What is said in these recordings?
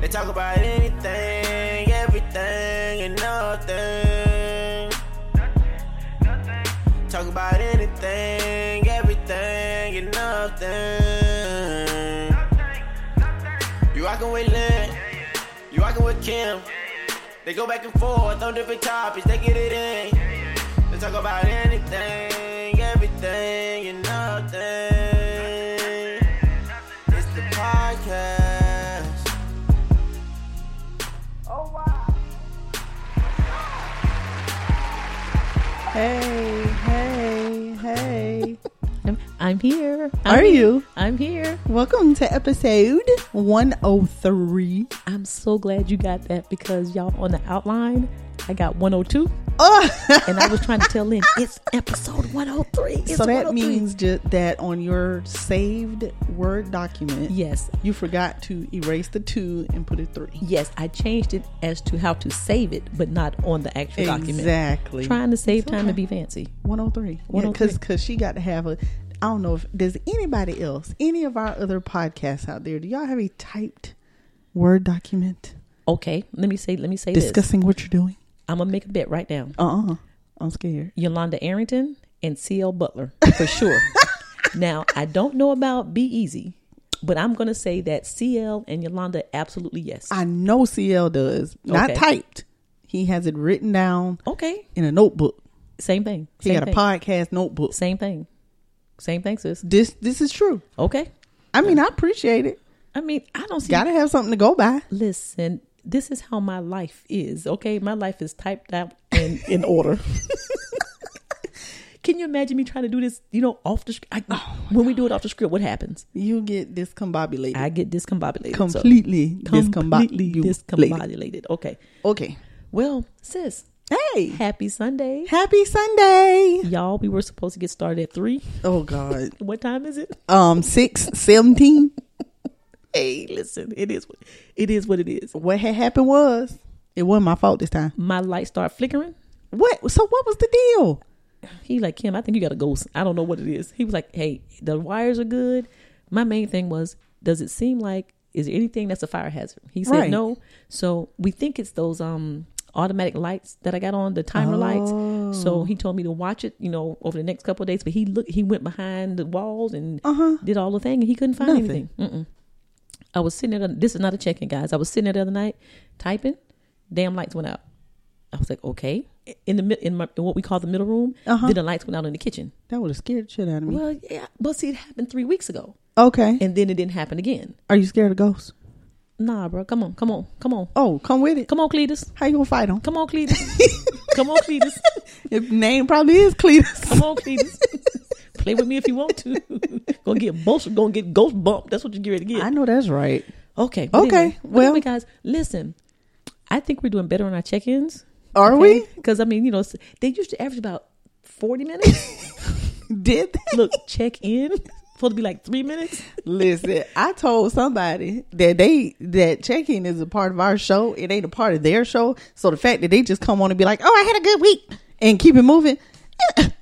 They talk about anything, everything, and nothing. Talk about anything, everything, and nothing. You rockin' with Lynn, you rockin' with Kim. They go back and forth on different topics, they get it in. They talk about anything, everything, and nothing. It's the podcast. Hey, hey, hey. I'm, I'm here. I'm Are you? I'm here. Welcome to episode 103. I'm so glad you got that because y'all on the outline, I got 102, Oh, and I was trying to tell Lynn it's episode 103. It's so that 103. means ju- that on your saved Word document, yes, you forgot to erase the two and put a three. yes. I changed it as to how to save it, but not on the actual document. Exactly. Trying to save time to be fancy. 103. Because 103. cause she got to have a. I don't know if does anybody else, any of our other podcasts out there, do y'all have a typed Word document Okay, let me say. Let me say this. discussing what you're doing? I'm gonna make a bet right now. Uh uh-uh. uh. i am scared. Yolanda Arrington and C.L. Butler for sure. now, I don't know about Be Easy, but I'm going to say that C.L. and Yolanda, absolutely yes. I know CL does. Not Okay. typed. He has it written down okay, in a notebook. same thing. He Same got thing. a podcast notebook. Same thing. Same thing, sis. This this is true. Okay. I mean, I appreciate it. I mean, I don't see. Gotta have something to go by. Listen, this is how my life is. Okay, my life is typed out and in order. Can you imagine me trying to do this? You know, off the script. I, Oh, when we do it off the script, what happens? You get discombobulated. I get discombobulated. So- completely completely discombobulated. discombobulated. Okay. Okay. Well, sis, Hey. happy Sunday. Happy Sunday. Y'all, we were supposed to get started at three. Oh God. What time is it? Um six seventeen. Hey, listen, it is what it is what it is. What had happened was it wasn't my fault this time. My lights start flickering. What so what was the deal? He like, Kim, I think you got a ghost. I don't know what it is. He was like, Hey, the wires are good. My main thing was, does it seem like is there anything that's a fire hazard? He said Right. no. So we think it's those um automatic lights that I got on, the timer Oh. lights. So he told me to watch it, you know, over the next couple of days. But he looked he went behind the walls and Uh-huh. did all the thing and he couldn't find Nothing. anything. Mm-mm. I was sitting there. the- This is not a check-in, guys. I was sitting there the other night typing. Damn lights went out. I was like, okay. In the mid- in, my, in what we call the middle room, Uh-huh. then the lights went out in the kitchen. That would have scared the shit out of me. Well, yeah, but see, it happened three weeks ago, Okay. and then it didn't happen again. Are you scared of ghosts? Nah, bro, come on, come on, come on, Oh, come with it. come on, Cletus, How you gonna fight him? come on, Cletus, come on, Cletus, Your name probably is Cletus. come on, Cletus. Play with me if you want to. gonna get both, gonna get ghost bumped. That's what you get ready to get. I know that's right. Okay. but Okay, anyway- but well- anyway, guys, listen. I think we're doing better on our check-ins. Are Because I mean, you know, s- they used to average about forty minutes. we? Did they? Look, check in supposed to be like three minutes. Listen, I told somebody that they that checking is a part of our show. It ain't a part of their show. So the fact that they just come on and be like, "Oh, I had a good week," and keep it moving,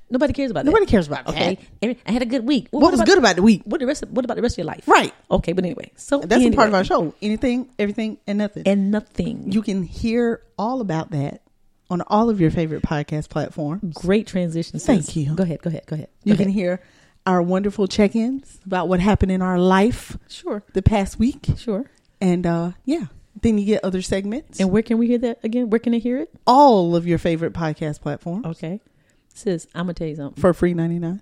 Nobody cares about nobody that. cares about that. Okay. Every- I had a good week. Well, What, was about, good about the week? What the rest? Of, what about the rest of your life? Right. Okay. But anyway, so That's a part of anyway, our show. Anything, everything, and nothing. and nothing. you can hear all about that on all of your favorite podcast platforms. Great transition. sis. Thank you. Go ahead. Go ahead. Go ahead. You go can ahead. hear our wonderful check-ins about what happened in our life Sure. the past week. Sure. And uh yeah, then you get other segments and And where can we hear that again? Where can I hear it? all of your favorite podcast platforms Okay. Sis, I'm gonna tell you something. for free 99.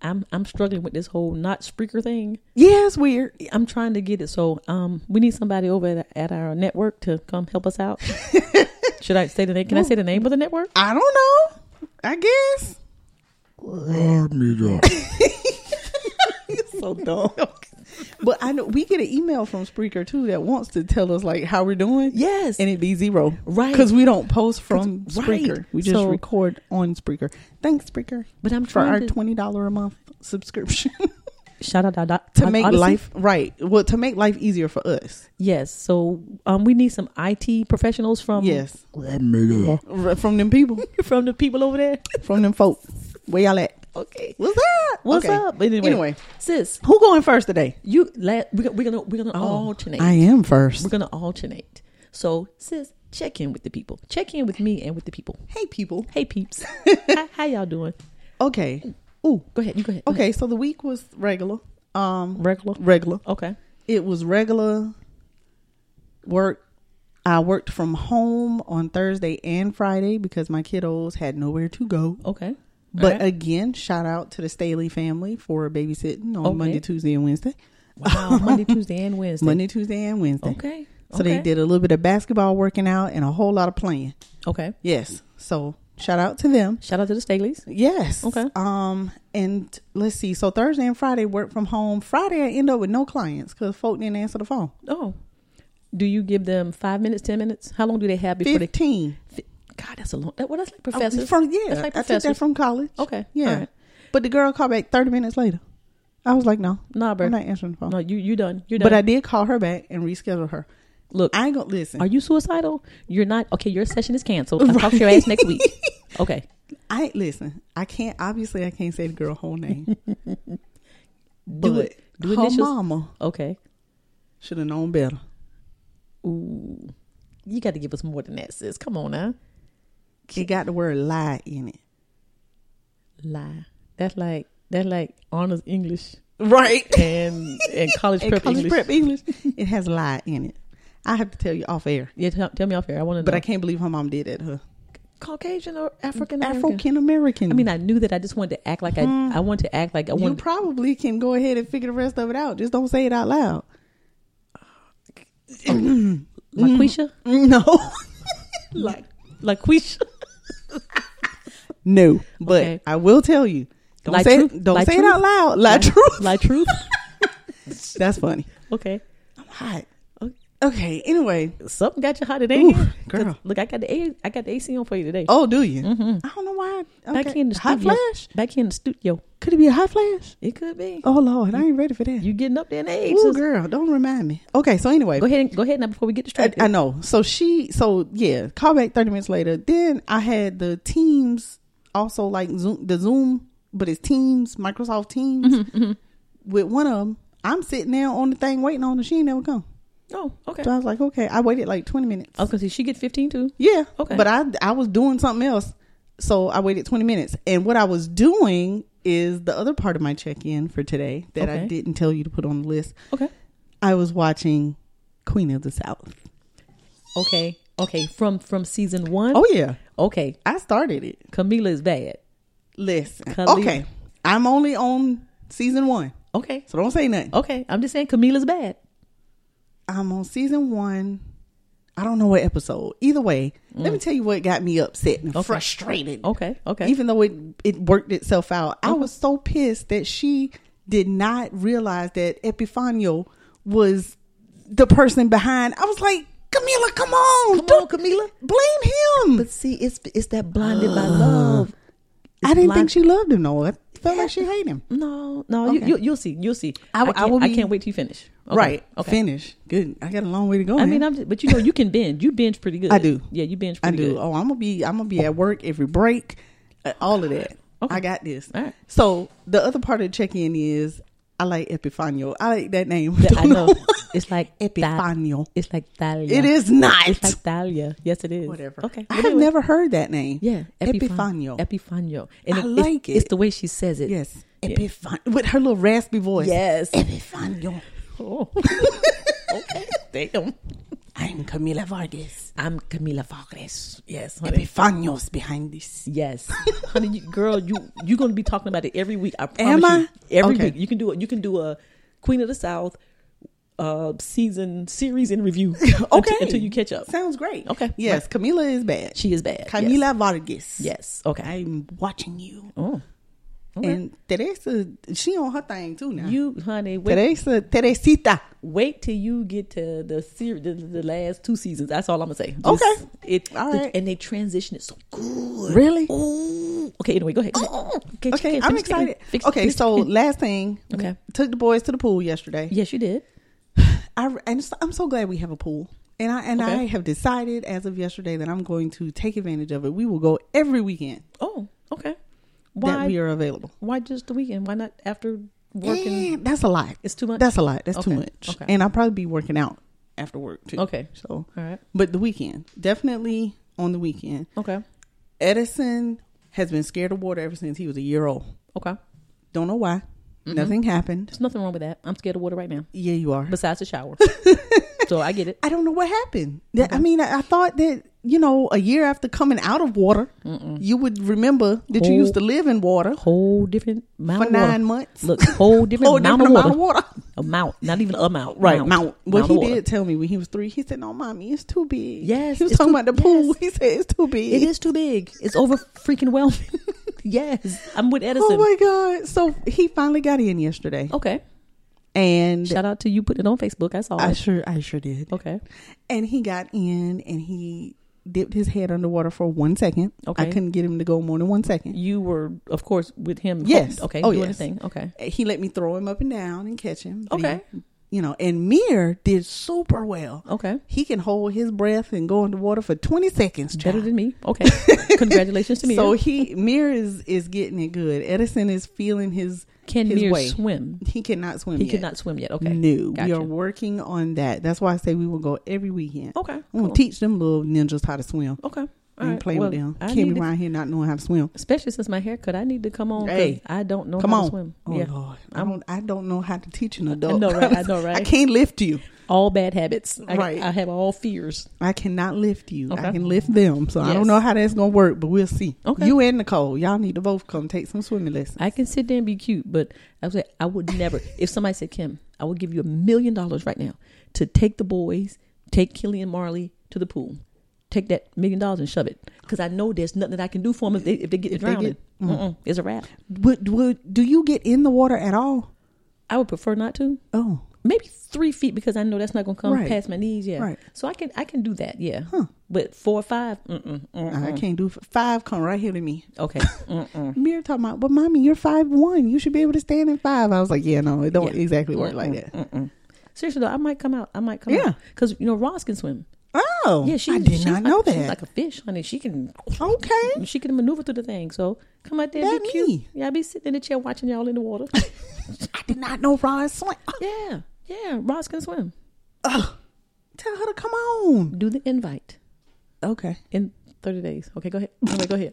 I'm I'm struggling with this whole not speaker thing. Yeah, it's weird. I'm trying to get it. So um, we need somebody over at, at our network to come help us out. Should I say the name? Can I say the name of the network? I don't know. I guess. so dumb. but I know we get an email from Spreaker too that wants to tell us like how we're doing. Yes. And it be zero. Right. Because we don't post from Right. Spreaker. We just So- record on Spreaker. Thanks, Spreaker. But I'm for trying our to- twenty dollar a month subscription. Shout out to, to make life right. Well, to make life easier for us. Yes. So um, we need some IT professionals from Yes. Grab me up. R- From them people. from the people over there. From them folk. Where y'all at? okay. What's up? What's Okay. up? But anyway, Anyway. sis, Who going first today? you la- we're, we're gonna we're gonna alternate. Oh, I am first. We're gonna alternate. So sis, check in with the people. Check in with me and with the people. Hey, people. Hey peeps, how, how y'all doing? Okay. Ooh. Go ahead. You go ahead. Go Okay. So the week was regular. Um, ahead. Regular. regular. Okay. It was regular work. I worked from home on Thursday and Friday because my kiddos had nowhere to go. Okay. But All right. again, shout out to the Staley family for babysitting on Okay. Monday, Tuesday, and Wednesday. wow, Monday, Tuesday, and Wednesday. uh, Monday, Tuesday, and Wednesday. Okay. So they Okay. did a little bit of basketball working out and a whole lot of playing. Okay. Yes. So shout out to them. Shout out to the Staleys. Yes. Okay. Um, and let's see. So Thursday and Friday work from home. Friday I end up with no clients because folk didn't answer the phone. Oh. Do you give them five minutes, ten minutes? How long do they have before Fifteen. they? God, that's a long. That, well, that's Oh, like professors. From yeah, that's like I took professors. that from college. Okay. Yeah. All right. But the girl called back thirty minutes later. I was like, no, Nah, bro. I'm not answering the phone. No, you you done. You're done. but I did call her back and reschedule her. look. I ain't gonna listen. are you suicidal? You're not. Okay, your session is canceled. I'll talk to your ass next week. Okay. I ain't listen. I can't. Obviously, I can't say the girl whole name. but Do it. Do her initials. mama Okay. should have known better. Ooh. You got to give us more than that, sis. Come on now. It got the word lie in it. Lie. That's like that's like honors English Right. and and college And prep college English. prep English. It has lie in it. I have to tell you off air, Yeah, tell, tell me off here. I want to. but I can't believe her mom did that. to Her Caucasian or African American. African American. I mean, I knew that. I just wanted to act like I. I wanted to act like I Hmm. you wanted. probably can go ahead and figure the rest of it out. Just don't say it out loud. hmm. Laquisha. No, Like Laquisha. no. But Okay. I will tell you. Don't Lie say truth? it. Don't Lie say it truth? out loud. Lie truth. Lie truth. That's funny. Okay. I'm hot. Okay. Okay. Anyway. Something got you hot today, Ooh, girl. Look, I got the A. I got the AC on for you today. Oh, do you? I don't know why. I- Okay. Mm. back in the hot studio. flash. Back here in the studio. Could it be a hot flash? It could be. Oh Lord, I ain't ready for that. You getting up there in age? Ooh, sis. girl, don't remind me. Okay. So anyway, Go ahead. And, go ahead now before we get I, distracted. I know. So she, so yeah, call back 30 minutes later. Then I had the Teams also like Zoom, the Zoom, but it's Teams, Microsoft Teams. Mm-hmm, With one of them, I'm sitting there on the thing waiting on her. She ain't never come. oh, okay. So I was like, okay, I waited like 20 minutes. I was gonna say she get fifteen too. Yeah. Okay. But I, I was doing something else. So I waited 20 minutes. And what I was doing is the other part of my check in for today that I Okay. didn't tell you to put on the list. Okay. I was watching Queen of the South. Okay. Okay. From from season one. Oh, yeah. Okay. I started it. Camila is bad. Listen. Khalid. Okay. I'm only on season one. Okay. So don't say nothing. Okay. I'm just saying Camila's bad. I'm on season one. I don't know what episode. Either way, let me tell you what got me upset and frustrated. Okay. Okay. Even though it, it worked itself out, I was so pissed that she did not realize that Epifanio was the person behind. I was like, Camila, come on. Come on, Camila. Blame him. But see, it's it's that blinded by love. I didn't blind- think she loved him, though. I felt like she hated him. No, no, Okay. you, you you'll see, you'll see. I w- I can't, will be- can't wait till you finish. Okay, Right. Okay. Finish. Good. I got a long way to go. I man. mean, I'm just, but you know, you can binge. You binge pretty good. I do. Yeah, you binge I pretty do. good. Oh, I'm gonna be I'm gonna be at work every break, uh, all of that. Okay. I got this. All right. So the other part of the check in is I like Epifanio. I like that name. Th- I Don't know. It's like Tha- Epifanio. It's like Thalia. It is not. It's like Thalia. Yes, it is. Whatever. Okay. I But have anyway, never heard that name. Yeah. Epifanio. Epifanio. I it's- like it. It's the way she says it. yes. Yeah. Epifanio. With her little raspy voice. Yes. Epifanio. Oh. okay. Damn. I'm Camila Vargas. I'm Camila Vargas. Yes, honey. Epifanio's behind this. Yes, honey, you, girl, you you gonna be talking about it every week. I promise Am you. I? Every Okay. week you can do it. You can do a Queen of the South uh season series in review. until, until you catch up. Sounds great. Okay. Yes, Camila is bad. She is bad. Camila Vargas. Yes. Yes. Okay. I'm watching you. Oh, And Teresa, she on her thing too now. you, honey, wait, Teresa, Teresita. wait till you get to the series, the, the last two seasons. That's all I'm gonna say. Just- Okay. It. All right. And they transition it so good. Really? Ooh. Okay. Anyway, go ahead. Go ahead. Get your- Oh, Okay, get- I'm finish- excited. fix- Okay, finish- so last thing. Okay. Took the boys to the pool yesterday. yes, you did. I and so- I'm so glad we have a pool. And I and Okay. I have decided as of yesterday that I'm going to take advantage of it. We will go every weekend. Oh, okay. that Why? we are available. Why just the weekend? Why not after working? Yeah, that's a lot. It's too much. That's a lot. That's too Okay. much. Okay. And I'll probably be working out after work too. Okay. So, all right. but the weekend definitely on the weekend. Okay. Edison has been scared of water ever since he was a year old. Okay. Don't know why. Mm-hmm. Nothing happened. There's nothing wrong with that. I'm scared of water right now. Yeah, you are. Besides the shower. so I get it. I don't know what happened. That- I mean, I, I thought that you know, a year after coming out of water, you would remember that you Whole- used to live in water Whole different for amount Oh. of water. nine months. Oh, Look, whole different Whole amount different of amount water. of water. Amount, not even amount. Right, mount. Well, Amount he of water. did tell me when he was three. He said, "No, mommy, it's too big." Yes, he was it's talking too- about the pool. yes. He said, "It's too big." It is too big. It's over freaking whelming. yes, I'm with Edison. Oh my god! So he finally got in yesterday, Okay. and Shout out to you putting it on Facebook. I saw I it. sure, I sure did. Okay. And he got in, and he dipped his head underwater for one second. I Okay. couldn't get him to go more than one second. You were, of course, with him. Yes. Okay. Oh, doing yes. the thing. Okay. He let me throw him up and down and catch him. but Okay. he- you know, and Mir did super well. Okay. He can hold his breath and go underwater for twenty seconds. Better child. than me. Okay. Congratulations to me. So he Mir is is getting it good. Edison is feeling his can his Mir way. swim? He cannot swim. He yet. cannot swim yet. Okay. No, we Gotcha. are working on that. That's why I say we will go every weekend. Okay, I'm cool. gonna teach them little ninjas how to swim. Okay. All and right. Mm, play Well, with them. I Can't need be to- around here not knowing how to swim. Especially since my haircut, I need to come on. 'cause Hey, I don't know Come how on, to swim. oh yeah. Lord, I I'm don't. I don't know how to teach an adult. know, right? I know, I right? can't lift you. all bad habits. I, Right. I have all fears. I cannot lift you. I Okay. can lift them. So I don't Yes. know how that's gonna work, but we'll see. Okay. You and Nicole, y'all need to both come take some swimming lessons. I can sit there and be cute, but I would say I would never. if somebody said, "Kim, I would give you a million dollars right now to take the boys, take Killian Marley to the pool, take that million dollars and shove it," because I know there's nothing that I can do for them if they, if they get If they drowning. get- Mm. Mm-mm, it's a wrap. Would, would do you get in the water at all? I would prefer not to. Oh, Maybe three feet because I know that's not going to come Right. past my knees. Yeah, Right. so I can I can do that. Yeah, Huh. but four or five. Mm-mm, mm-mm. Mm. I can't do five. Come right here to me. Okay. Mm-mm. Mir talking about, but mommy, you're five one. You should be able to stand in five. I was like, yeah, no, it don't Yeah. exactly work like that. Mm-mm. Seriously though, I might come out. I might come Yeah. because you know Ross can swim. Oh, Yeah, she I did she's not like- know She's that. like a fish, honey. She can okay, she can maneuver through the thing. So come out there, That be cute. me. Yeah, I be sitting in the chair watching y'all in the water. I did not know Ron swam. yeah, yeah. Ross can swim. Ugh. Tell her to come on. Do the invite Okay, in thirty days. Okay, go ahead. Okay, go ahead.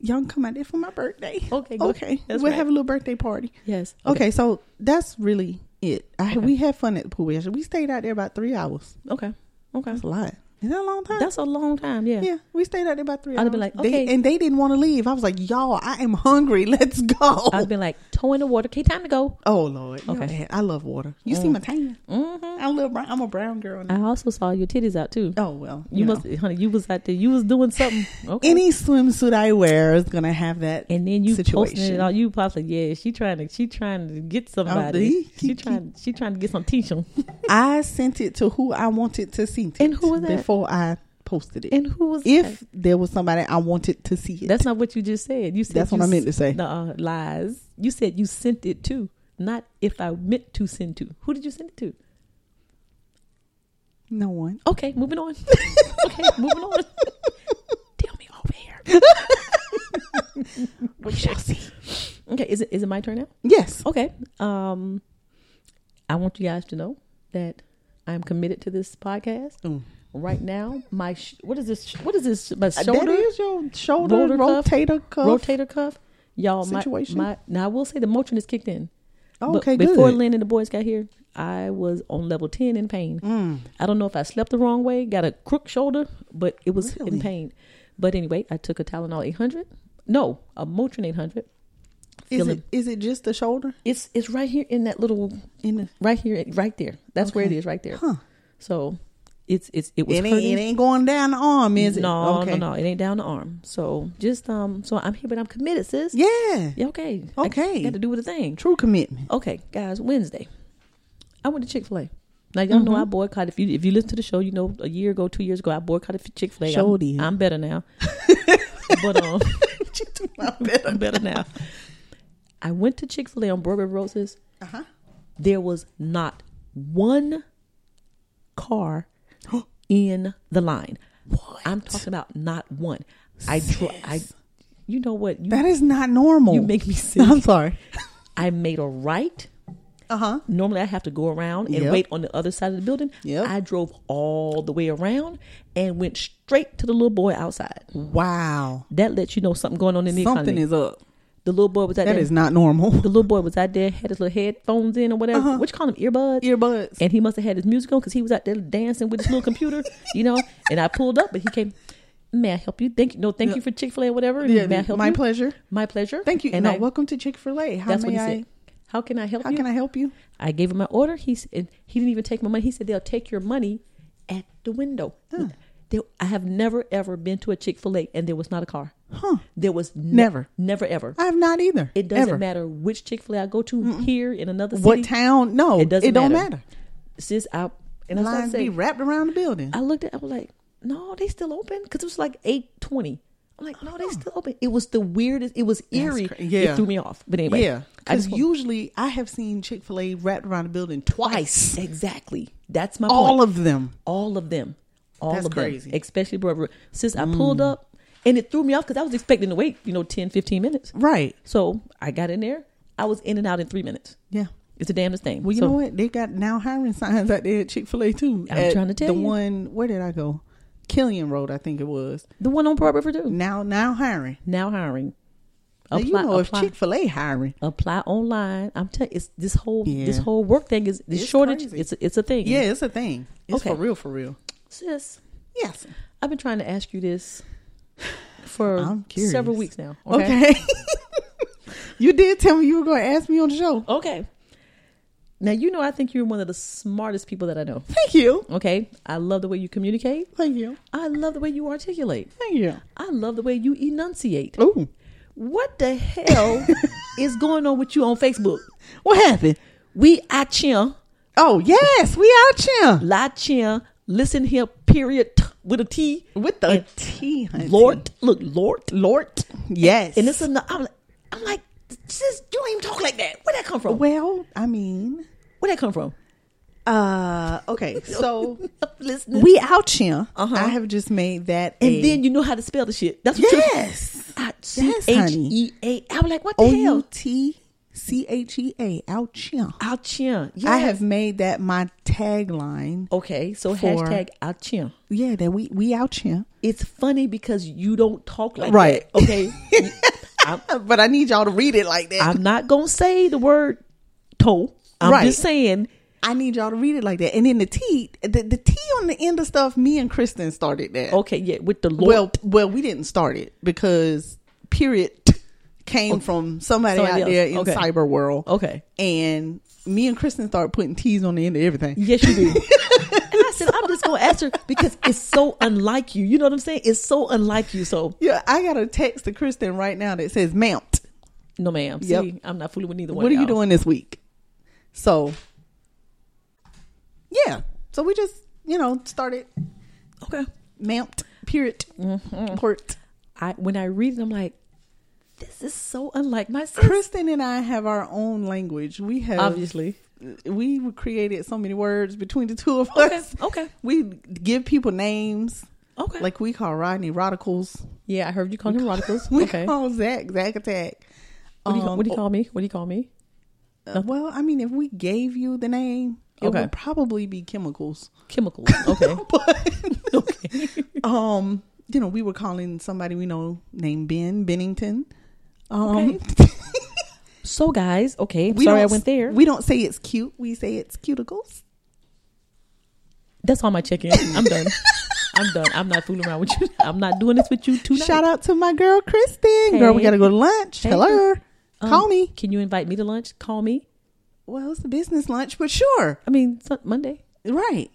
y'all can come out there for my birthday. Okay, go- okay, that's we'll right. have a little birthday party. Yes. Oh. Okay, so that's really it. I, We had fun at the pool yesterday. We stayed out there about three hours. Okay. Okay. That's a lot. Is that a long time? That's a long time. Yeah. yeah, we stayed out there about 3 I'd hours. have been like, They- okay. and they didn't want to leave. I was like, y'all, I am hungry. Let's go. I've been like toe in the water. Okay, time to go. Oh Lord, okay. Okay. Mm. I love water. You see my tan? hmm I'm a little brown. I'm a brown girl. Now. I also saw your titties out too. Oh well, Uh, You, must, honey. You was out there. You was doing something. Okay. Any swimsuit I wear is gonna have that. and then you posting situation. Oh, it all. You possibly yeah. She trying to. She trying to get somebody. see? she trying. She trying to get some teaching. I sent it to who I wanted to see, it And who was that? before I posted it. And who was if there was somebody I wanted to see it, That's not what you just said. You said That's you what I meant s- to say. Nuh-uh, lies. You said you sent it to, not if I meant to send to. Who did you send it to? no one. Okay, moving on. okay, moving on. Tell me over here. We shall see. Okay, is it is it my turn now? Yes. Okay. Um, I want you guys to know that I'm committed to this podcast. Mm. Right now, my sh- what is this? What is this? My Uh, shoulder. That is your shoulder Roller cuff? rotator cuff. rotator cuff. Y'all, my, Situation. my now I will say the motion is kicked in. Oh, But okay, Before good. Lynn and the boys got here, I was on level ten in pain. Mm. I don't know if I slept the wrong way, got a crook shoulder, but it was Really? in pain. But anyway, I took a Tylenol eight hundred. No, a Motrin eight hundred. is feeling- it is it just the shoulder? It's it's right here in that little In the, right here right there. That's where it Okay. is right there. huh? So it's it's it was It ain't, it hurting. ain't going down the arm, is it? no, no, no, it ain't down the arm. So just um, so I'm here, but I'm committed, sis. Yeah. Yeah, okay, I Okay. got to do with the thing. True commitment. Okay, guys, Wednesday. I went to Chick Fil A. Now y'all know I boycotted. If you if you listen to the show, you know a year ago, two years ago, I boycotted Chick Fil A. Sure I'm, did. I'm better now. but um, I'm better now. I went to Chick Fil A on Burberry Roses. Uh-huh. There was not one car in the line. I'm talking about not one. I dro- I you know what? You, That is not normal. you make me sick. I'm sorry. I made a right. Uh huh. Normally, I have to go around and Yep. wait on the other side of the building. Yep. I drove all the way around and went straight to the little boy outside. Wow. That lets you know something going on in the Something economy. is up. the little boy was out That there. is not normal. the little boy was out there, had his little headphones in or whatever. Uh-huh. What you call them, earbuds? Earbuds. and he must have had his music on because he was out there dancing with his little computer, you know. And I pulled up, but he came. May I help you? Thank you. No, thank you for Chick Fil A, or whatever. Yeah, may I help my you? pleasure. my pleasure. Thank you. And no, I, welcome to Chick Fil A. How that's what may he I? said. How can I help How you? can I help you? I gave him my order. He said he didn't even take my money. He said they'll take your money at the window. They- I have never ever been to a Chick Fil A and there was not a car. Huh? There was ne- Never. never ever. I have not either. It doesn't Ever. matter which Chick Fil A I go to here in another city. What town? No, It it doesn't don't matter. matter. Sis, I and that's what I Lines be say, wrapped around the building. I looked at. I was like, no, they still open because it was like eight twenty. I'm like, no, they still open. It was the weirdest. It was eerie. Oh. cra- yeah. It threw me off. But anyway, yeah, I because just want- usually I have seen Chick Fil A wrapped around the building twice. exactly. That's my All point. of them. all of them, all That's of them, crazy. Mm. especially brother. Since I pulled up, and it threw me off because I was expecting to wait, you know, 10, 15 minutes. Right. So I got in there. I was in and out in three minutes. Yeah. It's the damnedest thing. Well, you So- know what? They got now hiring signs out there at Chick Fil A too. I'm At trying to tell the you. one. Where did I go? Killian Road, I think it was. The one on Pearl River too. Now, now hiring. Now hiring. Now, Apply, you know, if apply. Chick Fil A hiring, apply online. I'm telling it's this whole this Yeah. whole work thing is this It's shortage. crazy. It's a, it's a thing. yeah, it's a thing. It's Okay. for real, for real. sis, Yes. I've been trying to ask you this for I'm curious. several weeks now. Okay, Okay. you did tell me you were going to ask me on the show. okay. Now you know I think you're one of the smartest people that I know. Thank you. Okay, I love the way you communicate. Thank you. I love the way you articulate. Thank you. I love the way you enunciate. Ooh. What the hell is going on with you on Facebook? What happened? We I chin, Oh, yes. We out here. la chin, listen here, period t- with a T. With the T, honey. Lord, look, Lord, Lord, Yes. and it's another. I'm like, I'm like, sis, you don't even talk like that. Where that come from? Where well, I mean, that come from? uh, okay. So Listening. we out here. Uh-huh. I have just made that. a- and then you know how to spell the shit. That's what yes. you. Yes, C H honey. Oh, E A. I'm like, what the O hell? U T C H E A. Out here. Achin. Yes. I have made that my tagline. Okay, so For- hashtag Achin. Yeah, that we we out here. It's funny because you don't talk like Right. that. Okay, I'm, But I need y'all to read it like that. I'm not gonna say the word toe. I'm Right. just saying I need y'all to read it like that. And then the T, the, the T on the end of stuff, me and Kristen started that. okay. Yeah, with the Lord. Well, well, we didn't start it because period t- came from Oh. somebody, Somebody out else. there in Okay. cyber world. okay. And me and Kristen started putting T's on the end of everything. Yes, you do. and I said, I'm just gonna ask her because it's so unlike you. You know what I'm saying? It's so unlike you. So Yeah, I got a text to Kristen right now that says, Mount, no, ma'am. See, Yep. I'm not fooling with neither one. what are you y'all. doing this week? So, yeah. So we just, you know, started Okay. Mount, period, Mm-hmm. port. I when I read it, I'm like, this is so unlike my sis. Kristen and I have our own language. We have Obviously. we created so many words between the two of Okay. us. Okay. We give people names Okay. like we call Rodney Rodicals. yeah, I heard you call him radicals. We Okay. What call Zach Zach Attack. do, you, call- Um, what do you call me? What do you call me? uh, Well, I mean, if we gave you the name, it Okay. would probably be chemicals. Chemicals. Okay. okay. Um, you know, we were calling somebody we know named Ben Bennington. Um, So guys, okay. I'm we sorry I don't- went there. We don't say it's cute. We say it's cuticles. That's all my check in. I'm done. I'm done. I'm not fooling around with you. I'm not doing this with you tonight. Shout out to my girl Kristen. Girl, we Hey. gotta go to lunch. Hey. Hello. Um, Call me. Can you invite me to lunch? Call me. Well, it's a business lunch, but sure. I mean, it's not Monday. Right.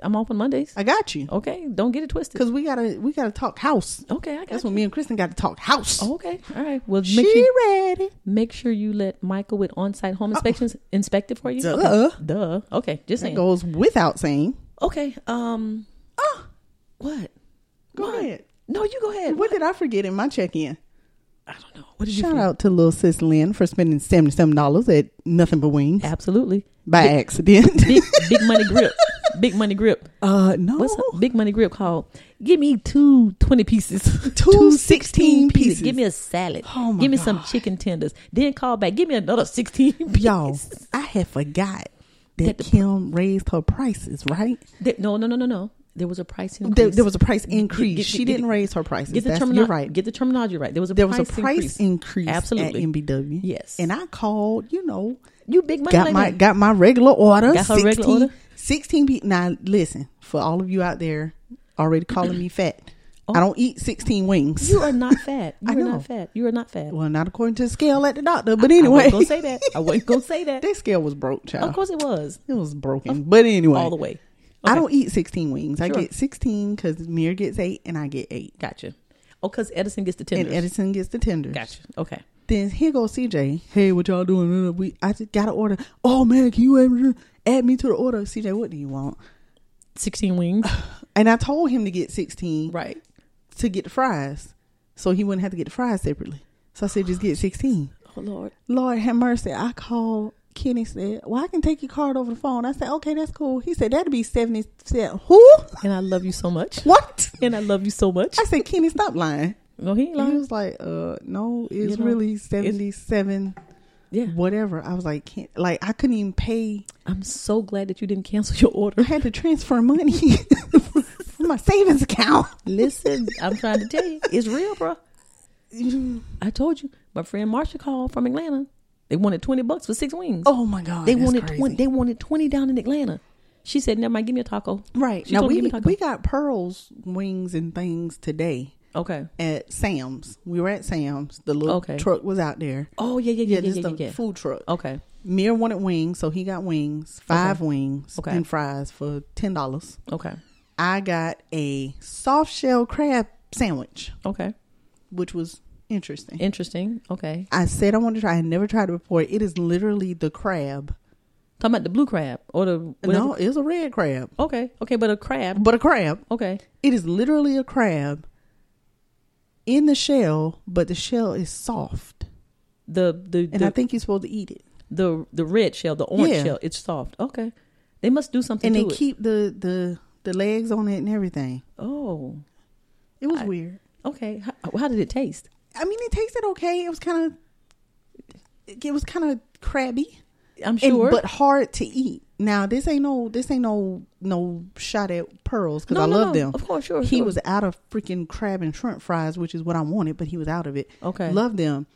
I'm off on Mondays. I got you. Okay. Don't get it twisted. Cause we gotta we gotta talk house. Okay. I got That's you. when me and Kristen got to talk house. Okay. All right. Well, Oh, make she sure you- ready. make sure you let Michael with on-site home inspections inspect it for you. Duh. Okay. Duh. Okay. Just That saying. goes without saying. Okay. Um. Oh, What? go What? ahead. No, you go ahead. What did I forget in my check in? I don't know. What did you? Shout feel? out to little sis Lynn for spending seventy seven dollars at nothing but wings Absolutely. by accident. Big big money grip. Big Money Grip. Uh, no. What's a Big Money Grip called? Give me two 20 pieces. Two 16 pieces. Give me a salad. Oh my Give me some God. chicken tenders. Then call back. Give me another 16 pieces. Y'all, I had forgot that, That the- Kim raised her prices, right? There- no, no, no, no, no. There was a price increase. There, there was a price increase. get- she get- didn't raise her prices. Get the That's, terminology you're right. Get the terminology right. There was a there was price a price increase, Absolutely. at MBW. Yes. and I called. You know, you big money. got like my that. got my regular order. Got her 16, regular order? Sixteen. Pe- now listen, for all of you out there already calling me fat, I don't eat sixteen wings. Oh. You are not fat. You I are know. not fat. You are not fat. well, not according to the scale at the doctor, but anyway, I wasn't gonna say that. I wasn't gonna say that. that scale was broke, child. Of course it was. It was broken, but anyway, All the way. I Okay. don't eat sixteen wings. I Sure. get sixteen because Mir gets eight, and I get eight, Gotcha. Oh, because Edison gets the and tenders. Edison gets the tender. Gotcha. Okay. Then here goes CJ. Hey, what y'all doing? Uh, We I just got an order. Oh man, can you add, add me to the order? CJ, what do you want? 16 wings. And I told him to get sixteen right. to get the fries, so he wouldn't have to get the fries separately. So I said, just get sixteen. Oh, Lord. Lord have mercy. I called Kenny. Said, well, I can take your card over the phone. I said, okay, that's cool. He said, that'd be seventy cent. Who? And I love you so much. What? And I love you so much. I said, Kenny, stop lying. No, he ain't And he lying. was like, uh, no, it's You know, really it's- seventy-seven, Yeah. whatever. I was like, can't, like I couldn't even pay. I'm so glad that you didn't cancel your I order. had to transfer money from my savings account. Listen, I'm trying to tell you, it's real, bro. I told you, my friend Marsha called from Atlanta. They wanted 20 bucks for six wings. Oh my god, they that's wanted crazy. 20. They wanted 20 down in Atlanta. She said, never mind, give me a taco. right She now told me we to give me taco. we got pearls, wings, and things today Okay. at Sam's. We were at Sam's. The little Okay. truck was out there. Oh, yeah, yeah, Yeah, yeah, yeah, just yeah, a yeah. yeah. food truck. Okay. Mir wanted wings, so he got wings, five wings, Okay. and fries for ten dollars. Okay. I got a soft shell crab sandwich, Okay. which was interesting. Interesting. Okay. I said I wanted to try. I had never tried it before. It is literally the crab. Talking about the blue crab or the whatever- No, it's a red crab, Okay. Okay, but a crab. but a crab. Okay. It is literally a crab in the shell, but the shell is soft, The the and the, I think you're supposed to eat it. the the red shell, the orange Yeah. shell, it's soft. Okay. They must do something And to they it. keep the the the legs on it and everything. oh. It was I- weird. Okay. How, how did it taste? I mean, it tasted okay. It was kind of it was kind of crabby, I'm and, sure. but hard to eat. Now this ain't no this ain't no no shot at pearls because No, I no, love no. them. Of course, sure. he sure. was out of freaking crab and shrimp fries, which is what I wanted, but he was out of it. Okay. Love them.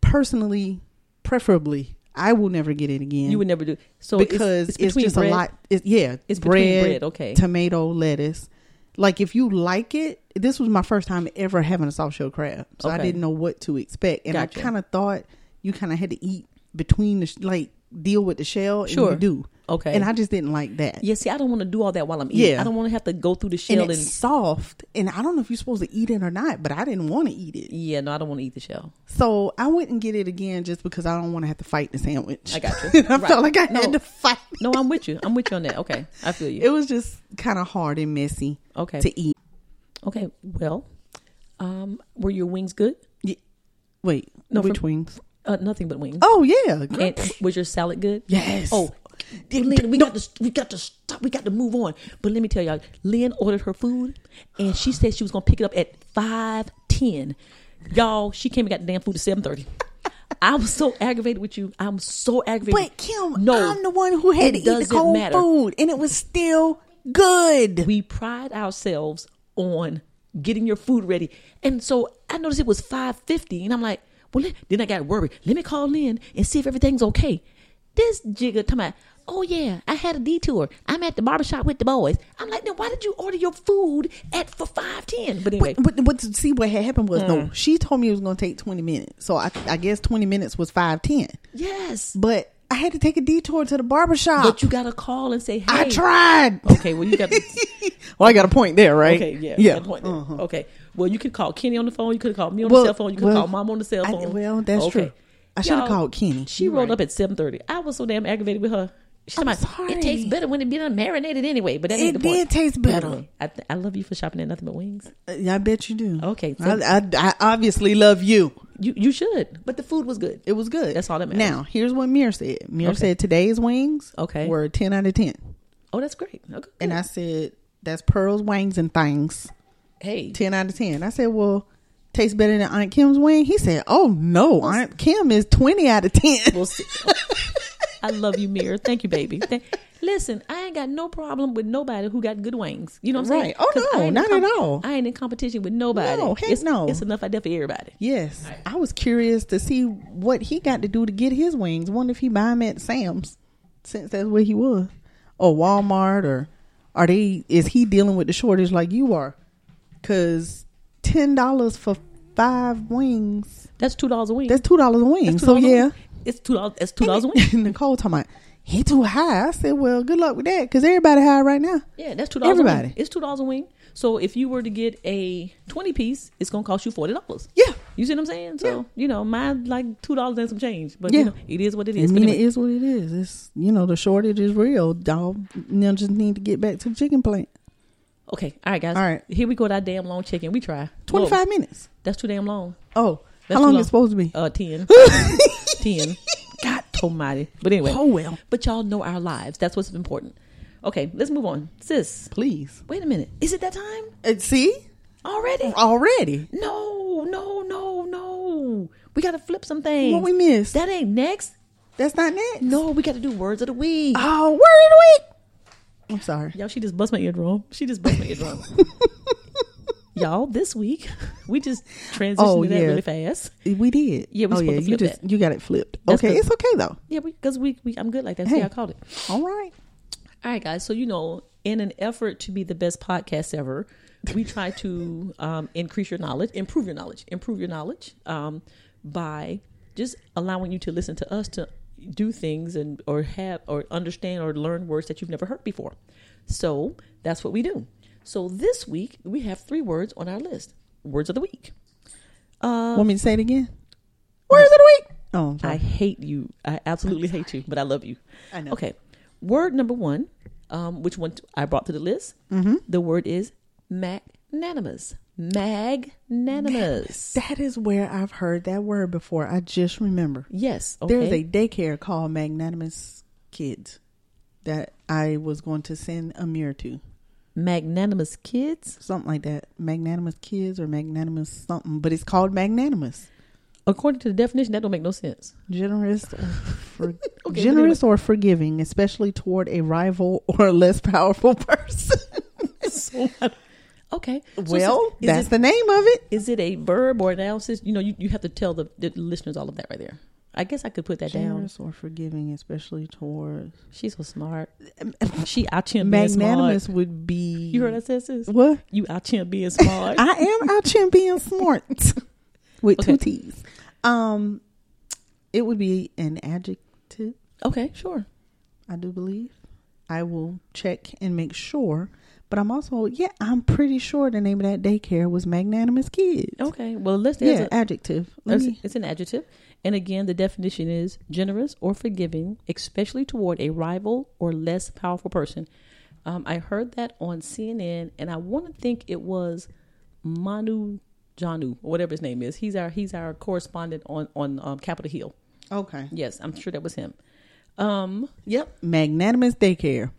Personally, preferably, I will never get it again. you would never do so it's- because it's, it's, between just bread. a lot. It's, yeah, It's between bread, okay. tomato, lettuce. Like if you like it, this was my first time ever having a soft shell crab, so I Okay. didn't know what to expect, and Gotcha. I kind of thought you kind of had to eat between the sh- like deal with the shell. And Sure. you do Okay. and I just didn't like that. Yeah, see, I don't want to do all that while I'm eating. Yeah. I don't want to have to go through the and shell and, it's soft, and I don't know if you're supposed to eat it or not, but I didn't want to eat it. yeah, no, I don't want to eat the shell. So I wouldn't get it again just because I don't want to have to fight the sandwich. I got you. I Right. felt like I had No. to fight. No, I'm with you. I'm with you on that. Okay, I feel you. It was just kind of hard and messy Okay. to eat. Okay. Well, um, were your wings good? Ye- Wait, No, which from- wings? Uh, nothing but wings. Oh yeah, girl. And was your salad good? yes. Oh, Lynn, we got to we got to stop. We got to move on. But let me tell y'all, Lynn ordered her food, and she said she was gonna pick it up at five ten. Y'all, she came and got the damn food at seven thirty. I was so aggravated with you. I'm so aggravated. but Kim, I'm the one who had to it eat the doesn't cold matter. food, and it was still good. we pride ourselves on getting your food ready. And so I noticed it was 550 and I'm like, well, let- then I got worried. Let me call in and see if everything's okay. This jigger talking about, oh yeah, I had a detour. I'm at the barbershop with the boys. I'm like, then why did you order your food at for 510? But anyway, But, but, but to see what had happened was no. She told me it was going to take twenty minutes, so I, I guess twenty minutes was five ten. yes. But I had to take a detour to the barbershop. But you got to call and say, hey. I tried. Okay, well, you got to. well, I got a point there, right? Okay, yeah. yeah. Uh-huh. got a point there. Okay. Well, you could call Kenny on the phone. You could call me on Well, the cell phone. You could well, call mom on the cell I- phone. well, that's true. I shoulda Y'all, called Kenny. She You're rolled right. up at seven thirty. I was so damn aggravated with her. She I'm might- sorry. It tastes better when it be done marinated anyway. But that ain't It the point. did taste better. Anyway, I, th- I love you for shopping at nothing but wings. I bet you do. Okay, so- I, I, I obviously love you. You you should. But the food was good. It was good. That's all that matters. Now, here's what Mir said. Mir Okay. said today's wings Okay. were 10 out of 10. Oh, that's great. Okay. And I said, that's pearls, wings, and things. hey, 10 out of 10. I said, well, tastes better than Aunt Kim's wing. He said, oh no, Aunt Kim is 20 out of 10. we'll see. I love you, Mirror. Thank you, baby. Thank- Listen, I ain't got no problem with nobody who got good wings. You know what I'm saying? Right. Oh, 'Cause I no, ain't in not at all. I ain't in competition with nobody. No, heck it's, no. It's enough I did for everybody. Yes. I was curious to see what he got to do to get his wings. Wonder if he buy them at Sam's since that's where he was. Or Walmart or are they is he dealing with the shortage like you are? Cause ten dollars for five wings. That's two dollars a wing. That's two dollars a wing. That's So $2 a yeah. wing. it's two dollars. It's two dollars a wing. Nicole talking about he too high. I said, Well, good luck with that, because everybody high right now. Yeah, that's two dollars. Everybody. it's two dollars a wing. So if you were to get a twenty piece, it's gonna cost you forty dollars. Yeah. You see what I'm saying? So you know, mine like two dollars and some change, but Yeah. you know, it is what it I is. But mean, it anyway, is what it is. It's you know the shortage is real. Y'all now just need to get back to the chicken plant. okay, all right, guys. All right. here we go. with Our damn long chicken. We try Twenty Whoa, five minutes. That's too damn long. Oh, how That's too long is it supposed to be? Uh, ten. ten. God, almighty. But anyway. Oh, well. But y'all know our lives. That's what's important. Okay, let's move on, sis. Please. Wait a minute. Is it that time Uh, see already? already. No, no, no, no. We gotta flip some things. What we missed? That ain't next. That's not next. No, we got to do words of the week. Oh, word of the week. I'm sorry. Y'all, she just bust my eardrum. She just bust my eardrum. Y'all, this week we just transitioned Oh, to that yeah. really fast. We did. Yeah, oh, we supposed yeah. to You flip just that. you got it flipped. That's okay, good. it's okay though. Yeah, because we, we I'm good like that. See, Hey. I called it. All right. All right, guys. So you know, in an effort to be the best podcast ever, we try to um, increase your knowledge, improve your knowledge, improve your knowledge um, by just allowing you to listen to us to do things and or have or understand or learn words that you've never heard before. So that's what we do. So this week we have three words on our list. Words of the week. Want me to say it again? Words of the week. Oh, I'm I sorry. hate you. I absolutely hate you, but I love you. I know. Okay. Word number one, um, which one t- I brought to the list, mm-hmm. the word is magnanimous. Magnanimous. that is where I've heard that word before. I just remember. Yes. Okay. There's a daycare called Magnanimous Kids that I was going to send Amir to. magnanimous kids. Something like that. Magnanimous Kids or Magnanimous something, but it's called Magnanimous. According to the definition, that don't make no sense. Generous or, for, but generous or forgiving, especially toward a rival or a less powerful person. So, okay. So it's well, just- is that's it, the name of it. is it a verb or a noun? Sis, you know, you, you have to tell the, the listeners all of that right there. I guess I could put that down. Generous or forgiving, especially toward She's so smart. She out here being smart. magnanimous would be You heard I said, sis? what? You out here being smart. I am out here being smart with Okay. two T's. Um, it would be an adjective, okay, sure. I do believe. I will check and make sure. But I'm also, yeah, I'm pretty sure the name of that daycare was Magnanimous Kids. Okay. Well, let's there's yeah, a, adjective. Let there's- me, it's an adjective, and again, the definition is generous or forgiving, especially toward a rival or less powerful person. Um, I heard that on CNN, and I want to think it was Manu Janu or whatever his name is. He's our he's our correspondent on on um, Capitol Hill. okay. Yes, I'm sure that was him. Um, Yep. Magnanimous Daycare.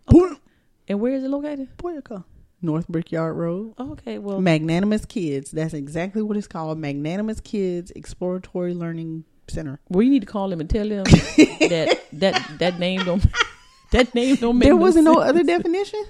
and where is it located? Oh, Boyaca. North Brickyard Road. Okay, well, Magnanimous Kids. That's exactly what it's called. Magnanimous Kids Exploratory Learning Center. Well, you need to call him and tell him that that that name don't that name don't make. There no wasn't no sense. other definition?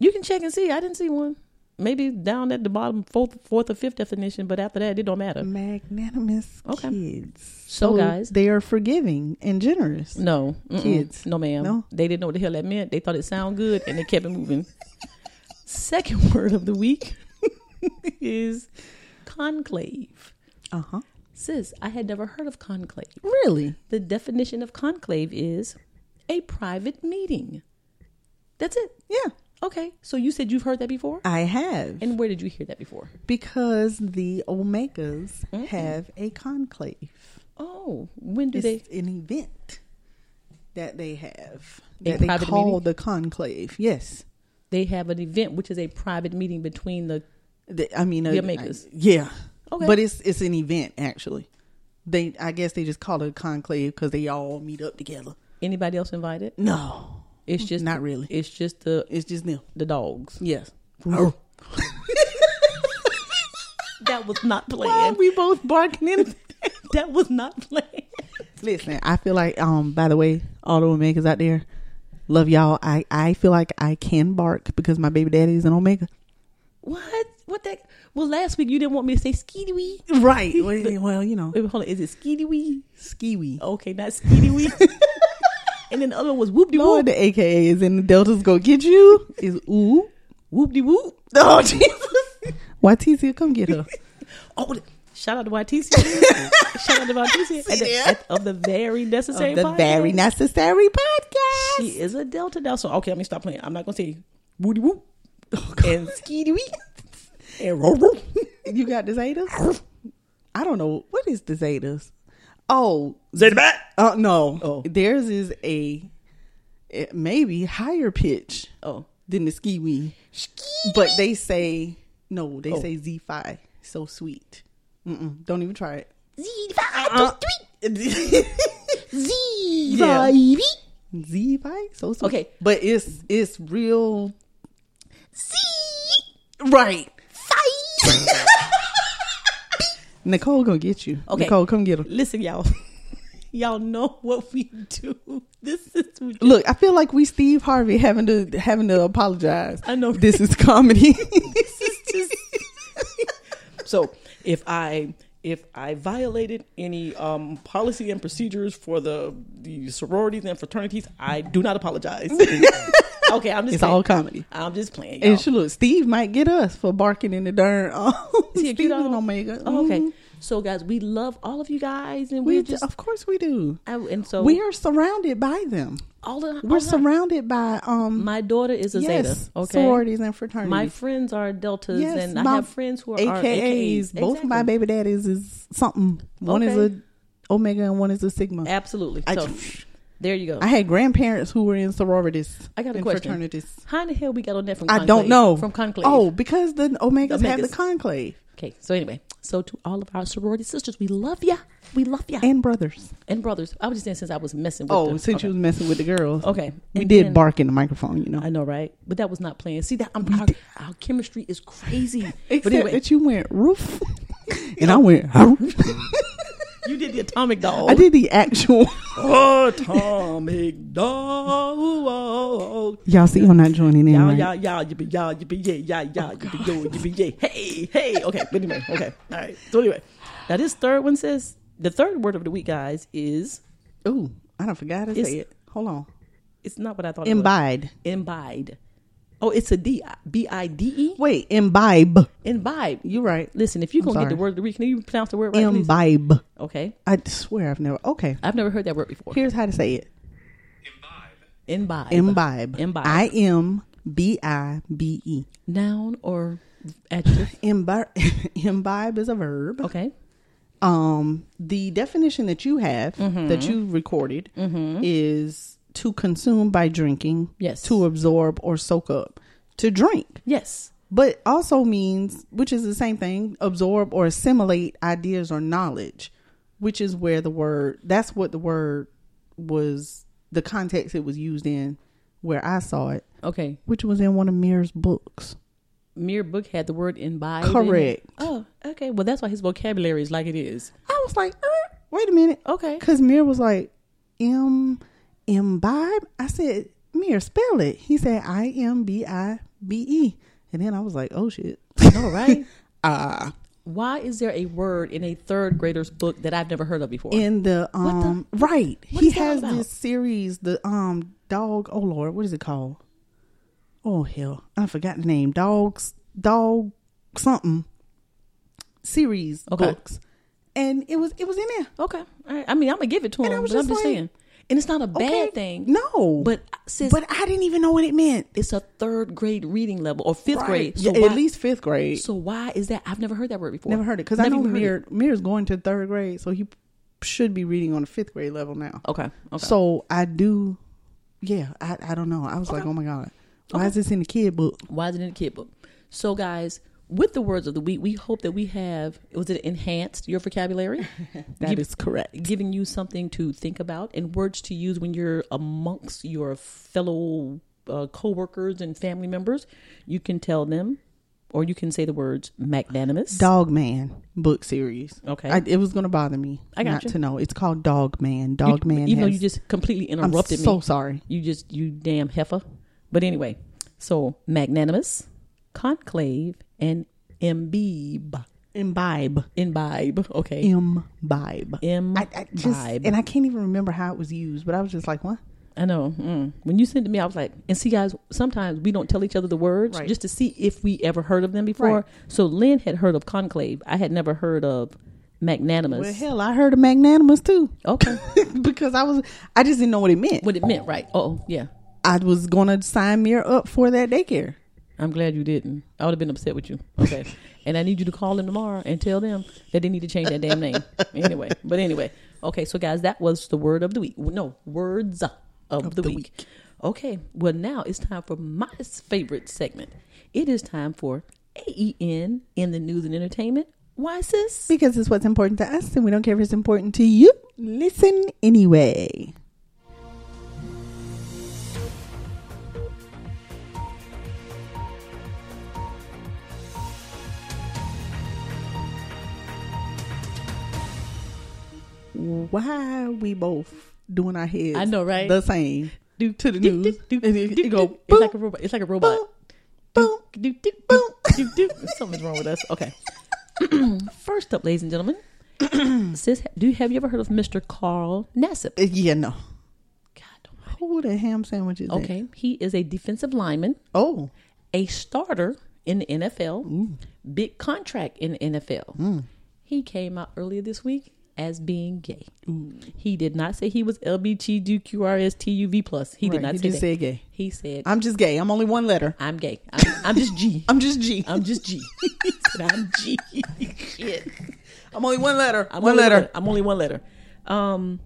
You can check and see. I didn't see one. Maybe down at the bottom, fourth, fourth or fifth definition. But after that, it don't matter. Magnanimous Okay. kids. So, guys- they are forgiving and generous. No, mm-mm. Kids. No, ma'am. No? They didn't know what the hell that meant. They thought it sounded good, and they kept it moving. Second word of the week is conclave. Uh Uh-huh. huh. Sis, I had never heard of conclave. Really? The definition of conclave is a private meeting. That's it. Yeah, Okay, so you said you've heard that before, I have and where did you hear that before? because the Omegas have a conclave. Oh, when Mm-hmm. do It's they? an event that they have A that they private call meeting? the conclave. Yes. They have an event, which is a private meeting between the. The- I mean, uh, The Omegas. I- yeah. Okay. But it's it's an event actually. They I guess they just call it a conclave because they all meet up together. Anybody else invited? No. It's just Not really. It's just the It's just them. the dogs. Yes. Oh. That was not Why are planned. we both barking in? That was not planned. Listen, I feel like um. By the way, all the omegas out there, love y'all. I I feel like I can bark because my baby daddy is an omega. What? What that? Well, last week you didn't want me to say skiddy Right. Well, well, you know, Wait, hold on. Is it skiddy skiwi. Okay, not skiddy and then the other one was whoop de Lord, whoop, Oh, the AKA is in the Deltas go get you is ooh. whoop de whoop. Oh Jesus. Why Tizia come get her? Oh, the- shout out to YTC. shout out to YTC at the, there? at- of the very necessary. the podcast. very necessary podcast. She is a Delta now. So okay, let me stop playing. I'm not gonna say woody whoop Oh, and skiddy wee and roll roll. you got the Zetas? I don't know what is the Zetas. Oh, Zeta bat. uh, no. Oh. Theirs is a it maybe higher pitch Oh, than the ski wee, but they say no. Oh. They say Z fi. So sweet. Mm-mm, don't even try it. Uh. Z fi. Z fi. So sweet. Okay. but it's it's real. Z right. Nicole gonna get you. Okay. Nicole, come get her. listen, y'all. y'all know what we do. This is we do. Look, I feel like we Steve Harvey having to having to apologize. I know. this is comedy. this is just so if i if i violated any um policy and procedures for the the sororities and fraternities i do not apologize okay i'm just It's all playing. comedy. i'm just playing y'all. and she, look, Steve mieve might get us for barking in the darn. Oh, See, you Steve know- and Omega. Oh, okay Mhm. so guys we love all of you guys and we we're d- just Oh. of course we do. I, and so we are surrounded by them. all the We're all the- surrounded by um Uh-huh. my daughter is a yes, zeta okay sororities and fraternities. my friends are deltas Yes, and i my have friends who are AKAs. our AKAs. Both of my Exactly. baby daddies is something. One is Okay. a Omega and one is a Sigma. absolutely I- so there you go I had grandparents who were in sororities. I got a and question. Fraternities. How in the hell we got on that from? I don't Conclave? know from conclave. Oh, because the Omegas, The have the Omegas. conclave okay. So anyway, so to all of our sorority sisters, we love ya, we love ya, and, and brothers. brothers. I was just saying since I was messing. with Oh, the- since okay. you was messing with the girls, okay, we And did then- bark in the microphone. You know, I know, right? But that was not playing. See that? I'm, our, our chemistry is crazy. but except anyway, Oh. that you went roof, and I went. "Huh?" you did the atomic dog. I did the actual. atomic dog. Y'all see, I'm not joining in. Y'all, right? y'all, y'all, you be y'all, you be yeah, y'all, y'all, you be yo, you be yeah. Hey, hey. Okay, but anyway, okay, all right. So anyway, now this third one says the third word of the week, guys, is Ooh, I don't forgot to It's- say it. Hold on. it's not what I thought. Imbibe. It was. Imbibe. Oh, it's a D B I D E. Wait, imbibe. Imbibe. You're right. Listen, if you're I'm gonna get sorry. the word of the week, can you pronounce the word right? please? Imbibe. Okay, I swear I've never. Okay, I've never heard that word before. here's how to say it. Imbibe. Imbibe. Imbibe. I M B I B E. Noun or adjective? Imbibe, imbibe is a verb. Okay. Um, the definition that you have Mm-hmm. that you recorded is to consume by drinking, Yes. to absorb or soak up, to drink, Yes. but also means, which is the same thing, absorb or assimilate ideas or knowledge, which is where the word that's what the word was the context it was used in, where I saw it, Okay. which was in one of Mir's books. Mere book had the word imbibe. in it. Correct. Oh, okay. Well, that's why his vocabulary is like uh. it is. I was like, er, wait a minute. Okay. Because Mir was like, M, imbibe. I said, Mir, spell it. He said, I M B I B E. And then I was like, oh shit. All right. Uh, Why is there a word in a third grader's book that I've never heard of before? in the, the- um, right. what He is that all has about? this series, the, um, dog, oh Lord, what is it called? Oh hell, I forgot the name. Dogs, dog, something series Okay. books. And it was, it was in there. okay. All right. I mean, I'm gonna give it to And I him, was but I'm just just like, saying, and it's not a Okay. bad thing. No. but since but I didn't even know what it meant. it's a third grade reading level or fifth grade, Yeah, so why, at least fifth grade. So why is that? I've never heard that word before. Never heard it because I Never know even heard Mir Mir's going to third grade, so he should be reading on the fifth grade level now. it. Okay. Oh, Okay. So I do, yeah. I I don't know. I was like, oh my god, why is this in the kid book? Why is it in the kid book? So, guys, with the words of the week, we hope that we have was it enhanced your vocabulary, That is correct. giving you something to think about and words to use when you're amongst your fellow uh, coworkers and family members. You can tell them, or you can say the words magnanimous. Dog Man book series. Okay. I, it was going to bother me I got not you. to know. It's called Dog Man. Dog Man. even though has- you just completely I'm interrupted so me. sorry. You just you damn heifer. But anyway, so magnanimous, conclave, and imbibe. Imbibe. Imbibe. Okay. Imbibe. Im- I, I just vibe. and I can't even remember how it was used, but I was just like, what? I know. Mm. When you sent it to me, I was like, and see, guys, sometimes we don't tell each other the words Right. just to see if we ever heard of them before. Right. So Lynn had heard of conclave. I had never heard of magnanimous. Well, hell, I heard of magnanimous too Okay. because I was I just didn't know what it meant. Oh. what it meant, right? Oh, yeah. I was going to sign Mir up for that daycare. I'm glad you didn't. I would have been upset with you. Okay. and I need you to call them tomorrow and tell them that they need to change that damn name. anyway. But anyway. Okay, so guys, that was the word of the week. No, words of, the, the week. Okay. Well, now it's time for my favorite segment. It is time for AEN in the news and entertainment. Why, sis? Because it's what's important to us, and we don't care if it's important to you. Listen anyway. Why we both doing our heads? I know, right? The same. Do to the do, news. do, do, And it- do, it go do. boom, It's like a robot. It's like a robot. Boom, boom. do, do, Boom. do, do, do. Something's wrong with us. Okay. First up, ladies and gentlemen, sis, do you have you ever heard of Mr. Carl Nassib? Yeah, no. God, Who the ham sandwich is? that? okay, he is a defensive lineman, Oh, a starter in the NFL, big contract in the NFL. Mm. He came out earlier this week as being gay. He did not say he was LBGQRSTUV plus. He Right, did not he say just that. said gay. He said, "I'm, I'm just gay. I'm only one letter. gay. I'm, I'm just G. I'm just G. I'm just G." He said, "I'm G." Shit. I'm only one letter. I'm one only letter. I'm only one letter. Um,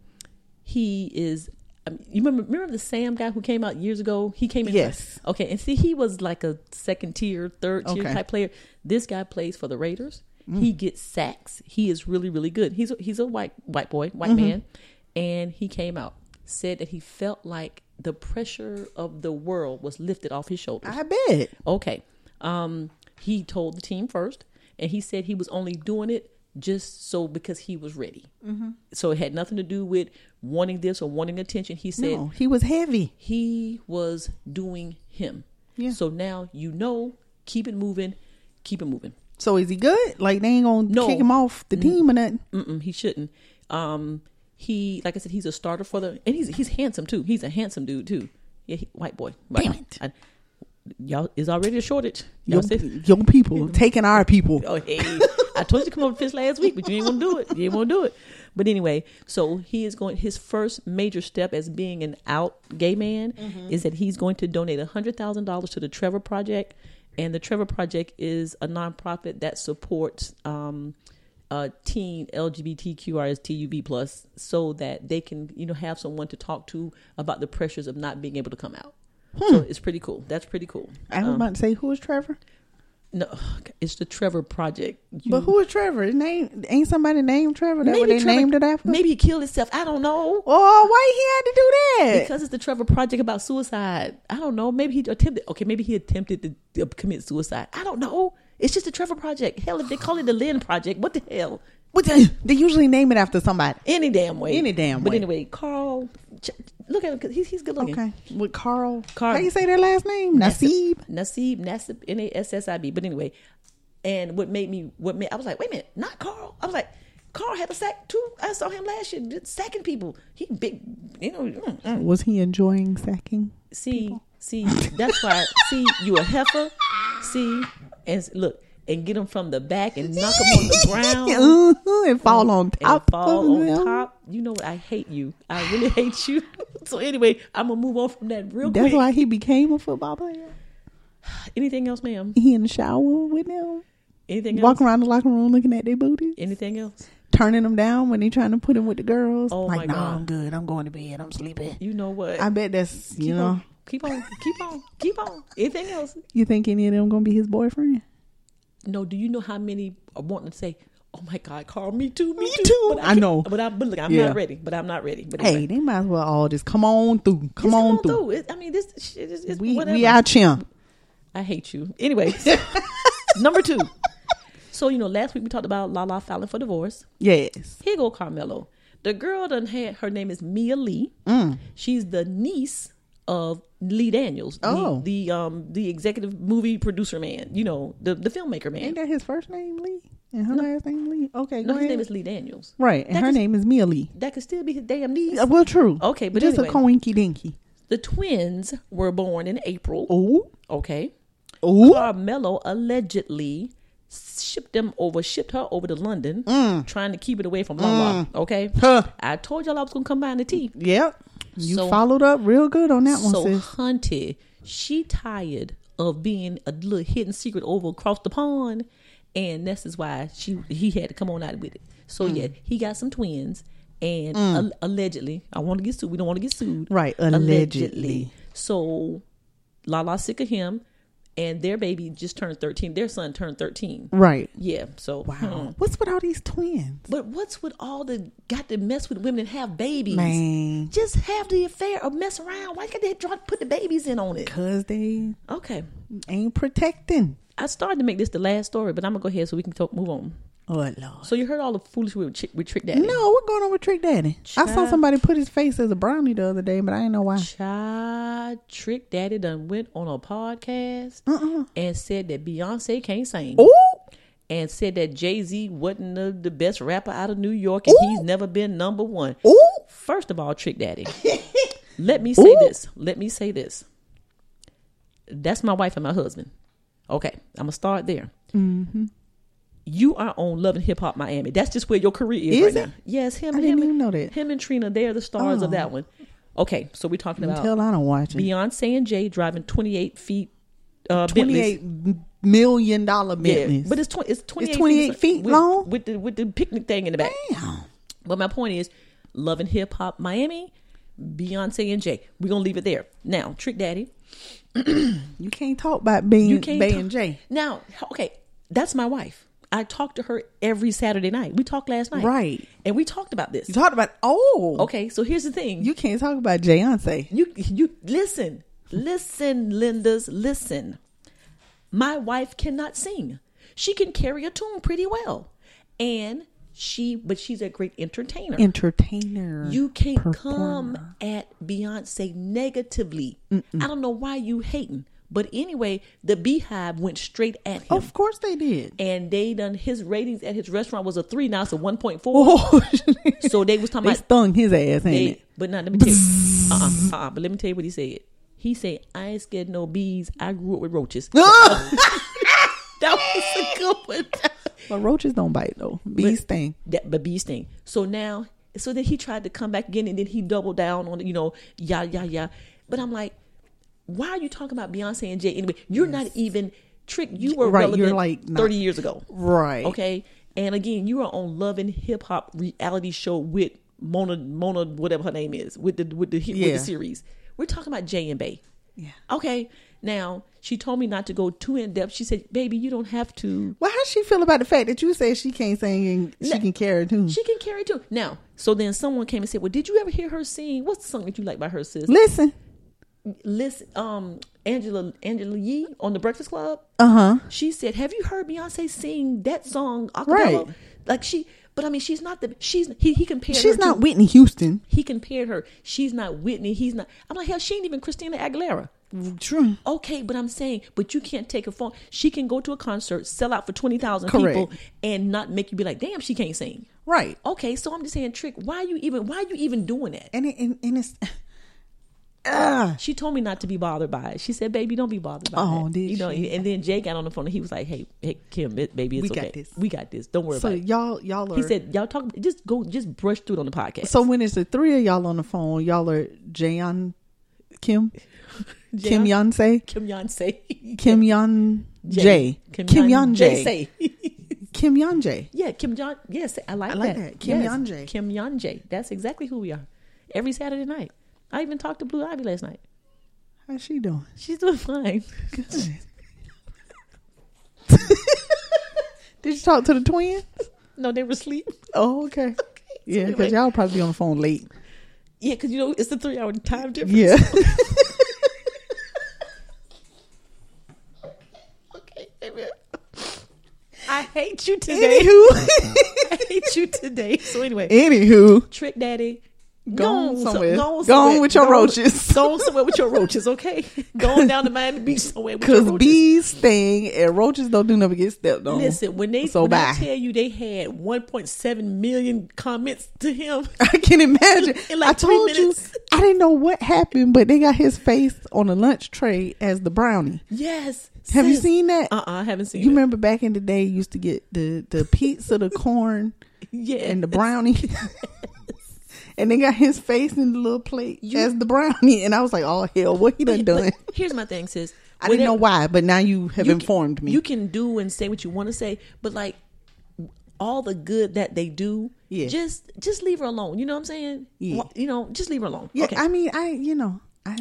he is. I mean, you remember remember the Sam guy who came out years ago? He came in. Yes. Okay, and see, he was like a second tier, third tier Okay. Mm. type player. This guy plays for the Raiders. He gets sacks. He is really really good. He's a, he's a white white boy, white Mm-hmm. man, and he came out said that he felt like the pressure of the world was lifted off his shoulders. I bet. Okay. Um, he told the team first, and he said he was only doing it just so because he was ready. Mm-hmm. So it had nothing to do with wanting this or wanting attention. He said No, he was heavy. he was doing him. Yeah. So now you know, keep it moving, keep it moving. So is he good? Like they ain't gonna No. kick him off the team or nothing. Mm-mm, he shouldn't. Um, he, like I said, he's a starter for the, and he's he's handsome too. He's a handsome dude too. Yeah, he, white boy. White Damn boy. it. I- y'all is already a shortage. Your, Y'all said- your people taking our people. Oh, hey. I told you to come over to fish last week, but you ain't gonna do it. You ain't gonna do it. But anyway, so he is going. His first major step as being an out gay man Mm-hmm. is that he's going to donate hundred thousand dollars to the Trevor Project, and the Trevor Project is a nonprofit that supports um, uh, teen LGBTQRSTUB plus, so that they can you know have someone to talk to about the pressures of not being able to come out. So Hmm. it's pretty cool. That's pretty cool. I was about to say who is Trevor, No, it's the Trevor Project. You- but who is Trevor? His name ain't somebody named Trevor. That what they Trevor- named it after. Maybe he killed himself. I don't know. Oh, why he had to do that? Because it's the Trevor Project about suicide. I don't know. Maybe he attempted. Okay, maybe he attempted to uh, commit suicide. I don't know. It's just the Trevor Project. Hell, if they call it the Lynn Project, what the hell? What the- they usually name it after somebody. Any damn way. Any damn But way. anyway, Carl, ch- look at him. 'cause He's, he's good looking. Okay, with Carl. Carl. How you say their last name? Nasib. Nasib, Nasib, N A S S I B. But anyway, and what made me, what made, I was like, wait a minute, not Carl. I was like, Carl had a sack too. I saw him last year just sacking people. He big, you know. mm, mm. Was he enjoying sacking? See, see, that's why. see, you a heifer. See, and s- look, and get them from the back and knock them on the ground. Uh-huh, and fall on And top. fall of on them. top. You know what? I hate you. I really hate you. So anyway, I'm gonna move on from that real That's quick. why he became a football player. Anything else, ma'am? He in the shower with them, Anything else? walking around the locker room looking at their booty, Anything else? turning them down when they trying to put him with the girls. Oh, like, my no, God. I'm good. I'm going to bed. I'm sleeping. You know what? I bet that's you know. keep on, keep on, keep on. Anything else? You think any of them gonna be his boyfriend? No, do you know how many are wanting to say, "Oh my God, Carl, me too, me, Me too. But I can't- know. but I but look, I'm Yeah. not ready. But I'm not ready. But Hey, anyway, they might as well all just come on through. Come just on, through. It, I mean, this shit is it's We whatever. we out here. I hate you. Anyway, number two. So you know, last week we talked about Lala filing for divorce. Yes. Here go Carmelo. The girl done had her name is Mia Lee. Mm. She's the niece of Lee Daniels, the- Oh. the, um the executive movie producer man. You know, the the filmmaker man. Ain't that his first name, Lee? And her last name, Lee? Okay, go no, his ahead. name is Lee Daniels. right, and that her is- name is Mia Lee. That could still be his damn niece. Uh, Well, true. Okay, but just anyway. a coinky dinky. The twins were born in April. Oh, Okay. oh, Carmelo allegedly shipped them over, shipped her over to London, trying to keep it away from Lala. Okay. Huh. I told y'all I was gonna come by in the tea. yep. You So- followed up real good on that one, so sis. hunted. She tired of being a little hidden secret over across the pond, and this is why she he had to come on out with it. Hmm. So yeah, he got some twins, and al- allegedly, I want to get sued. We don't want to get sued, Right, allegedly. So Lala sick of him, and their baby just turned thirteen. Their son turned thirteen. Right. Yeah. So wow. What's with all these twins? But what's with all the got to mess with women and have babies? Man. Just have the affair or mess around. Why can't they draw, put the babies in on it? Because they Okay. ain't protecting. I started to make this the last story, but I'm going to go ahead so we can talk, move on. Oh, Lord. So you heard all the foolishness with, Chick- with Trick Daddy. No, what going on with Trick Daddy? I saw Child. somebody put his face as a brownie the other day, but I didn't know why. Child, Trick Daddy done went on a podcast and said that Beyonce can't sing. Uh-uh. Oh, And said that Jay Z wasn't the, the best rapper out of New York and Ooh. he's never been number one. oh, First of all, Trick Daddy. Let me say Ooh. this. Let me say this. That's my wife and my husband. Okay, I'm gonna start there. Mm-hmm. You are on Love and Hip Hop Miami. That's just where your career is, Is right it? now. Yes, him. I him, didn't and- even know that. Oh. Him and Trina, they are the stars of that one. Okay, so we're talking about Until I don't watch it. Beyonce and Jay driving 28 feet. Uh, Bentleys. Twenty-eight million dollar Yeah, Bentleys. but it's 20, it's 28, 28 feet with- long? with the with the picnic thing in the back. Damn. But my point is, Love and Hip Hop Miami, Beyonce and Jay. We're gonna leave it there. Now, Trick Daddy, You can't talk about being you can't. Bay talk- and Jay. Now, okay, that's my wife. I talk to her every Saturday night. We talked last night, Right. And we talked about this. You talked about oh, Okay, so here's the thing. you can't talk about Beyonce. you you listen listen lindas listen my wife cannot sing she can carry a tune pretty well and she but she's a great entertainer Entertainer. you can't performer. come at beyonce negatively i don't know why you hating but anyway the beehive went straight at him Of course they did. and they done his ratings at his restaurant was a three now it's a 1.4 Oh, so they was talking they about stung his ass, ain't they- it? but not let me tell you. Uh-uh, uh-uh, but let me tell you what he said. He said, "I ain't scared of no bees. I grew up with roaches." that was a good one. But roaches don't bite though. Bees sting. that but bee sting. So now, so then he tried to come back again, and then he doubled down on you know, yeah, yeah, yeah. But I'm like, why are you talking about Beyonce and Jay anyway? You're not even trick. You were Right, relevant you're like not- thirty years ago, Right. Okay, and again, you are on Love and Hip Hop reality show with Mona Mona whatever her name is with the with the hit with Yeah. the series. We're talking about Jay and Bay. Yeah. Okay. Now she told me not to go too in depth. She said, "Baby, you don't have to. Well, how she feel about the fact that you said she can't sing and she No. can carry too? She can carry too." Now, so then someone came and said, "Well, did you ever hear her sing? What's the song that you like by her, sis? Listen. Listen, um, Angela Angela Yee on the Breakfast Club. Uh huh. She said, "Have you heard Beyonce sing that song? a Right. cappella?" Like she, but I mean, she's not the she's he he compared her She's to- not Whitney Houston. he compared her. She's not Whitney. He's not. I'm like, hell, she ain't even Christina Aguilera. True. Okay, but I'm saying, but you can't take a phone. She can go to a concert, sell out for twenty thousand Correct. people, and not make you be like, damn, she can't sing. Right. Okay, so I'm just saying, trick. Why you even? Why you even doing that? And it, and, and it's. Ah. She told me not to be bothered by it. She said, "Baby, don't be bothered by Oh, it." did you know? she? And then Jay got on the phone and he was like, "Hey, hey, Kim, it- baby, it's We got okay. this. We got this. Don't worry So about it." y'all y'all are. He said, "Y'all talk. Just go. Just brush through it on the podcast." So when it's the three of y'all on the phone, y'all are Jayon Kim, Kim Yonsei, Kim Yonsei. Kim Yon J, Kim Yon J, Say. Kim Yon J. Yeah, Kim Jong. Yes, I like, I like that. Kim yes. Yeonjae. Kim Yeonjae. That's exactly who we are. Every Saturday night. I even talked to Blue Ivy last night. How's she doing? She's doing fine. Did you talk to the twins? No, they were asleep. Oh, okay. Yeah, because y'all probably be on the phone late. Yeah, because you know it's the three hour time difference. Yeah. Okay, amen. I hate you today. Anywho, I hate you today. So anyway, anywho, Trick Daddy, go on some- somewhere. go on Go on somewhere. with your Go on- roaches. Go on somewhere with your roaches, okay? Go on down to Miami Beach somewhere with your Because roaches. bees sting and roaches don't do never get stepped on. Listen, when they So when I bye. tell you they had 1.7 million comments to him, I can imagine. In like I three told you, minutes. I didn't know what happened, but they got his face on a lunch tray as the brownie. yes. Have you sis. seen that? Uh-uh, I haven't seen you it. remember back in the day, you used to get the the pizza, the corn, yeah. and the brownie. And they got his face in the little plate as the brownie, and I was like, "Oh hell, what he done But- but done?" Here's my thing, sis. I didn't know Whatever- why, but now you have you can- informed me. You can do and say what you want to say, but like all the good that they do, Yeah. just just leave her alone. You know what I'm saying? Yeah. Wha- You know, just leave her alone. yeah, okay. I mean, I you know, I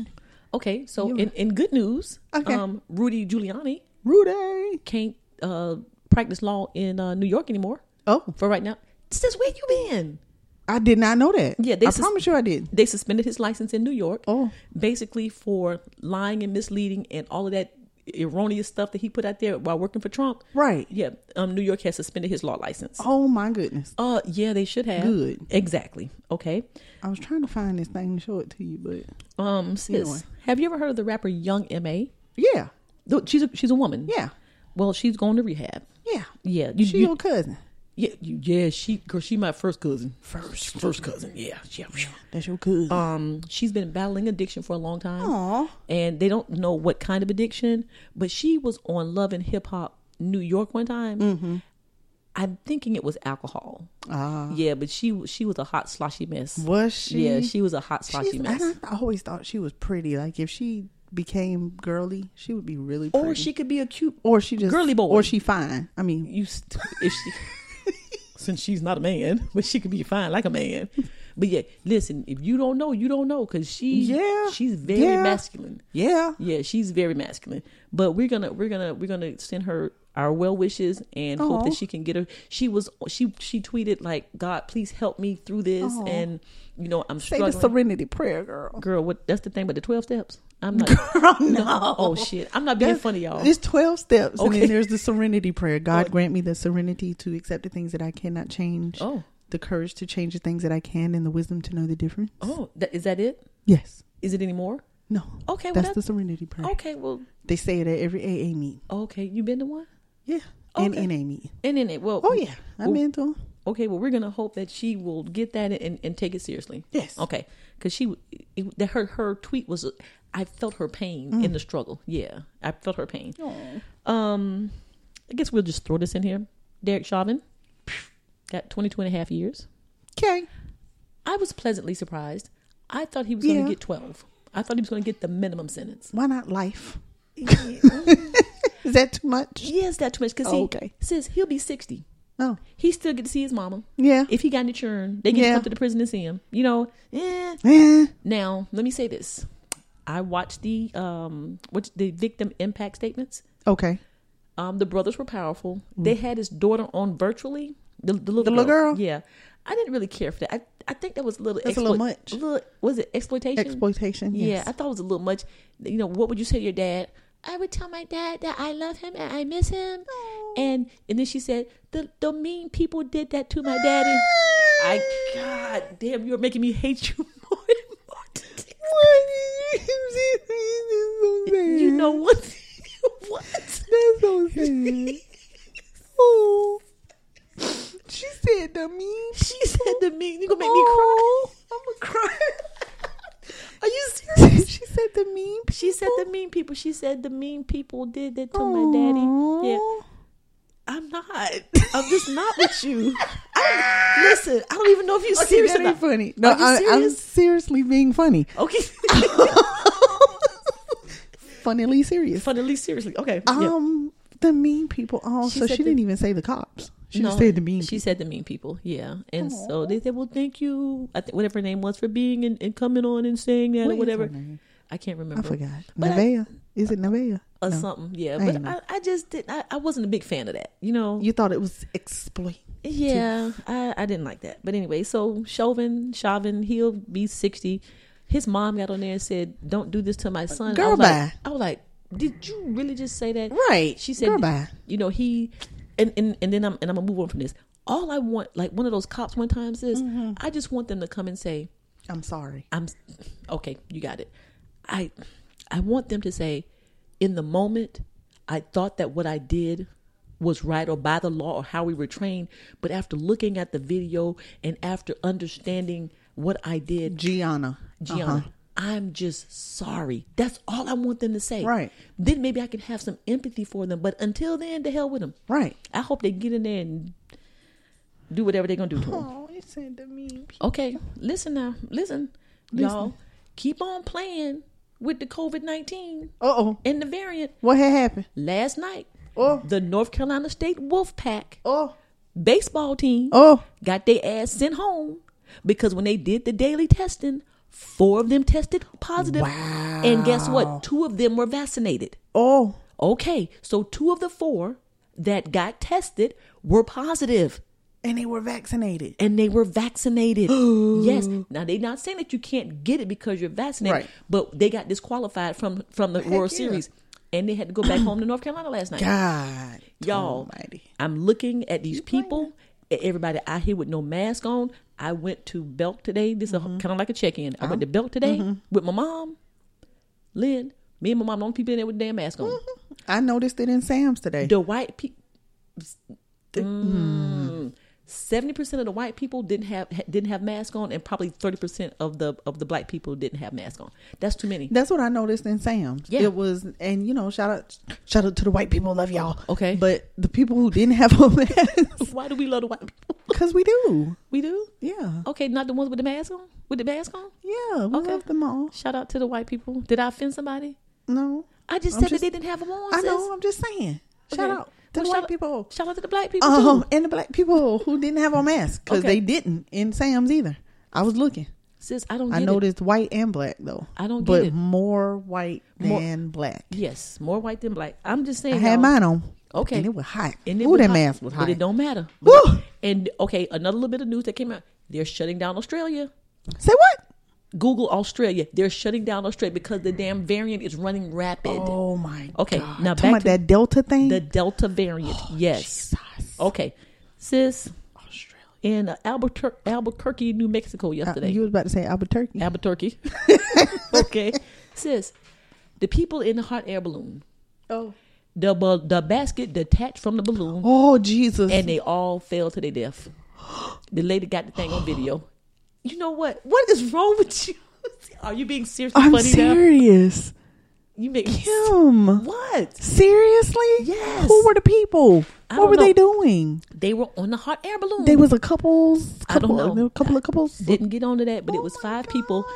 okay. So You- in, in good news, Okay. um, Rudy Giuliani Rudy. can't uh, practice law in uh, New York anymore Oh, for right now. Sis, where you been? I did not know that. Yeah, they I sus- promise you, I did. They suspended his license in New York, Oh. basically for lying and misleading and all of that erroneous stuff that he put out there while working for Trump. Right. Yeah, um, New York has suspended his law license. Oh my goodness. Uh, yeah, they should have. Good. Exactly. Okay. I was trying to find this thing to show it to you, but Um, sis, Anyway. have you ever heard of the rapper Young Ma? yeah, Th- She's a, she's a woman. yeah, Well, she's going to rehab. yeah. Yeah. You, She you- your cousin. yeah. you- yeah. She girl. She my first cousin. First. First cousin. Yeah. Yeah. That's your cousin. Um, she's been battling addiction for a long time. Aw. And they don't know what kind of addiction, but she was on Love and Hip Hop New York one time. I'm thinking it was alcohol. Mm-hmm. Ah. yeah, but she she was a hot sloshy mess. was she? Yeah, she was a hot She's, sloshy and mess. I, I always thought she was pretty. Like if she became girly, she would be really pretty. Or she could be a cute. or she just Girly boy. Or she fine. I mean, You st- if she, since she's not a man, but she could be fine like a man. But yeah, listen, if you don't know, you don't know because she Yeah. she's very Yeah. masculine. yeah. Yeah, she's very masculine. But we're gonna we're gonna we're gonna send her our well wishes and hope Aw. that she can get her. She was she she tweeted like God, please help me through this, and you know I'm Say struggling. the serenity prayer, girl. Girl, what? That's the thing. But the twelve steps, I'm not. Girl, no. Oh shit, I'm not being funny, y'all. It's twelve steps, and Okay. then there's the serenity prayer. God grant me the serenity to accept the things that I cannot change. Oh. the courage to change the things that I can, and the wisdom to know the difference. Oh, that, is that it? Yes. Is it any more? No. Okay, well, That's that- the serenity prayer. Okay, well, They say it at every AA meeting. okay, you been to one, Yeah. And Okay. NA meeting. and in it, well, Oh yeah. I'm well, into 'em. okay, well, we're gonna hope that she will get that and, and take it seriously. Yes. Okay, because she it, that her her tweet was, I felt her pain in Mm. the struggle. Yeah, I felt her pain. Oh. Um, I guess we'll just throw this in here. Derek Chauvin got 22 and a half years. Okay. I was pleasantly surprised. I thought he was Yeah. gonna get 12. I thought he was gonna get the minimum sentence. Why not life? Is that too much? Yes, that too much because Okay. he says he'll be 60. No. he still get to see his mama. Yeah. If he got any churn, they get Yeah. to come to the prison and see him. You know, eh. Eh. Now, let me say this. I watched the um what the victim impact statements. Okay. Um the brothers were powerful. They had his daughter on virtually. The, the little, Mm. The little girl? Yeah. I didn't really care for that. I, I think that was a little That's a little much. little- was it exploitation? Exploitation. Yes. Yeah, I thought it was a little much. You know, what would you say to your dad? I would tell my dad that I love him and I miss him. And and then she said, the the mean people did that to my daddy. I God damn, you're making me hate you more and more. today. You know what? what? That's so sad. oh. She said the mean. She said the mean. You gonna make Oh, me cry? I'm gonna cry. Are you serious? she said the mean. She said the mean people. She said the mean people did that to my daddy. Yeah. I'm not. I'm just not with you. Ah. I don't, listen, I don't even know if you're Okay, serious that ain't about funny. No, Are you I, I'm serious? seriously being funny. Okay. Funnily serious. Funnily, seriously. Okay. yeah. Um, the mean people. Oh, She so said she the- didn't even say the cops. She No, just said the mean. She said the mean people. Yeah. And so they said, well, thank you. I think whatever her name was for being and, and coming on and saying that people. or What is her whatever. name? I can't remember. I forgot. But I- Nevaeh. Is it Nevaeh? or No. something. Yeah, I but ain't know. I, I just didn't. I, I wasn't a big fan of that. You know. You thought it was exploit. yeah, I, I didn't like that. But anyway, so Chauvin, Chauvin, he'll be sixty. His mom got on there and said, "Don't do this to my son." I Girl, was like, bye. I was like, "Did you really just say that?" Right. She said, Girl, bye. "You know he," and and and then I'm and I'm gonna move on from this. All I want, like one of those cops, one times is Mm-hmm. I just want them to come and say, I'm sorry. I'm okay, you got it. I I want them to say in the moment I thought that what I did was right or by the law or how we were trained, but after looking at the video and after understanding what I did, Gianna. Gianna, Uh-huh. I'm just sorry. That's all I want them to say. Right. Then maybe I can have some empathy for them, but until then, the hell with them. Right. I hope they get in there and do whatever they're going to do to them. Oh, you said to me. Okay, listen now. Listen, y'all. Keep on playing with the COVID 19 Uh oh. and the variant. What had happened? Last night, Oh. the North Carolina State Wolfpack Oh. baseball team Oh. got their ass sent home because when they did the daily testing, four of them tested positive. And guess what? Two of them were vaccinated. Oh. Okay, so two of the four that got tested were positive. And they were vaccinated. and they were vaccinated. yes. Now they're not saying that you can't get it because you're vaccinated, Right. but they got disqualified from from the World yeah. Series, and they had to go back home to North Carolina last night. God. Y'all, Almighty. I'm looking at these people, e- everybody out here with no mask on. I went to Belk today. This is Mm-hmm. kind of like a check in. I went Uh-huh. to Belk today with my mom, Lynn. Me and my mom, the only people in there with a damn mask Mm-hmm. on. I noticed it in Sam's today. The white people. Seventy percent of the white people didn't have ha- didn't have mask on, and probably thirty percent of the of the black people didn't have mask on. That's too many. That's what I noticed in Sam's. Yeah. It was, and you know, shout out, shout out to the white people, love y'all. Okay. But the people who didn't have a mask, Why do we love the white people? because we do. We do. Yeah. Okay, not the ones with the mask on. With the mask on. Yeah. We Okay. love them all. Shout out to the white people. Did I offend somebody? No. I just I'm said just- that they didn't have them on. I sis. know. I'm just saying. Shout Okay. out to Well, the shout white out- people. Shout out to the black people Um, too. and the black people who didn't have on masks because Okay. they didn't in Sam's either. I was looking. Sis, I don't. Get I it. noticed white and black though. I don't get but it. more white More- than black. Yes, more white than black. I'm just saying. I had y'all. mine on. Okay. And it was hot. And it Ooh, was that hot, mask was hot. But it don't matter. Woo! And okay, another little bit of news that came out. They're shutting down Australia. Say what? Google Australia. They're shutting down Australia because the damn variant is running rapid. Oh my. Okay, God. now talking about back to that Delta thing. the Delta variant. yes. Oh, Jesus. Okay, sis, Australia. in Albuquer- Albuquerque, New Mexico, Uh, yesterday. you was about to say Albuquerque. Albuquerque. okay, sis, the people in the hot air balloon, Oh. the bu- the basket detached from the balloon, Oh Jesus. and they all fell to their death. The lady got the thing on video. You know what? What is wrong with you? Are you being seriously I'm funny now? serious. You make me Kim. what? Seriously? Yes. Who were the people? I What don't were they know. doing? They were on the hot air balloon. They was a couples. I don't Couple, know. A couple of couples. didn't get onto that, but it Oh was my five people. God.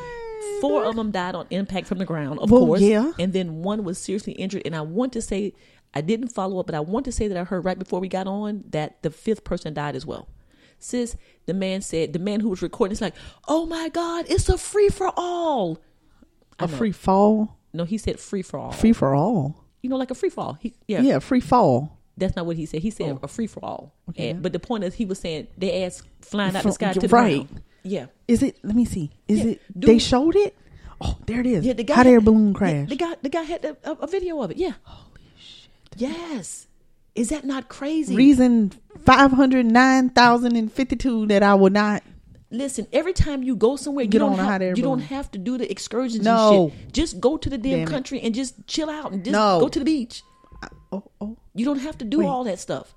Four of them died on impact from the ground, of Well, course. yeah. And then one was seriously injured. And I want to say, I didn't follow up, but I want to say that I heard right before we got on that the fifth person died as well. Sis, the man said, the man who was recording, it's like, oh my God, it's a free for all. a free fall. No, he said free for all. Free for all. You know, like a free for all. He, yeah, Yeah, Oh. free fall. that's not what he said. He said a free for all. And, but the point is, he was saying they ass flying out Fl- the sky to the right. ground. Yeah. Is it? Let me see. Is Yeah, it? dude. They showed it. Oh, there it is. Yeah, the guy Hot had- air balloon crash. Yeah, the guy, the guy had a, a, a video of it. Yeah. Holy shit. Yes. Is that not crazy? reason 509,052 that I will not. Listen, every time you go somewhere, you Get don't on a have, hot air you don't balloon. have to do the excursions. No. and shit. just go to the damn, Damn it. country and just chill out and just No. go to the beach. Oh, oh. You don't have to do Wait. all that stuff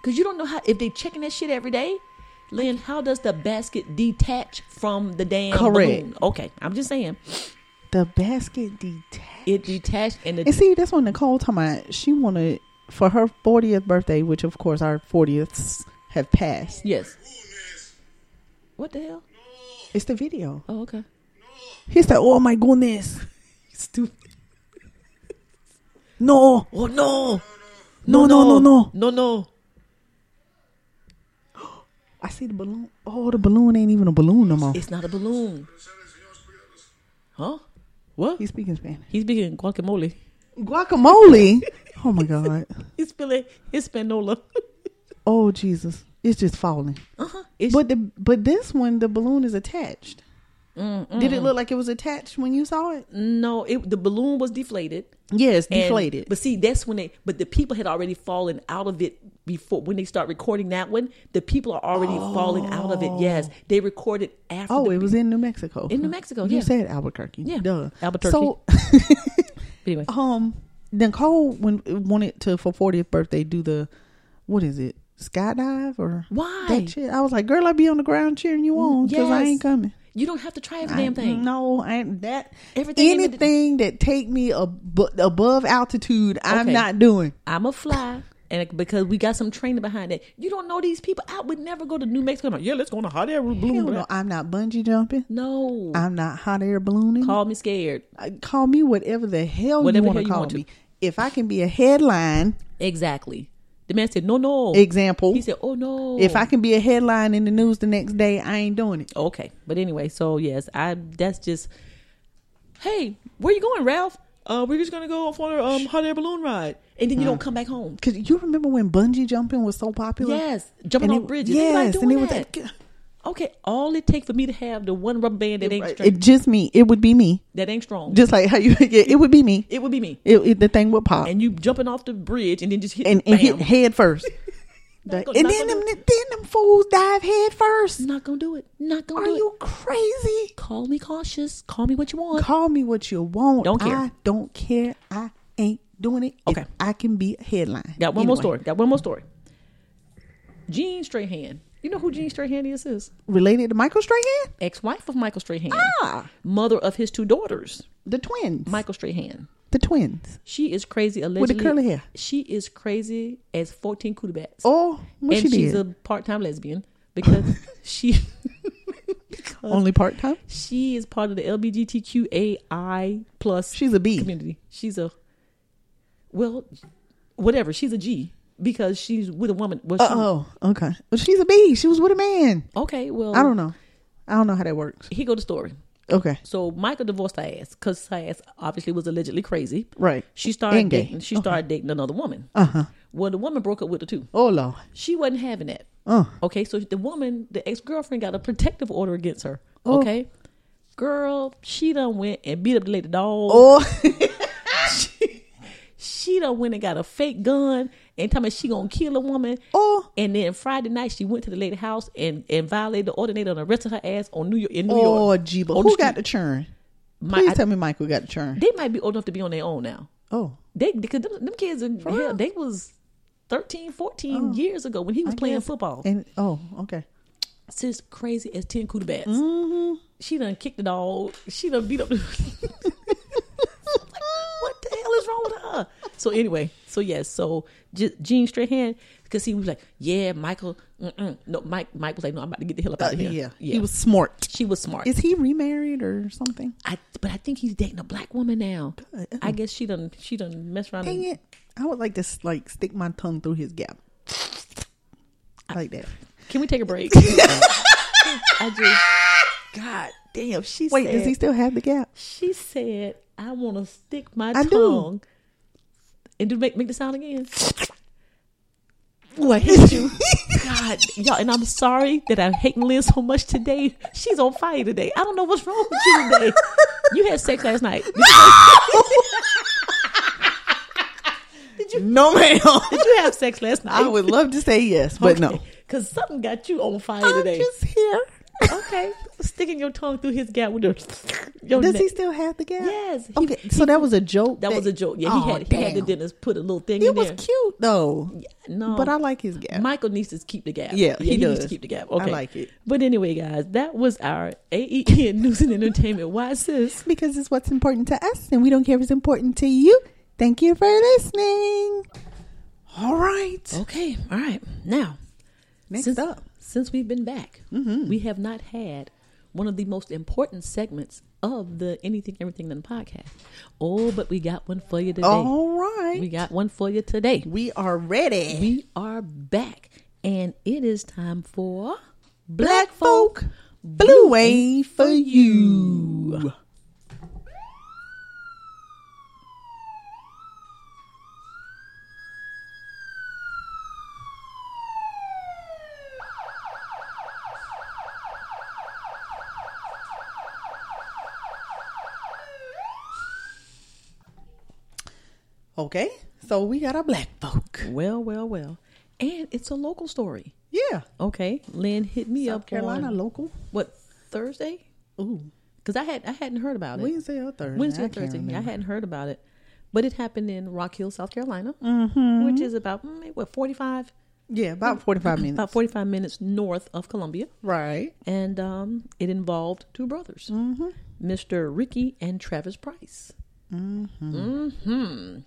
because you don't know how if they checking that shit every day. Lynn, how does the basket detach from the damn Correct. balloon? Okay, I'm just saying The basket detached. it detached and the and see, that's what Nicole talking about. She wanted for her 40th birthday, which of course our 40ths have passed. yes. What the hell? It's the video. Oh, okay. He said, Oh my goodness. Stupid. No, Oh no. no, no, no, no. No, no. I see the balloon. Oh, the balloon ain't even a balloon no more. It's not a balloon. Huh? What? He's speaking Spanish. He's big in guacamole. Guacamole. Oh my god. It's Billy. It's Spanola. Oh Jesus. It's just falling. uh-huh. It's, But the but this one the balloon is attached. Did Mm-hmm. it look like it was attached when you saw it? mm. no, it, the balloon was deflated. Yes, and- deflated. But see, that's when they. But the people had already fallen out of it before when they start recording that one. The people are already falling out of it. Yes, they recorded after. oh, the- it was in New Mexico. In New Mexico, You yeah. said Albuquerque. Yeah, Duh. Albuquerque. So anyway. um Nicole when wanted to for 40th birthday do the what is it? Skydive or Why? that shit? I was like, girl, I be on the ground cheering you on because I yes. ain't coming. You don't have to try every I- damn thing. No, I that Everything in the- anything that take me ab- above altitude, I'm Okay. not doing. I'm a fly. And because we got some training behind that, you don't know these people. I would never go to New Mexico. I'm like, yeah, let's go on a hot air balloon. Hell no, I'm not bungee jumping. No, I'm not hot air ballooning. Call, call me scared. call me whatever the hell Whatever you want hell to you call want to. me. If I can be a headline Exactly. The man said, no, no. example, He said, oh no. if I can be a headline in the news the next day, I ain't doing it. okay, but anyway, so yes, I. That's just. Hey, where you going, Ralph? Uh, we're just gonna go off on a um, hot air balloon ride, and then you Uh-huh. don't come back home. Cause you remember when bungee jumping was so popular? Yes, jumping Uh-huh. And off it- bridges. Yes, and Yes, it doing was that. like, okay, all it takes for me to have the one rubber band that ain't strong, it just me. It would be me. that ain't strong. Just like how you, yeah, it would be me. it would be me. It, it- the thing would pop and and you jumping off the bridge and then just hit and, bam. hit head first. Like, Knock on- and knock then on them, the- then them fools dive head first. not gonna do it. Not gonna Are do it. you crazy? Call me cautious. Call me what you want. Call me what you want. Don't care. I don't care. I ain't doing it. if Okay. I can be a headline. Got one more Anyway, story. Got one more story. Gene Strahan. You know who Gene Strahan is? Is related to Michael Strahan. ex-wife of Michael Strahan, Ah, mother of his two daughters, the twins. Michael Strahan. the twins. She is crazy. Allegedly, the curly hair. She is crazy as fourteen cutabats. Oh, what and she she's did? a part-time lesbian because she Only part time. she is part of the LGBTQAI plus She's a B. community. She's a well, whatever. She's a G because she's with a woman. Well, she- Oh, okay. Well, she's a B. She was with a man. okay. Well, I don't know. I don't know how that works. Here go the story. Okay. So Michael divorced her ass because her ass obviously was allegedly crazy. Right. She started And gay. dating. She started dating another woman. Uh huh. Well, the woman broke up with the two. Oh Lord. She wasn't having that. Uh. Okay, so the woman, the ex girlfriend, got a protective order against her. Oh. Okay, girl, she done went and beat up the lady dog. Oh. She done went and got a fake gun and tell me she gonna kill a woman. oh. And then Friday night she went to the lady house and, and violated the ordinator and arrested her ass on New York in New Oh, York. Jeeba. On Who street. got the churn? My- Please I- tell me Michael got the churn. They might be old enough to be on their own now. Oh. They because them, them kids in hell, they was 13, 14 years ago when he was playing football. Oh. And oh, okay. Sis crazy as ten cootie bats. Mm-hmm. She done kicked the dog. She done beat up. The- Like, what the hell is wrong with her? So anyway, so yes, so Je- Gene Strahan, because he was like, yeah, Michael, mm-mm. no, Mike, Mike was like, no, I'm about to get the hell up Uh, out of here. yeah. yeah, He was smart. she was smart. Is he remarried or something? I, but I think he's dating a black woman now. I guess she done, she done mess around. Uh, Dang And, it. I would like to like stick my tongue through his gap. Like that. can we take a break? I just, God damn, she Wait, said, does he still have the gap? She said, "I want to stick my I do. tongue." And do make make the sound again. Oh, I hate you, God, y'all. And I'm sorry that I'm hating Lynn so much today. She's on fire today. I don't know what's wrong with you today. You had sex last night. Did No, ma'am. you have sex last night? I would love to say yes, but no. because something got you on fire I'm today. just here. Okay, sticking your tongue through his gap with your. your Does neck. he still have the gap? Yes, he- okay. so that was a joke. That was a joke. Yeah, he Oh, had, he had the damn. dentist put a little thing It in was there. cute though. No, But I like his gap. Michael needs to keep the gap. Yeah, he needs does. to keep the gap. I Okay, like it. But anyway, guys, that was our AEN News and Entertainment. Why, sis? because it's what's important to us and we don't care if it's important to you. Thank you for listening. All right. Okay, all right. Now, Next since, up. since we've been back, we have not had one of the most important segments of the Anything Everything Then podcast. Oh, but we got one for you today. All right. We got one for you today. We are ready. We are back, and it is time for Black folk, blue ain't for you. Okay, so we got our black folk. Well, well, well. And it's a local story. Yeah, Okay. Lynn hit me South up Carolina on local. what Thursday? Ooh, Because I had I hadn't heard about it. Wednesday or Thursday? Wednesday I or can't Thursday. yeah, I remember. hadn't heard about it. But it happened in Rock Hill, South Carolina, Mm-hmm. which is about mm, what forty five, Yeah, about forty-five minutes. about forty five minutes north of Columbia, Right. and um, it involved two brothers, Mm-hmm. Mr. Ricky and Travis Price. Mm-hmm.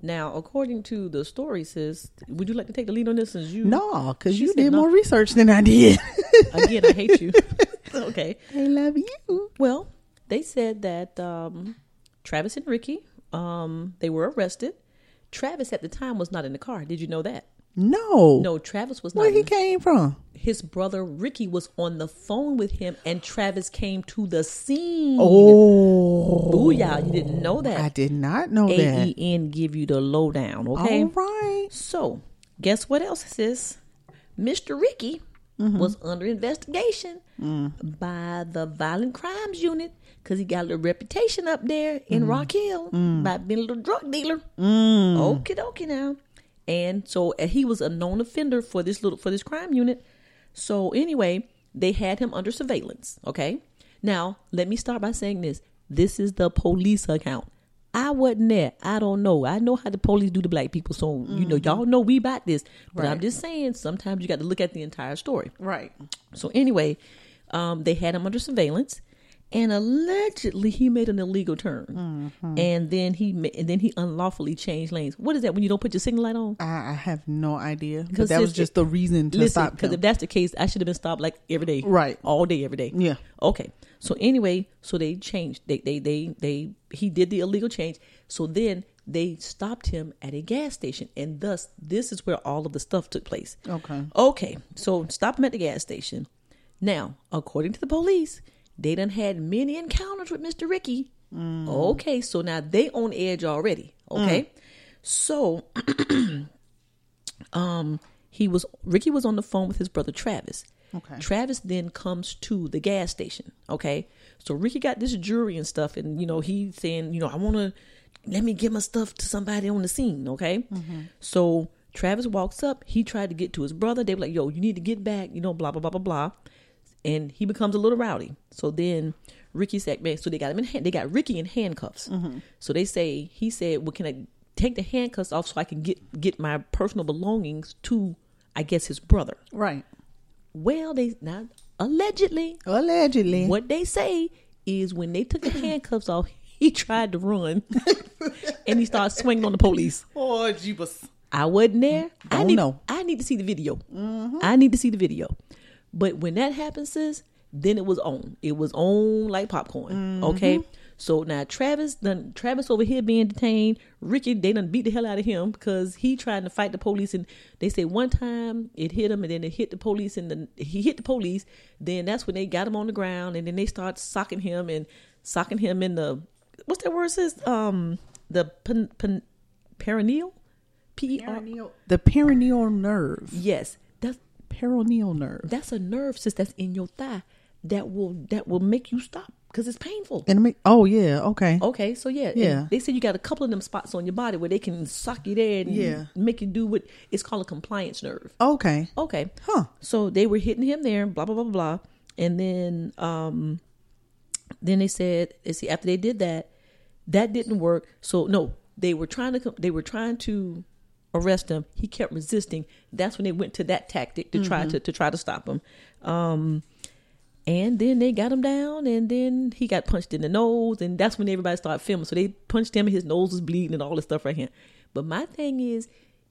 Now, according to the story, sis, would you like to take the lead on this? Since you No, because She you said did no. more research than I did. again, I hate you. okay. I love you. Well, they said that um, Travis and Ricky, um, they were arrested. Travis at the time was not in the car. Did you know that? No. No, Travis was not. Where in he the- came from? His brother Ricky was on the phone with him, and Travis came to the scene. Oh, Booyah! You didn't know that. I did not know that. Oh. AEN E give you the lowdown. Okay. All right. So, guess what else, sis? Mr. Ricky was under investigation by the Violent Crimes Unit because he got a little reputation up there in Rock Hill by being a little drug dealer. Okie dokie now. And so and he was a known offender for this little for this crime unit. So anyway, they had him under surveillance. Okay. Now let me start by saying this: this is the police account. I wasn't there. I don't know. I know how the police do to black people, so you know y'all know we about this. But I'm just saying, sometimes you got to look at the entire story. Right. So anyway, um, they had him under surveillance, and allegedly he made an illegal turn, and then he ma- and then he unlawfully changed lanes. What is that when you don't put your signal light on? I, I have no idea. But 'Cause that was it's- just the reason to Listen, stop because if him. that's the case, I should have been stopped like every day, Right. All day, every day. Yeah. Okay. So anyway, so they changed. They they they they he did the illegal change. So then they stopped him at a gas station, and thus this is where all of the stuff took place. Okay. Okay. So stop him at the gas station. Now, according to the police, they done had many encounters with Mr. Ricky. Mm. Okay. So now they on edge already. Okay. So um he was Ricky was on the phone with his brother Travis. Okay. Travis then comes to the gas station. Okay. So Ricky got this jury and stuff, and you know, he saying, you know, I wanna let me give my stuff to somebody on the scene, okay? So Travis walks up, he tried to get to his brother. They were like, yo, you need to get back, you know, blah blah blah blah blah. And he becomes a little rowdy. So then Ricky said, man, so they got him in hand, they got Ricky in handcuffs. So they say he said, Well, can I take the handcuffs off so I can get get my personal belongings to I guess his brother. Right. Well, they not allegedly. Allegedly. What they say is when they took the handcuffs off, he tried to run, and he started swinging on the police. Oh, jeebus. I wasn't there. I Mm-hmm. Don't need, know. Mm-hmm. I need to see the video. I need to see the video. But when that happens, sis, then it was on. It was on like popcorn. Mm-hmm. Okay. So now Travis done Travis over here being detained. Ricky, they done beat the hell out of him because he trying to fight the police and they say one time it hit him and then it hit the police and then he hit the police. Then that's when they got him on the ground and then they start socking him and socking him in the what's that word sis? Um the pen, pen, perineal? P E R The perineal nerve. Yes, that's Perineal nerve. that's a nerve, sis, that's in your thigh that will that will make you stop because it's painful. And me, oh yeah, okay. Okay, so yeah, and Yeah. They said you got a couple of them spots on your body where they can suck you there and Yeah. make you do what it's called a compliance nerve. Okay. Okay, Huh. so they were hitting him there, blah blah blah blah, and then um, then they said, they see, after they did that, that didn't work. So no, they were trying to come, they were trying to arrest him. He kept resisting. That's when they went to that tactic to try to to try to stop him. Um, and then they got him down, and then he got punched in the nose, and that's when everybody started filming. So they punched him, and his nose was bleeding, and all this stuff right here. But my thing is,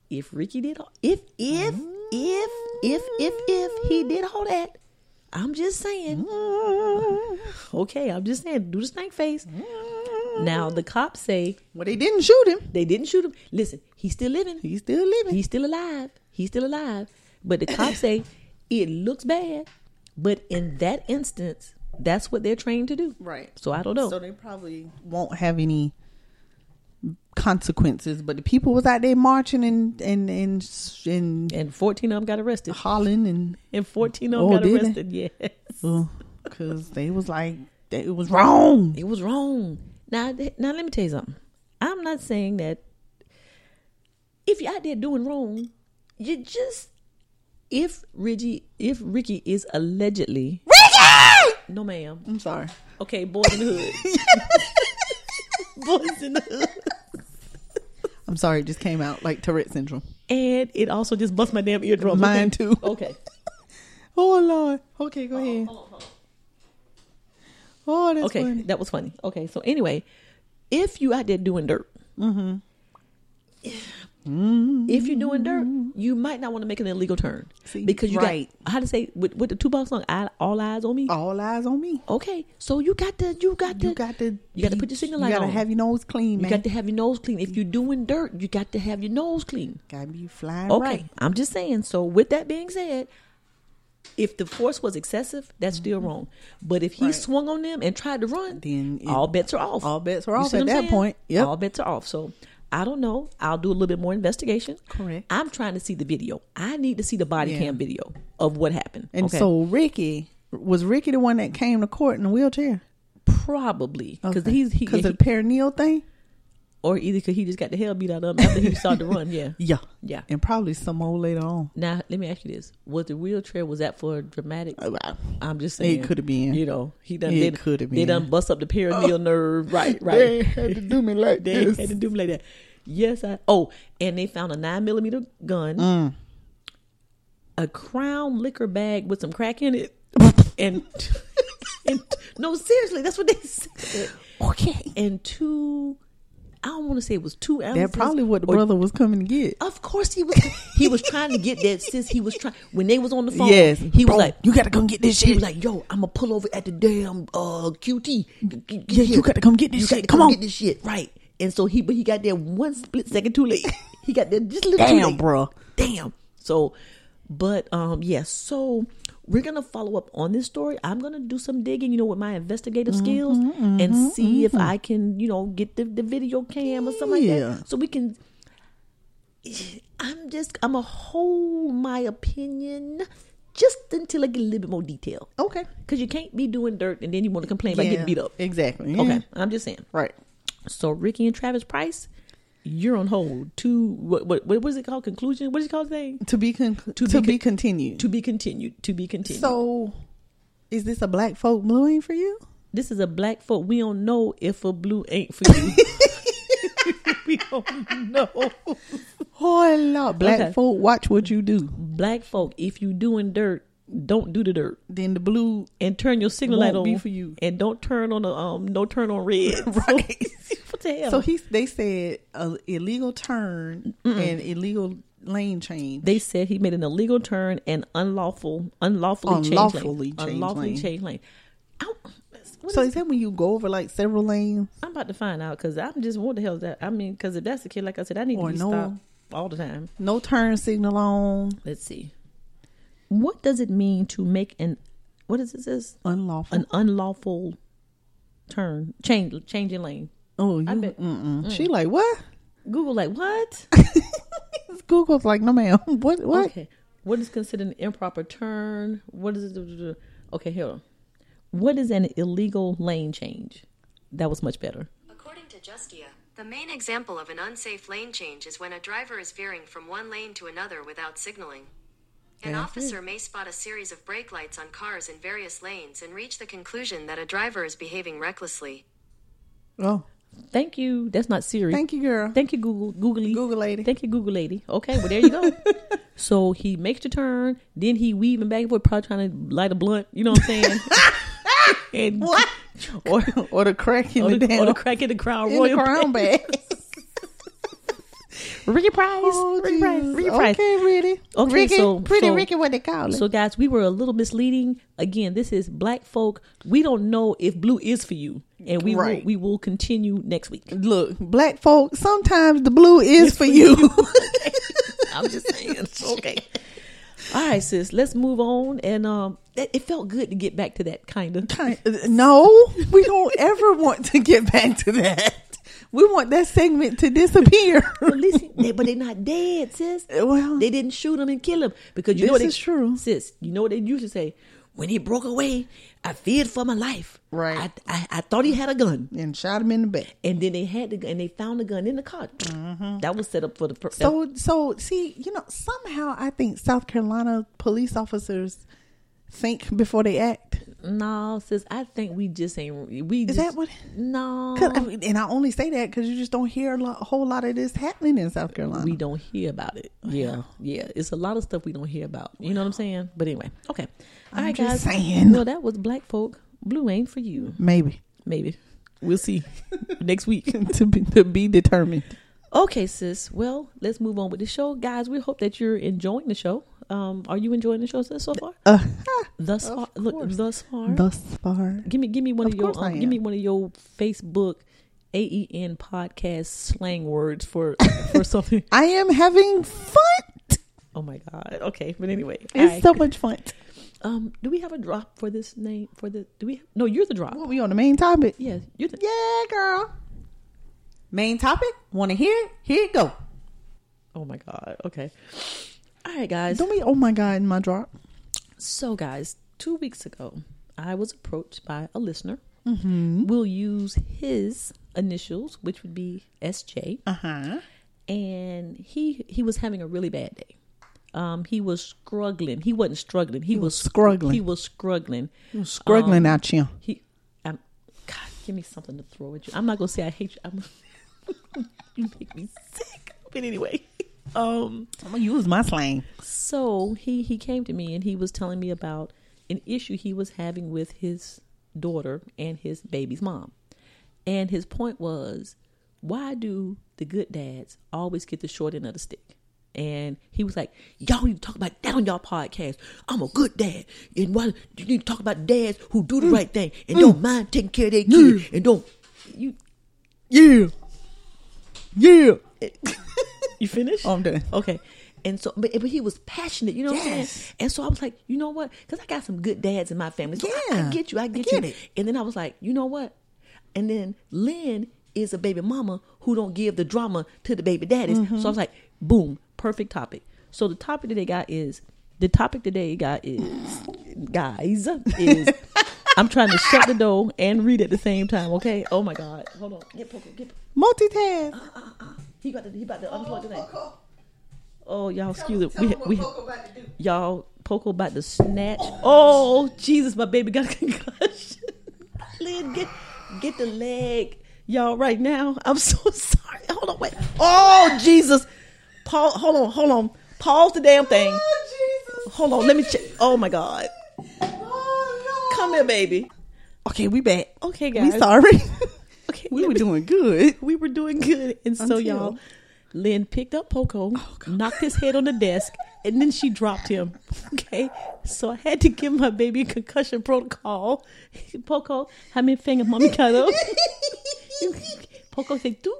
if Ricky did all, if if if if if if he did all that, I'm just saying. Okay, I'm just saying, do the snake face. Now the cops say Well, they didn't shoot him. they didn't shoot him. Listen, he's still living. He's still living. He's still alive. He's still alive. But the cops say it looks bad. But in that instance, that's what they're trained to do. Right. So I don't know. So they probably won't have any consequences. But the people was out there marching and and and and and 14 of them got arrested. hollering and And 14 of them Oh, got did they? arrested. Yeah. because they was like that it was wrong. It was wrong. Now, th- now let me tell you something. I'm not saying that if you're out there doing wrong, you just if Ricky if Ricky is allegedly no ma'am I'm sorry. okay boys in the hood boys in the hood I'm sorry. It just came out like Tourette syndrome. and it also just bust my damn eardrum Mine too. okay Oh Lord. Okay, go ahead. Oh, that's okay funny. that was funny okay so anyway if you out there doing dirt Mm-hmm. if you're doing dirt you might not want to make an illegal turn See, because you right. got how to say with, with the two box song I, all eyes on me All eyes on me. okay so you got to you got to You got to. you got to be- put your signal You light got to on. have your nose clean, you man. got to have your nose clean if you're doing dirt you got to have your nose clean Got to be flying Okay. right. I'm just saying. So with that being said, if the force was excessive, that's still wrong. But if he Mm-hmm. Right. swung on them and tried to run, Then it- all bets are off. all bets are You off see at what I'm that saying? point. Yep. All bets are off. So I don't know. I'll do a little bit more investigation. Correct. I'm trying to see the video. I need to see the body Yeah. cam video of what happened. And Okay. so Ricky was Ricky the one that came to court in a wheelchair probably because he's he, because he- of the perineal thing. or either because he just got the hell beat out of him after he started to run. Yeah. Yeah, Yeah. and probably some old later on. Now let me ask you this: Was the wheelchair was that for dramatic? I'm just It saying coulda been. You know, he done. It It could coulda have been. They done been. Oh. bust up the perineal nerve. Right, right. They had to do me like They this. had to do me like that. Yes, I. Oh, and they found a nine millimeter gun, Mm. a crown liquor bag with some crack in it, and, and no, seriously, that's what they said. Okay, And two, I don't want to say it was two ounces. that probably what the or brother was coming to get. of course he was. He was trying to get that sis. He was trying when they was on the phone. yes, Oh, he was bro, like, "You got to come get this he shit." was like, "Yo, I'm gonna pull over at the damn uh QT. Yeah, you gotta come get this You gotta shit. come Come on." get this shit, right?" And so he, but he got there one split second too late. He got there just a little too Damn, late. bruh. Damn. So, but um, yes. so we're gonna follow up on this story. I'm gonna do some digging, you know, with my investigative Mm-hmm, skills and see if I can, you know, get the, the video cam or something Yeah. like that, so we can. I'm just I'm a hold my opinion just until I get a little bit more detail. okay, Because you can't be doing dirt and then you want to complain about Yeah, getting beat up. Exactly. Yeah. Okay, I'm just saying. right. So Ricky and Travis Price, you're on hold. To what what what was it called? Conclusion? What is it called today? To be con- to, be be, con- continued. To be continued. To be continued. so, is this a black folk blueing for you? this is a black folk. We don't know if a blue ain't for you. we don't know. Oh Lord, black Okay. folk, watch what you do. Black folk, if you doing dirt, don't do the dirt. Then the blue And turn your signal Won't light on be for you. And don't turn on the um no turn on red. Right. what the hell? So he, they said a illegal turn and illegal lane change. they said he made an illegal turn and unlawful, Unlawfully unlawfully, changed lane. changed unlawfully lane. changed lane. I don't- what so is- is that when you go over like several lanes? I'm about to find out because I'm just what the hell is that? I mean, because if that's the kid, like I said, I need Or to be no. stopped all the time. No turn signal on, Let's see. What does it mean to make an what is this? this? unlawful. An unlawful turn change changing lane. oh, you, I bet- mm-mm. she like what? Google like what? Google's like, no ma'am. What? What? Okay. What is considered an improper turn? What is it? Okay, hold on. What is an illegal lane change? That was much better. According to Justia, the main example of an unsafe lane change is when a driver is veering from one lane to another without signaling. An That's officer may spot a series of brake lights on cars in various lanes and reach the conclusion that a driver is behaving recklessly. Oh, Thank you. That's not Siri. thank you, girl. Thank you, Google, Googly. Google lady. Thank you, Google lady. Okay, well there you go. so he makes the turn, then he weaving back and forth, probably trying to light a blunt. You know what I'm saying? and What? or or the crack in or the, the, damn or the crack in the crown in the royal. crown bag. Ricky Price. Oh, Ricky Price. Jesus. Ricky Price. Okay, Ricky. Okay, Ricky, so- pretty so- Ricky, what they call it? So, guys, we were a little misleading. Again, this is black folk. We don't know if blue is for you, and we will, Right. we will continue next week. Look, black folk. Sometimes the blue is for you. I'm just saying. okay. All right, sis. Let's move on. And um, it, it felt good to get back to that kind of. Kind- uh, no, we don't ever want to get back to that. We want that segment to disappear. But listen, they, but they're not dead, sis. Eh, Well- they didn't shoot him and kill him because you This know what they- is true. sis. You know what they usually say. When he broke away, I feared for my life. Right. I, I, I thought he had a gun. and shot him in the back. And then they had the gun and they found the gun in the car. That was set up for the per- Mm-hmm. So so see, you know, somehow I think South Carolina police officers think before they act. No, sis, I think we just ain't we Is just, that what- No. 'Cause- and I only say that because you just don't hear a, lot, a whole lot of this happening in South Carolina. we don't hear about it. Yeah, yeah. It's a lot of stuff we don't hear about. You know what I'm saying? But anyway, okay. All I'm right, just guys. saying. Well, that was black folk. Blue ain't for you. Maybe Maybe we'll see next week. to be to be determined. Okay, sis. Well, let's move on with the show, guys. We hope that you're enjoying the show. Um, are you enjoying the show sis, so far? Uh, thus far, look, course. thus far. thus far, give me, give me one of, Of your, course I um, give me am. one of your Facebook AEN podcast slang words for for something. I am having fun. Oh my god. Okay, but anyway, all It's right. so much fun. Um, do we have a drop for this name? For the do we? No, you're the drop. What we on the main topic? Yeah, you're the. Yeah, girl. Main topic. Want to hear? it? Here you go. Oh my god. Okay. All right, guys. Don't be. Oh my god, in my drop. So, guys, two weeks ago, I was approached by a listener. We'll use his initials, which would be SJ, Uh Uh-huh. huh. and he he was having a really bad day. Um, he was struggling. He wasn't struggling. He, was, was struggling. He was struggling. Um, Struggling out you. He, I'm, God, give me something to throw at you. I'm not gonna say I hate you. I'm, you make me sick. But anyway, um, I'm gonna use my slang. so he he came to me and he was telling me about an issue he was having with his daughter and his baby's mom, and his point was, why do the good dads always get the short end of the stick? And he was like, "Y'all need to talk about that on y'all podcast. I'm a good dad, and why you need to talk about dads who do the right thing and don't mind taking care of their kids and don't you Yeah. Yeah. You finished? Oh, I'm done. Okay. And so, but, but he was passionate, you know what I'm Yes. saying? And so I was like, you know what? Because I got some good dads in my family. So I- I, Yeah. get you. I I get, get you. it. And then I was like, you know what? And then Lynn is a baby mama who don't give the drama to the baby daddies. Mm-hmm. So I was like, boom, perfect topic. So the topic that they got is the topic today got is guys is I'm trying to shut the door and read at the same time. Okay. Oh my God. Hold on. Get Poco. Get. Multitask. He got to. He about to unplug the thing. Oh, y'all, excuse it. We, we, y'all, Poco about to snatch. Oh, Jesus, my baby got a concussion. Lynn, get, get the leg. Y'all, right now, I'm so sorry. Hold on, wait. Oh, Jesus. Paul, hold on, hold on. Pause the damn thing. Hold on, let me check. Oh, my God. Come here, baby. Okay, we back. Okay, We guys. sorry. Okay, we let were me- doing good. we were doing good. And so Until- Oh, y'all, Lynn picked up Poco, knocked his head on the desk, and then she dropped him. Okay. So I had to give my baby a concussion protocol. Poco, how many finger mommy got up? Poco said, do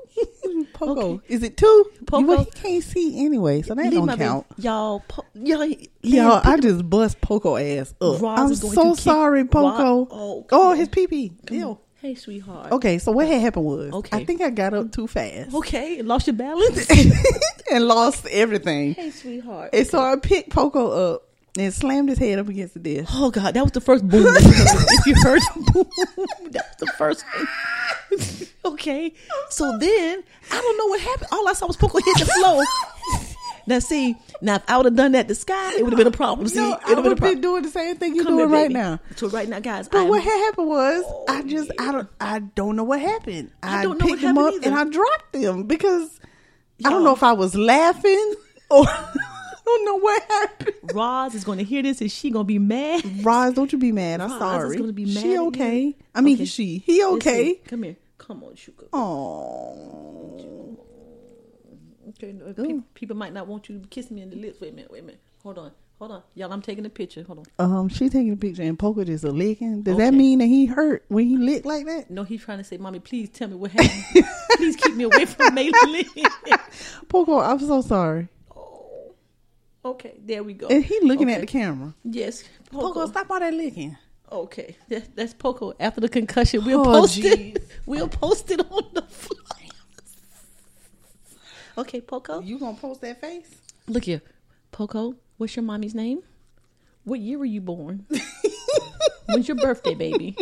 Poco. Okay. Is it two? Poco. Well, he can't see anyway, so that don't count. Baby. Y'all, po- y'all, Lynn Y'all, I picked- just bust Poco ass up. Roz I'm is going so to kick- sorry, Poco. Roz- oh, oh, come on. his pee pee. Ew. Hey, sweetheart. Okay, so what had happened was Okay. I think I got up too fast Okay, lost your balance. and lost everything. hey, sweetheart. And so I picked Poco up and slammed his head up against the desk. Oh God, that was the first boom. if you heard the boom, that was the first. One. okay, so then I don't know what happened. All I saw was Poco hit the floor. now see, now if I would have done that to Sky, it would have been a problem. See, No, it I would have been a would have been problem. doing the same thing you're Come doing here, right baby. now. So right now, guys, But I'm- what had happened was I just I don't I don't know what happened. I, don't know what picked him up happened and I either. dropped him because I Y'all. don't know if I was laughing or I don't know what happened. Roz is going to hear this, and she going to be mad. Roz, don't you be mad. I'm Roz is sorry. gonna be mad at She you. okay? I mean, Okay. she he Listen, okay? come here, come on, Shuka. Oh, Okay, no, pe- people, might not want you to kiss me in the lips. Wait a minute, wait a minute. Hold on, hold on, y'all. I'm taking a picture. Hold on. um, she taking a picture and Poker just a licking. Does that Okay. mean that he hurt when he licked like that? No, he's trying to say, "Mommy, please tell me what happened. please keep me away from Maylin." Poco, I'm so sorry. Oh, okay. There we go. And he looking at Okay. the camera. Yes, Poco. Poco, stop all that licking. Okay, that, that's Poco. After the concussion, we'll Oh, post it. geez. We'll post it on the fly. Okay, Poco. You gonna post that face? Look here, Poco. What's your mommy's name? What year were you born? When's your birthday, baby?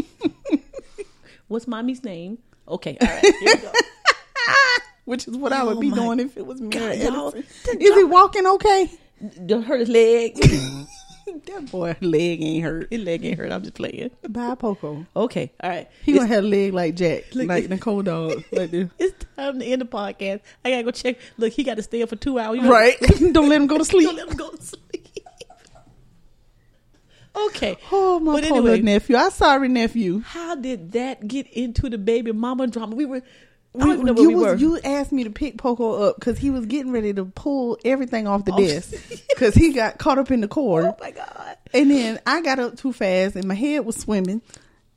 What's mommy's name? Okay, all right. Here we go. Which is what I would Oh be my doing if it was me. or God, y'all, Edison. Is he walking okay? Don't hurt his leg. That boy leg ain't hurt. his leg ain't hurt. I'm just playing. Bye, Poco. Okay, all right. He It's- gonna have a leg like Jack, Look- like the cold dog, like this. It's time to end the podcast. I gotta go check. Look, he got to stay up for two hours. You know- Right? Don't let him go to Don't sleep. let him go to sleep. Okay. Oh my But poor anyway- little nephew. I sorry, nephew. How did that get into the baby mama drama? We were. I We, don't even know where Oh, you we was- were. you asked me to pick Poco up because he was getting ready to pull everything off the Off- desk because he got caught up in the cord. oh my god. And then I got up too fast, and my head was swimming.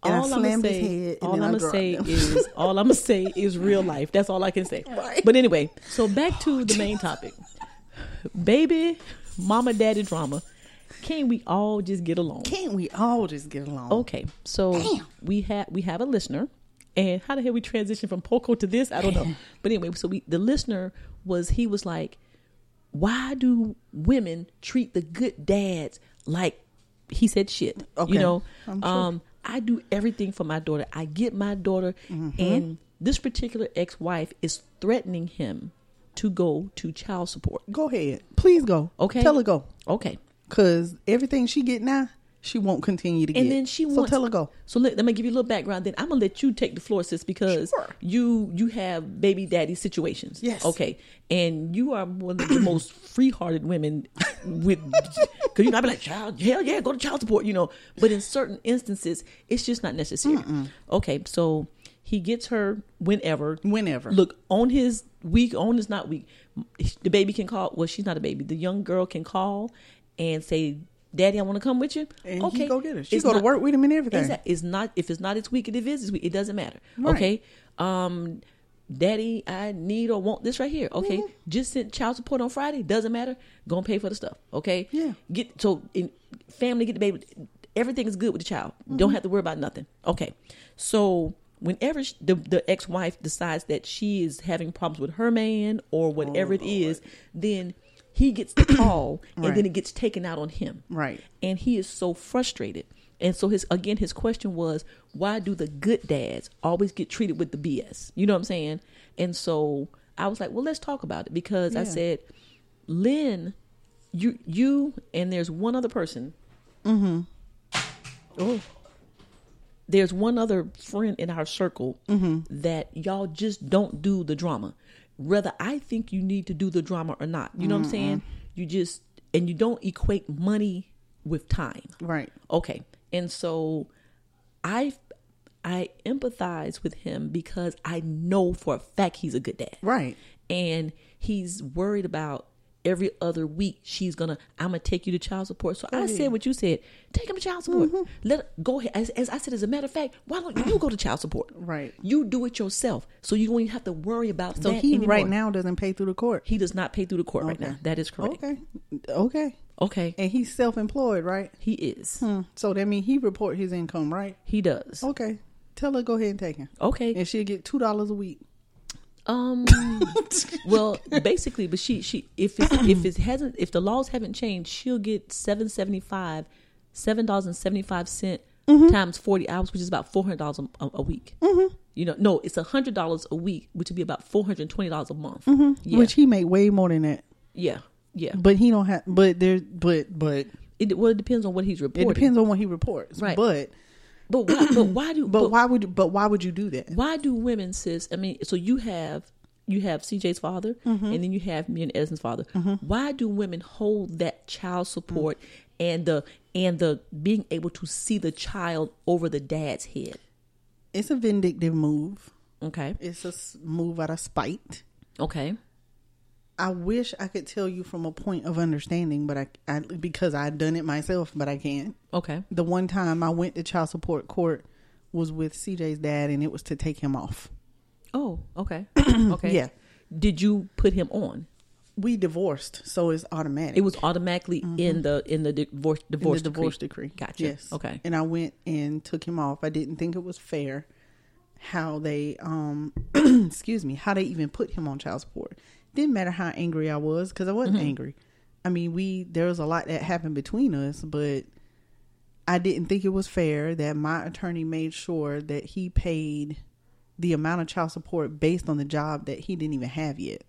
And all I I'm slammed gonna say, his head. And all then I'm I gonna dropped say him. is all I'm gonna say is real life. That's all I can say. Right. But anyway, so back to the main topic: baby, mama, daddy drama. Can we all just get along? Can't we all just get along? Okay, so we have we have a listener, and how the hell we transition from Poco to this? I don't know. but anyway, so we the listener was he was like, why do women treat the good dads like he said shit? Okay, You know, I'm sure. um, I do everything for my daughter. I get my daughter, Mm-hmm. and this particular ex-wife is threatening him to go to child support. Go ahead. Please go. Okay. Tell her go. Okay, Because everything she get now, she won't continue to get. and then she so wants. tell her go. So let, let me give you a little background. Then I'm gonna let you take the floor, sis, because Sure. you you have baby daddy situations. Yes. Okay. And you are one of the most free hearted women with because you know I be like child hell yeah go to child support you know but in certain instances it's just not necessary. Okay. So he gets her whenever Whenever. look on his week on is not week the baby can call well she's not a baby the young girl can call and say daddy i want to come with you And he go get her. She go to work with him and everything. Exact- it's not if it's not its week, it is its week. It doesn't matter. Right. Okay. Um, daddy, I need or want this right here. Okay. Mm-hmm. Just sent child support on Friday. Doesn't matter. Gonna pay for the stuff. Okay. Yeah. Get so in family get the baby. Everything is good with the child. Mm-hmm. Don't have to worry about nothing. Okay. So whenever sh the the ex wife decides that she is having problems with her man or whatever it is, then he gets the call and Oh, Right. then it gets taken out on him Right. and he is so frustrated. And so his again his question was, why do the good dads always get treated with the BS? You know what I'm saying? And so I was like, well, let's talk about it because I Yeah. said, Lynn, you you and there's one other person. Mm-hmm. Oh. There's one other friend in our circle that y'all just don't do the drama. Whether I think you need to do the drama or not. You know what I'm saying? You just and you don't equate money with time. Right. Okay. And so I I empathize with him because I know for a fact he's a good dad. Right. And he's worried about every other week she's gonna I'm gonna take you to child support. So I said what you said. Take him to child support. Mm-hmm. Let go ahead. As, as I said, as a matter of fact, why don't you go to child support? Right. You do it yourself, so you don't even have to worry about So that he anymore. right now doesn't pay through the court. he does not pay through the court right Okay. now. That is correct. Okay. Okay. Okay. And he's self employed, right? He is. Hmm. So that means he report his income, right? He does. Okay. Tell her go ahead and take him. Okay. And she'll get two dollars a week. Um. well, basically, but she she if it, if it hasn't if the laws haven't changed, she'll get seven seventy five, seven dollars Mm-hmm. times forty hours, which is about four hundred dollars a, a week. You know, no, it's hundred dollars a week, which would be about four hundred twenty dollars a month. Yeah, Mm-hmm. Which he make way more than that. yeah, yeah. But he don't have but there but but It well, it depends on what he's it reporting. depends on what he reports. Right. But But why, but why do but why would but why would you do that? why do women sis i mean so you have you have cj's father Mm-hmm. and then you have me and edison's father why do women hold that child support Mm. and the and the being able to see the child over the dad's head It's a vindictive move. okay It's a s- move out of spite. okay I wish I could tell you from a point of understanding, but I, I because I've done it myself, but I can't. okay The one time I went to child support court was with CJ's dad, and it was to take him off. oh okay okay Yeah. did you put him on We divorced, so it's automatic. it was automatically in the in the divorce Mm-hmm. in divorce the divorce decree. gotcha Yes. okay And I went and took him off. I didn't think it was fair how they, um, excuse me, how they even put him on child support. Didn't matter how angry I was Mm-hmm. because I wasn't angry. I mean, we there was a lot that happened between us, but I didn't think it was fair that my attorney made sure that he paid the amount of child support based on the job that he didn't even have yet.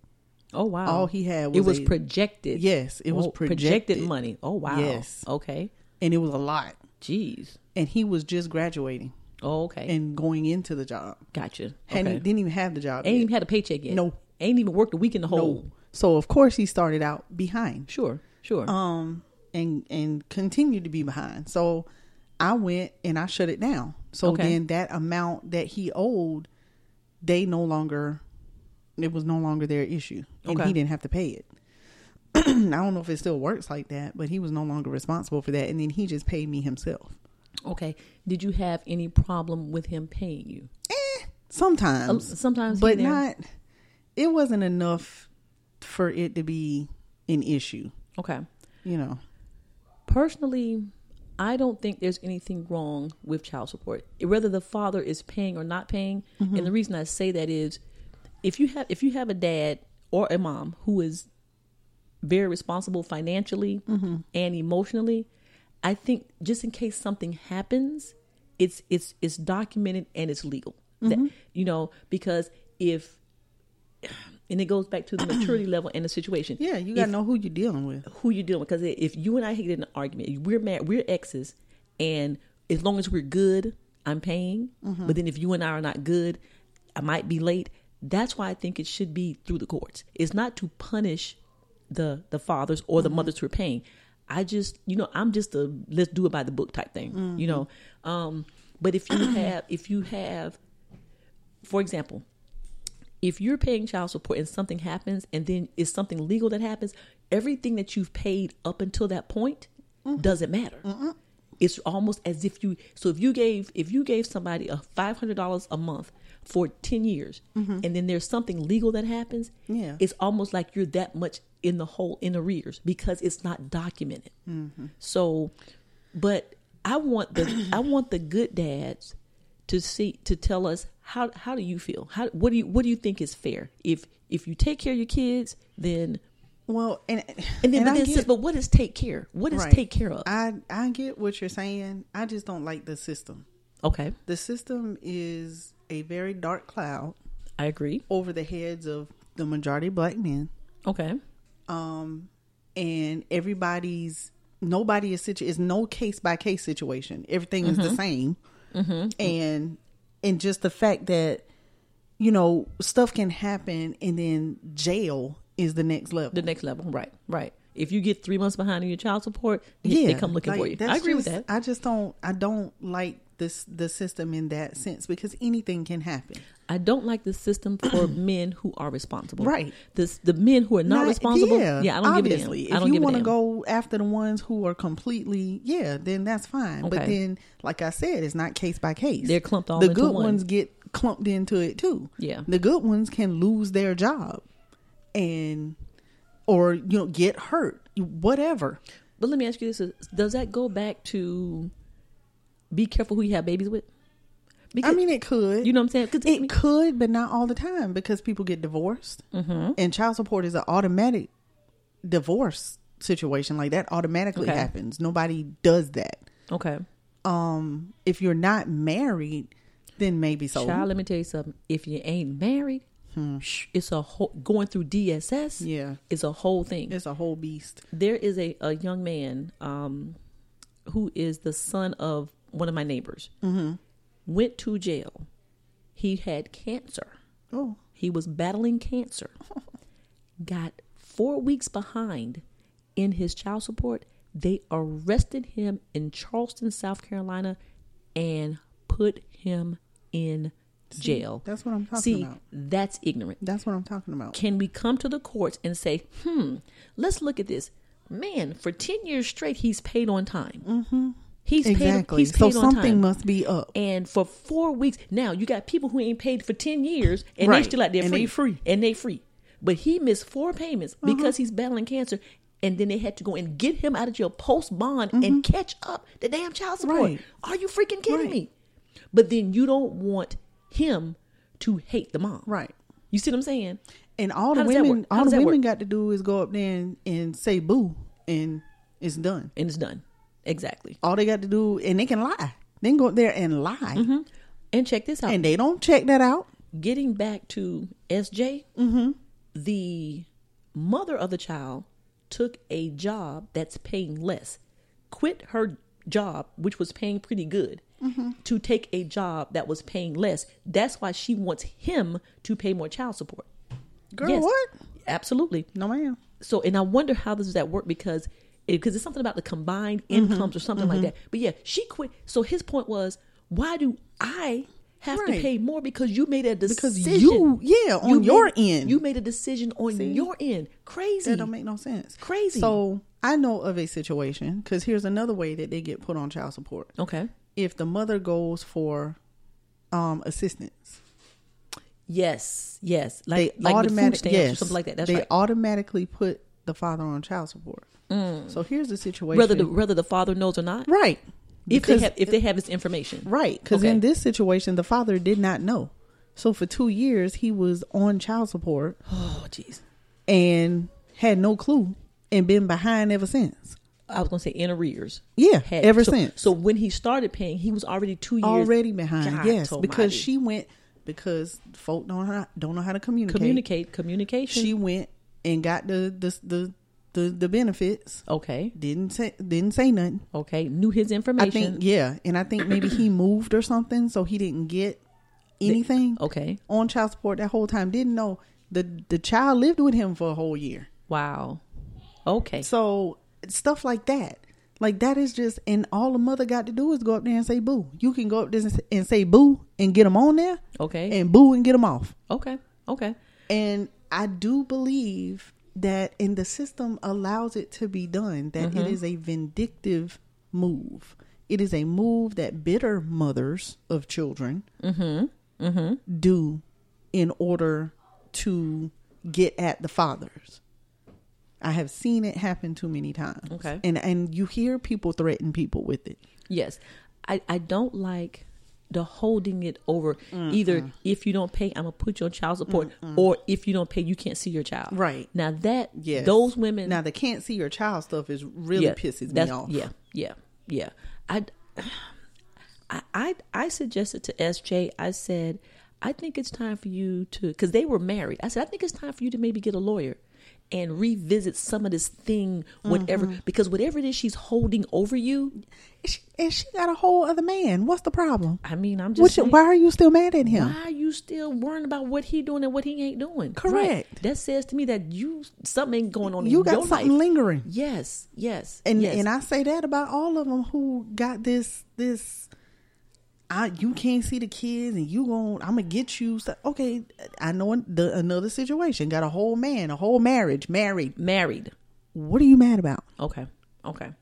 Oh wow! All he had was it was a- projected. Yes, it was Oh, projected. money. Oh wow! Yes. Okay. And it was a lot. Jeez. And he was just graduating Oh, okay. and going into the job. gotcha. And okay. he didn't even have the job. Ain't yet. even had a paycheck yet. No. Ain't even worked a week in the hole. No. So of course he started out behind. Sure. Sure. Um and and continued to be behind. So I went and I shut it down. So Okay. then that amount that he owed, they no longer it was no longer their issue. And Okay. he didn't have to pay it. I don't know if it still works like that, but he was no longer responsible for that and then he just paid me himself. okay. Did you have any problem with him paying you? Uh, Sometimes. sometimes, he Um, but there- not it wasn't enough for it to be an issue, Okay. you know. Personally, I don't think there's anything wrong with child support, whether the father is paying or not paying. Mm-hmm. And the reason I say that is, if you have if you have a dad or a mom who is very responsible financially Mm-hmm. and emotionally, I think just in case something happens, it's it's it's documented and it's legal. Mm-hmm. That, you know, because if and it goes back to the maturity level and the situation. Yeah, you gotta If- know who you're dealing with. who you're dealing with. Because if you and I get in an argument, we're mad, we're exes, and as long as we're good, I'm paying. But then if you and I are not good, I might be late. That's why I think it should be through the courts. It's not to punish the the fathers or the mothers who are paying. I just, you know, I'm just a let's do it by the book type thing, you know. Um, but if you have, if you have, for example, if you're paying child support and something happens and then it's something legal that happens everything that you've paid up until that point doesn't matter it's almost as if you so if you gave if you gave somebody a $500 a month for 10 years and then there's something legal that happens Yeah. it's almost like you're that much in the hole in arrears because it's not documented so but i want the i want the good dads to see to tell us how how do you feel how what do you what do you think is fair if if you take care of your kids then Well, and and then but, I then get- says, but what is take care what is right. take care of I I get what you're saying. I just don't like the system. okay The system is a very dark cloud i agree over the heads of the majority of black men, okay and everybody's nobody is situ. It's no case by case situation. Everything is Mm-hmm. the same, and and just the fact that you know stuff can happen, and then jail is the next level. the next level right right if you get three months behind on your child support yeah, they come looking like, for you that's i agree with just- that I just don't. I don't like this the system in that sense because anything can happen. I don't like the system for men who are responsible. Right. This the men who are not, responsible. Yeah, I don't obviously. give a damn. I if don't you give a wanna damn. go after the ones who are completely, yeah, then that's fine. But Okay. then, like I said, it's not case by case. They're clumped all The into good one. ones get clumped into it too. Yeah. the good ones can lose their job, and or you know get hurt, whatever. But let me ask you this: Does that go back to be careful who you have babies with? Because I mean, it could. you know what I'm saying. 'Cause I It mean, could, but not all the time because people get divorced, Mm-hmm. and child support is an automatic divorce situation. Like that automatically Okay. happens. Nobody does that. okay, Um, if you're not married, then maybe so. child. Let me tell you something: If you ain't married, shh, it's a whole going through DSS. Hmm. Yeah. it's a whole thing. it's a whole beast. there is a, a young man um, who is the son of one of my neighbors Mm-hmm. went to jail he had cancer Oh, he was battling cancer got four weeks behind in his child support they arrested him in charleston south carolina and put him in jail that's what I'm talking see about. that's ignorant that's what I'm talking about. can we come to the courts and say, hmm, let's look at this. Man, for 10 years straight, he's paid on time. Mm-hmm. He's paid, exactly. he's So paid on something time. must be up. and for four weeks now, you got people who ain't paid for ten years, and Right. they still out there And free, they free. Uh-huh. and they free. But he missed four payments because he's battling cancer, and then they had to go and get him out of jail post bond and catch up the damn child support. Mm-hmm. Right. Are you freaking kidding Right. me? But then you don't want him to hate the mom, Right. You see what I'm saying? And all How the does that women, work? How all does the that women work? got to do is go up there and, and say boo, and it's done. and it's done. Exactly. All they got to do, and they can lie. They can go up there and lie, And check this out. and they don't check that out. getting back to SJ, Mm-hmm. the mother of the child took a job that's paying less, quit her job, which was paying pretty good, Mm-hmm. to take a job that was paying less. That's why she wants him to pay more child support. Girl, Yes. what? Absolutely. No, ma'am. So, and I wonder how this is at work because because it's something about the combined Mm-hmm. incomes or something like that. But yeah, she quit. So his point was, why do I have to Right. pay more because you made a decision? Because you, yeah, on You your made- end, You made a decision on your end. Crazy. That don't make no sense. Crazy. So I know of a situation because here's another way that they get put on child support. okay. If the mother goes for um assistance, Yes. Yes. they Like like automatic, automatically stamps or something like that. That's they right. automatically put the father on child support. So here's the situation. Whether Mm. the whether the father knows or not, right. if Because- they have if they have this information, Right, because Okay. in this situation, the father did not know. So for two years, he was on child support Oh, jeez. and had no clue, and been behind ever since. I was gonna say in arrears. Yeah, Had- ever so- since. So when he started paying, he was already two years already behind. God yes, almighty. because she went because folk don't know how, don't know how to communicate. communicate communication. She went and got the the the the, the benefits. okay, Didn't say didn't say nothing. okay, knew his I information. think yeah, and I think maybe he moved or something, so he didn't get anything. okay. on child support that whole time. Didn't know the the child lived with him for a whole year. Wow. Okay. So stuff like that. Like that is just, and all the mother got to do is go up there and say boo. You can go up there and say- and say boo and get them on there, Okay. and boo and get them off. okay. Okay. And I do believe that, and the system allows it to be done, that Mm-hmm. it is a vindictive move. It is a move that bitter mothers of children Mm-hmm. do in order to get at the fathers. I have seen it happen too many times. Okay. And and you hear people threaten people with it. Yes. I, I don't like the holding it over either if you don't pay I'm gonna put you on child support or if you don't pay you can't see your child. Right. Now that Yes. those women Now the can't see your child stuff is really pisses me that's- off. Yeah, yeah, yeah. I, I, I, I suggested to SJ. I said, I think it's time for you to, because they were married. I said, I think it's time for you to maybe get a lawyer and revisit some of this thing, whatever, Mm-hmm. because whatever it is she's holding over you. And she, and she got a whole other man. What's the problem? I mean, I'm just. Which, saying, why are you still mad at him? Why are you still worrying about what he doing and what he ain't doing? Right. Correct. That says to me that you something ain't going on. You in got your something life. lingering. Yes. Yes. And yes. and I say that about all of them who got this this. I you can't see the kids and you going I'm gonna get you. So, okay, I know an- the, another situation. Got a whole man, a whole marriage, married. married. What are you mad about? Okay. Okay.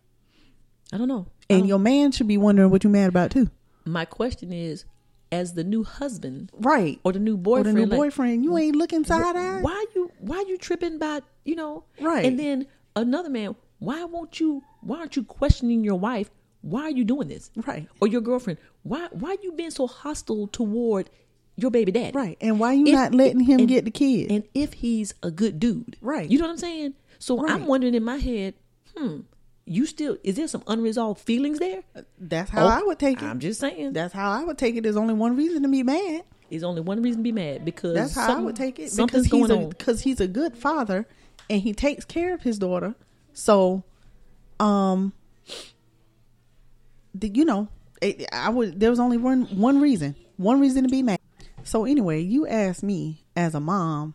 I don't know. And your man should be wondering what you mad about too. My question is, as the new husband Right. or the new Or boyfriend, the new like, boyfriend. You ain't looking side eye. why you why you tripping about you know? Right. And then another man, why won't you? Why aren't you questioning your wife? Why are you doing this? Right. Or your girlfriend? Why why you being so hostile toward your baby daddy? Right. And why you If- not letting him and- get the kid? And if he's a good dude, Right. You know what I'm saying? So Right. I'm wondering in my head, hmm, you still is there some unresolved feelings there? That's how I would take it. Oh, I'm just saying. That's how I would take it. There's only one reason to be mad. There's only one reason to be mad because That's how I something- would take it. Because Something's he's going a, on. Because he's a good father, and he takes care of his daughter. So, um, the, you know, it, I would. There was only one one reason. One reason to be mad. So anyway, you asked me as a mom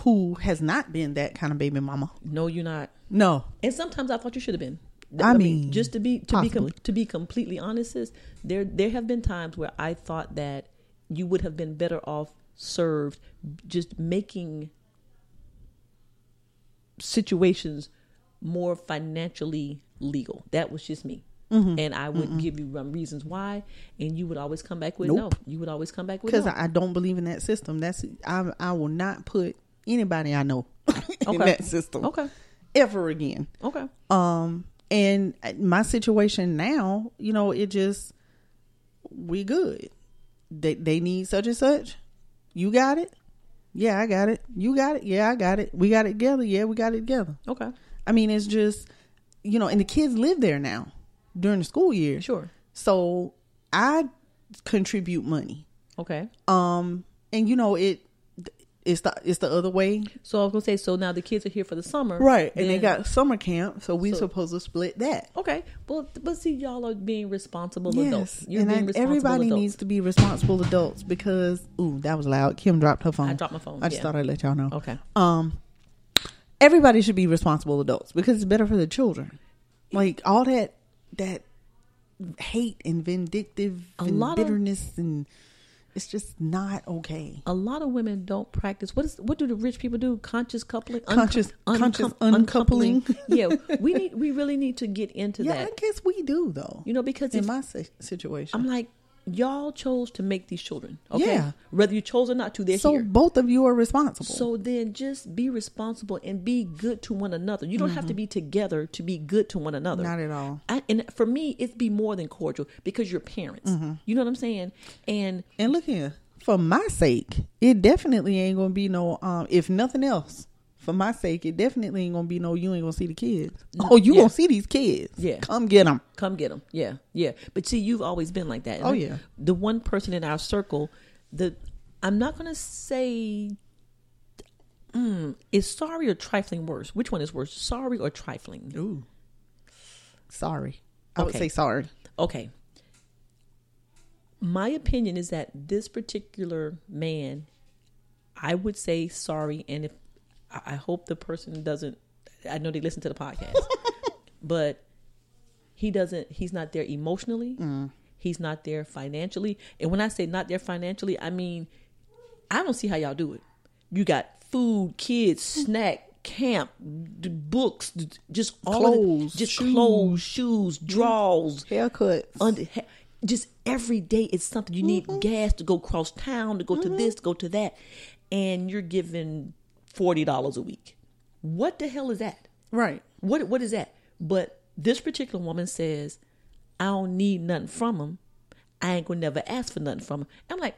who has not been that kind of baby mama. No, you're not. No, And sometimes I thought you should have been. I mean, just to be to be possibly. com- to be completely honest, sis, there there have been times where I thought that you would have been better off served just making situations more financially legal. That was just me. Mm-hmm. And I would give you um, reasons why, and you would always come back with no. Nope. You would always come back with because no. I, I don't believe in that system. That's I. I will not put anybody I know in Okay. that system okay, ever again. okay, um and my situation now you know it just we good they, they need such and such you got it yeah i got it you got it yeah i got it we got it together yeah we got it together okay. i mean it's just you know and the kids live there now during the school year. Sure. So I contribute money. Okay. Um, and you know it. It's the it's the other way, So I was gonna say, so now the kids are here for the summer, right? And they then- got summer camp, so we So- supposed to split that. okay. Well, but see, y'all are being responsible adults. Yes, You're and being I- responsible everybody adults. needs to be responsible adults because ooh, that was loud. Kim dropped her phone. I dropped my phone, I just yeah. thought I'd let y'all know. Okay. Um, everybody should be responsible adults because it's better for the children. Like all that that hate and vindictive A and lot of- bitterness and it's just not okay. a lot of women don't practice what is what do the rich people do conscious coupling Uncou- Conscious- conscious uncoupling. yeah we need we really need to get into Yeah, that I guess we do though. you know because in if, my si- situation, i'm like y'all chose to make these children okay Yeah. whether you chose or not to they're so here both of you are responsible. so then just be responsible and be good to one another you don't have to be together to be good to one another Mm-hmm. Not at all. I, and for me it's be more than cordial because you're parents Mm-hmm. you know what i'm saying and And look here, for my sake, it definitely ain't gonna be no. Um, if nothing else, for my sake, it definitely ain't gonna be no. You ain't gonna see the kids. Oh, you yeah. gonna see these kids? Yeah. come get them. come get them. Yeah, yeah. But see, you've always been like that. And Oh, I- yeah. The one person in our circle, the I'm not gonna say. Mm, is sorry or trifling worse? Which one is worse, sorry or trifling? Ooh, sorry. I would Okay. say sorry. Okay. My opinion is that this particular man, I would say sorry, and if I I hope the person doesn't, I know they listen to the podcast, but he doesn't. He's not there emotionally. Mm. He's not there financially. And when I say not there financially, I mean I don't see how y'all do it. You got food, kids, Mm. snack, camp, d- books, d- just all of Clothes, the, just shoes. Mm-hmm. clothes, shoes, draws, Haircuts. under, he- just every day it's something you need gas to go cross town to go to this to go to that and you're giving $40 a week what the hell is that right. what what is that but this particular woman says i don't need nothing from him i ain't gonna never ask for nothing from him i'm like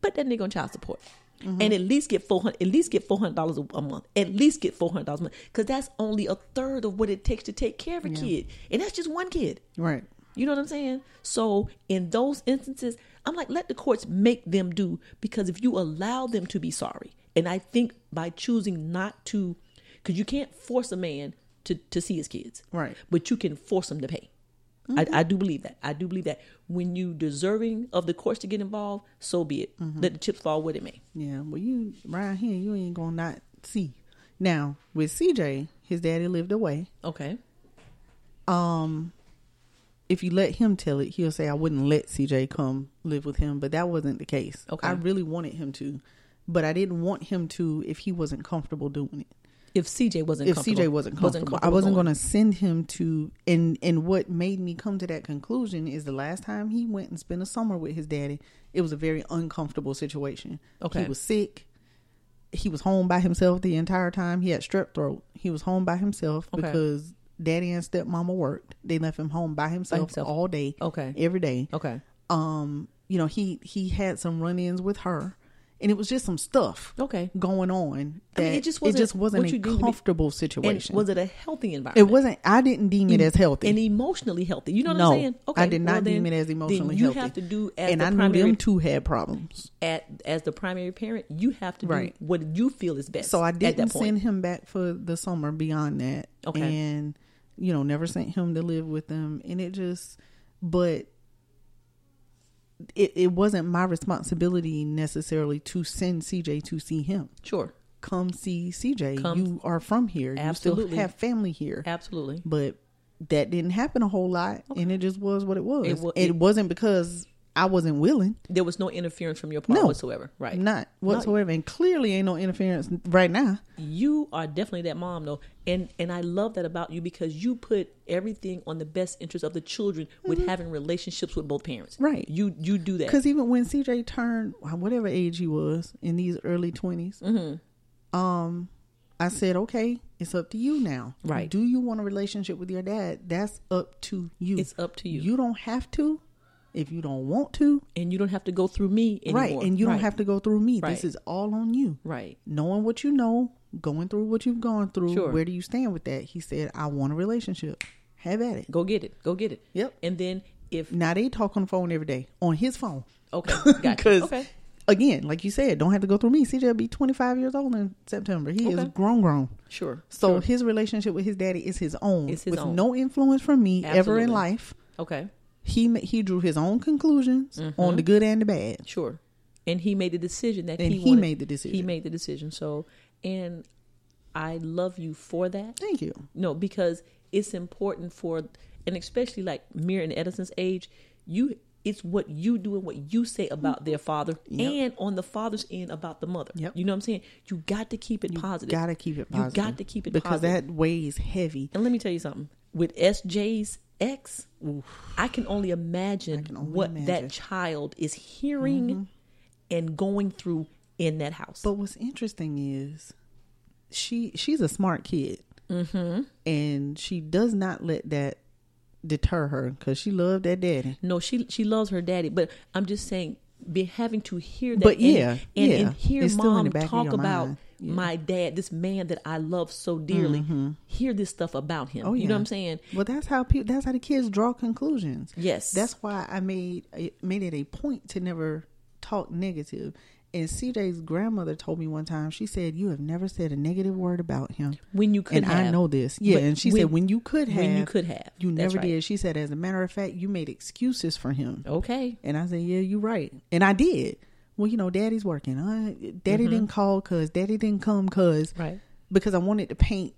put that nigga on child support and at least get 400 at least get $400 a- a month at least get $400 a month because that's only a third of what it takes to take care of a kid and that's just one kid Right. you know what I'm saying? So in those instances, I'm like, let the courts make them do because if you allow them to be sorry, and I think by choosing not to, because you can't force a man to to see his kids, Right. Mm-hmm. But you can force him to pay. I, I do believe that. I do believe that when you deserving of the courts to get involved, so be it. Mm-hmm. Let the chips fall where they may. Yeah. Well, you around here, you ain't gonna not see. Now with CJ, his daddy lived away. Okay. Um, if you let him tell it, he'll say I wouldn't let CJ come live with him, but that wasn't the case. Okay. I really wanted him to, but I didn't want him to if he wasn't comfortable doing it. If CJ wasn't If comfortable- CJ wasn't comfortable, I wasn't going to send him to and and what made me come to that conclusion is the last time he went and spent a summer with his daddy, it was a very uncomfortable situation. Okay. He was sick. He was home by himself the entire time. He had strep throat. He was home by himself Okay. because daddy and stepmama worked. They left him home by himself, himself. all day Okay. every day. Okay. Um, you know, he he had some run-ins with her, and it was just some stuff Okay. going on. That it it just just wasn't wasn't what you a deemed to be- comfortable And situation. was it a healthy environment? it wasn't. I didn't deem it as healthy. and emotionally healthy. You know what no, I'm saying? I did not well deem then- it as then emotionally you healthy. have to do as and the I knew primary them two had problems, at as the primary parent. You have to Right. do what you feel is best. so I at that didn't point. send him back for the summer. Beyond that, Okay. and you know, never sent him to live with them. And it just, but it, it wasn't my responsibility necessarily to send CJ to see him. Sure, come see CJ. Come- you are from here. You Absolutely. still have family here. absolutely. But that didn't happen a whole lot, and it just was what it was. It It, wa- it- wasn't because I wasn't willing, There was no interference from your part No. whatsoever. Right? not whatsoever, and clearly ain't no interference right now. You are definitely that mom though, and and I love that about you because you put everything on the best interest of the children with having relationships with both parents. Mm-hmm. Right. You you do that. Because even when CJ turned uh, whatever age he was in these early 20s Mm-hmm. um, I said, okay, it's up to you now. Right. Do you want a relationship with your dad? That's up to you. It's up to you. You don't have to. If you don't want to, and you don't have to go through me anymore. right and you don't have to go through me Right. this is all on you Right. knowing what you know going through what you've gone through Sure. where do you stand with that he said i want a relationship Have at it. Go get it. Go get it. Yep. And then if Now they talk on the phone every day on his phone. okay, gotcha. Because okay. again, like you said, don't have to go through me. CJ will be 25 years old in September. He is Okay. grown, grown. Sure. So Sure. his relationship with his daddy is his own, It's his with own. no influence from me ever in Absolutely. life. Okay. He ma- he drew his own conclusions Mm-hmm. on the good and the bad. Sure. And he made the decision that And he he wanted- made the decision. He made the decision. So, and I love you for that. Thank you. No, because it's important for, and especially like Mir and Edison's age, you it's what you do and what you say about their father, and on the father's end about the mother. Yep. You know what I'm saying? You got to keep it positive. Gotta keep it positive. You got to keep it because positive. that weighs heavy. And let me tell you something. With SJ's ex, I can only imagine only what imagine. Mm-hmm. that child is hearing and going through in that house. But what's interesting is she she's a smart kid, Mm-hmm. and she does not let that deter her because she loved that daddy. no, she she loves her daddy, but I'm just saying, be having to hear that. But and, yeah, and, yeah. and hear It's still in mom the back of talk your about mind. Yeah. Mm-hmm. my dad, this man that I love so dearly. Hear this stuff about him. Oh, yeah. You know what I'm saying? Well, that's how people. That's how the kids draw conclusions. Yes. that's why I made I made it a point to never talk negative. And CJ's grandmother told me one time. She said, "You have never said a negative word about him." When you could and I have. know this. Yeah, But and she said, "When you could have, when you could have. you That's never right. did." She said, "As a matter of fact, you made excuses for him." Okay. And I said, "Yeah, you're right." And I did. Well, you know, Daddy's working. Uh, Daddy Mm-hmm. didn't call cause Daddy didn't come cause Right. because I wanted to paint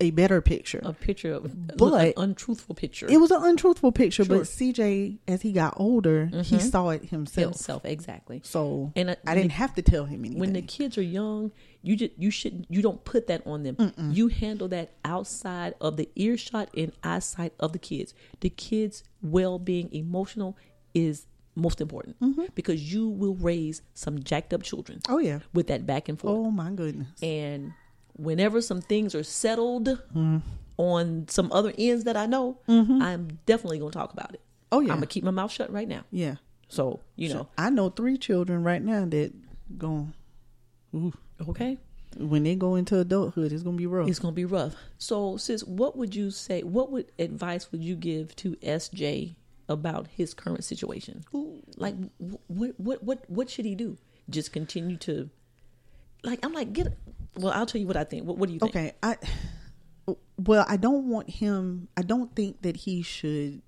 a better picture. A picture of an But- untruthful picture. It was an untruthful picture, Sure. but CJ, as he got older, he saw it himself. himself exactly. So And, uh, I didn't the- have to tell him anything. when the kids are young, you just you shouldn't you don't put that on them. You handle that outside of the earshot and eyesight of the kids. The kids' well-being, emotional, is most important because you will raise some jacked up children. Mm-hmm. Oh, yeah. with that back and forth, oh my goodness! and whenever some things are settled Mm. on some other ends that I know, I'm definitely gonna talk about it. Oh, Mm-hmm. yeah. I'm gonna keep my mouth shut right now. Yeah, So you So know, I know three children right now that going okay. when they go into adulthood, it's gonna be rough. it's gonna be rough. So, sis, what would you say? What would advice would you give to SJ about his current situation? Like, wh- what, what, what, what should he do? Just continue to, like, I'm like, get. Well, I'll tell you what I think. What, what do you think? okay, I well, I don't want him. I don't think that he should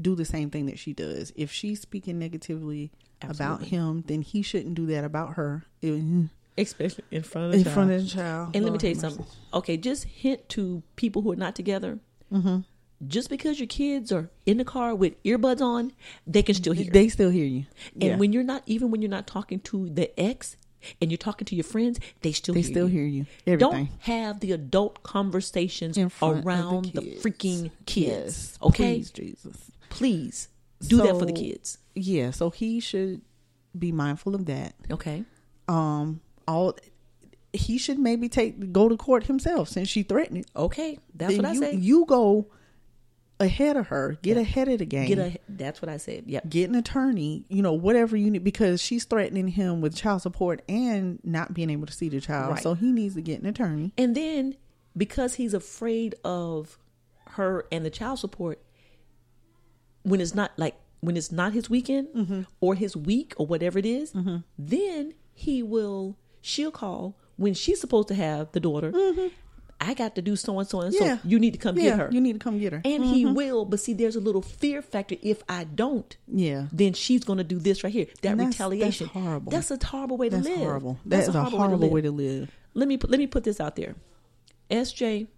do the same thing that she does. If she's speaking negatively about Absolutely. him, then he shouldn't do that about her in especially in front of the in child. front of the child. And let me Lord tell you have mercy. something. Okay, just hint to people who are not together. Mm-hmm. Just because your kids are in the car with earbuds on, they can still hear. They still hear you. And when you're not, even when you're not talking to the ex and you're talking to your friends, they still They hear still you. hear you. Don't Everything. have the adult conversations In front of the around the, kids. freaking Yes. kids. Okay, Please, please, Jesus. do that for the So- kids. Yeah, so he should be mindful of that. Okay, Um all he should maybe take go to court himself since she threatened. it. okay, that's Then what I you, say. You go ahead of her. Get ahead of the game. Get a. That's what I said. Yep. get an attorney, you know, whatever you need, because she's threatening him with child support and not being able to see the child. Right. So he needs to get an attorney. And then because he's afraid of her and the child support, when it's not like when it's not his weekend Mm-hmm. or his week or whatever it is, then he will she'll call when she's supposed to have the daughter. I got to do so and so and Mm-hmm. Yeah. so. You need to come yeah, get her. You need to come get her. Mm-hmm. and he will, but see, there's a little fear factor. If I don't, yeah. then she's going to do this right here. That And that's- that's retaliation. horrible. That's a horrible way to That's live. horrible. That's a horrible, way, to live. Let me put, let me put this out there, SJ.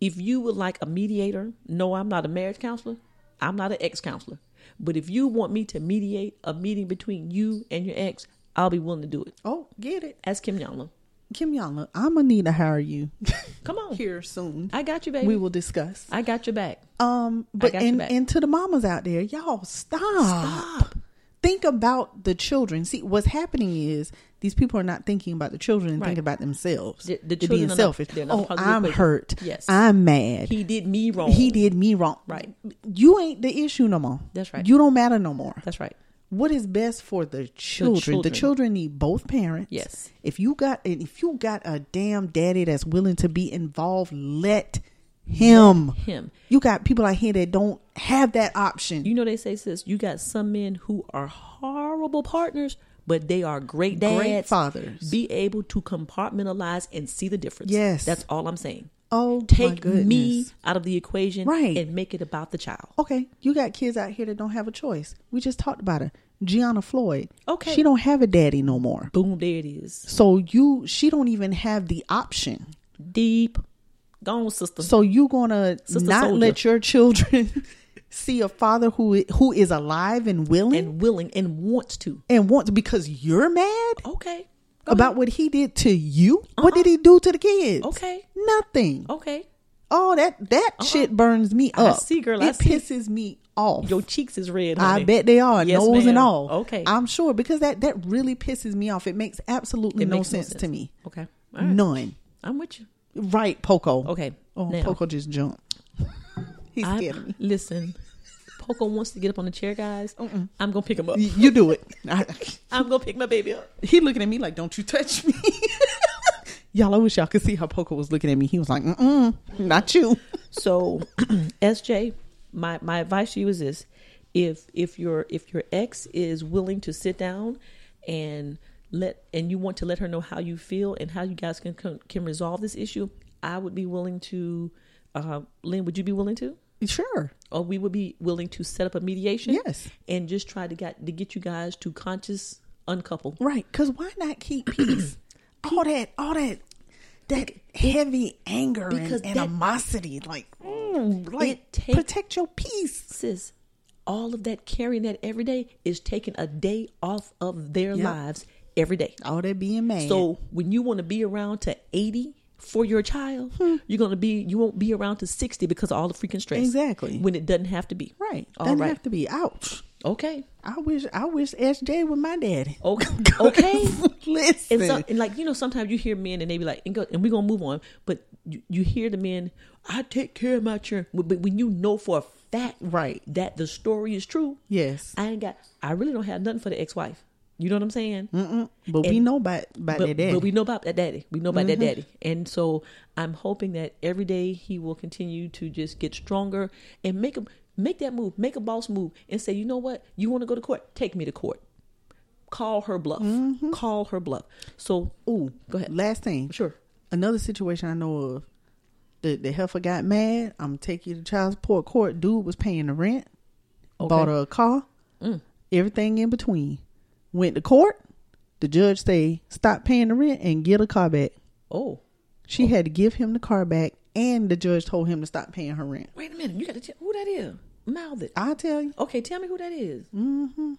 If you would like a mediator, no, I'm not a marriage counselor. I'm not an ex counselor. But if you want me to mediate a meeting between you and your ex, I'll be willing to do it. Oh, get it. Ask Kim Yonla. Kim Yala, I'm gonna need to hire you Come on, here soon. I got you, baby. we will discuss. I got your back. Um, but got your and back. and to the mamas out there, y'all stop. Stop. Think about the children. See, what's happening is these people are not thinking about the children and Right. thinking about themselves. The- the They're children being are not- selfish. they're not oh, part of the I'm equation. hurt. Yes. I'm mad. He did me wrong. He did me wrong. Right. You ain't the issue no more. That's right. You don't matter no more. That's right. what is best for the children. The children, children. need both parents. Yes. If you got and if you got a damn daddy that's willing to be involved, let him. him. You got people out here that don't have that option. You know they say, sis, you got some men who are horrible partners, but they are great dads. Great fathers. Be able to compartmentalize and see the difference. Yes. That's all I'm saying. oh, my Take goodness. me out of the equation Right. and make it about the child. Okay, you got kids out here that don't have a choice. We just talked about her, Gianna Floyd. Okay. she don't have a daddy no more. Boom, there it is. So you, she don't even have the option. Deep. Gone, sister. So you gonna Sister not soldier. let your children see a father who who is alive and willing and, and willing and wants to. wants because you're mad Okay. Go Uh-huh. about what he did to you. What did he do to the kids? Okay. nothing. ahead. Okay. Oh, that that shit burns me I up. see, girl, I It see. pisses me off. Your cheeks is red. I honey. bet they are Yes, nose ma'am. and all. Okay. I'm sure because that that really pisses me off. It makes absolutely It no, makes no sense, to sense. me. Okay. All right. None. I'm with you. Right, Poco. Okay. Oh, Now- Poco just jumped. He I- scared me. Listen, Poco wants to get up on the chair, guys. I'm gonna pick him up. Y- You do it. I- I'm gonna pick my baby up. he looking at me like, "Don't you touch me." y'all, I wish y'all could see how Poco was looking at me. He was like, "Mm, not you." So, SJ, my my advice to you is this: if if your if your ex is willing to sit down and let and you want to let her know how you feel and how you guys can can, can resolve this issue, I would be willing to. Uh, Lynn, would you be willing to? Sure. Or we would be willing to set up a mediation. Yes. And just try to get to get you guys to conscious uncouple. Right, because why not keep peace? all that, all that, that heavy anger Because and that- animosity, like, mm, like It take- protect your peace. sis, all of that carrying that every day is taking a day off of their Yep. lives every day. All that being mad. So when you want to be around to 80 for your child, Hmm. you're going to be, you won't be around to 60 because of all the freaking stress. Exactly. When it doesn't have to be. right, All doesn't right. have to be out. Okay. I wish, I wish SJ with my daddy. Okay. okay. listen. And, so, and like you know, sometimes you hear men and they be like, and, go, and we're gonna move on. But you, you hear the men, I take care of my children. But but when you know for a fact, Right. that the story is true, yes, I ain't got. I really don't have nothing for the ex-wife. You know what I'm saying? but we and- know about about that But, daddy. Mm-hmm. but we know about that daddy. We know about that daddy. And so I'm hoping that every day he will continue to just get stronger and make him make that move, make a boss move, and say, you know what, you want to go to court? Take me to court. Call her bluff. Mm-hmm. Call her bluff. So, Ooh, go ahead. Last thing, Sure. Another situation I know of. The the heifer got mad. I'm gonna take you to child support court. Dude was paying the rent. Bought her a car. Mm. Everything in between. Went to court. The judge say stop paying the rent and get a car back. Oh, She had to give him the car back, and the judge told him to stop paying her rent. wait a minute. You got to tell who that is. Mouth it. I tell you, Okay, tell me who that is. Mm-hmm.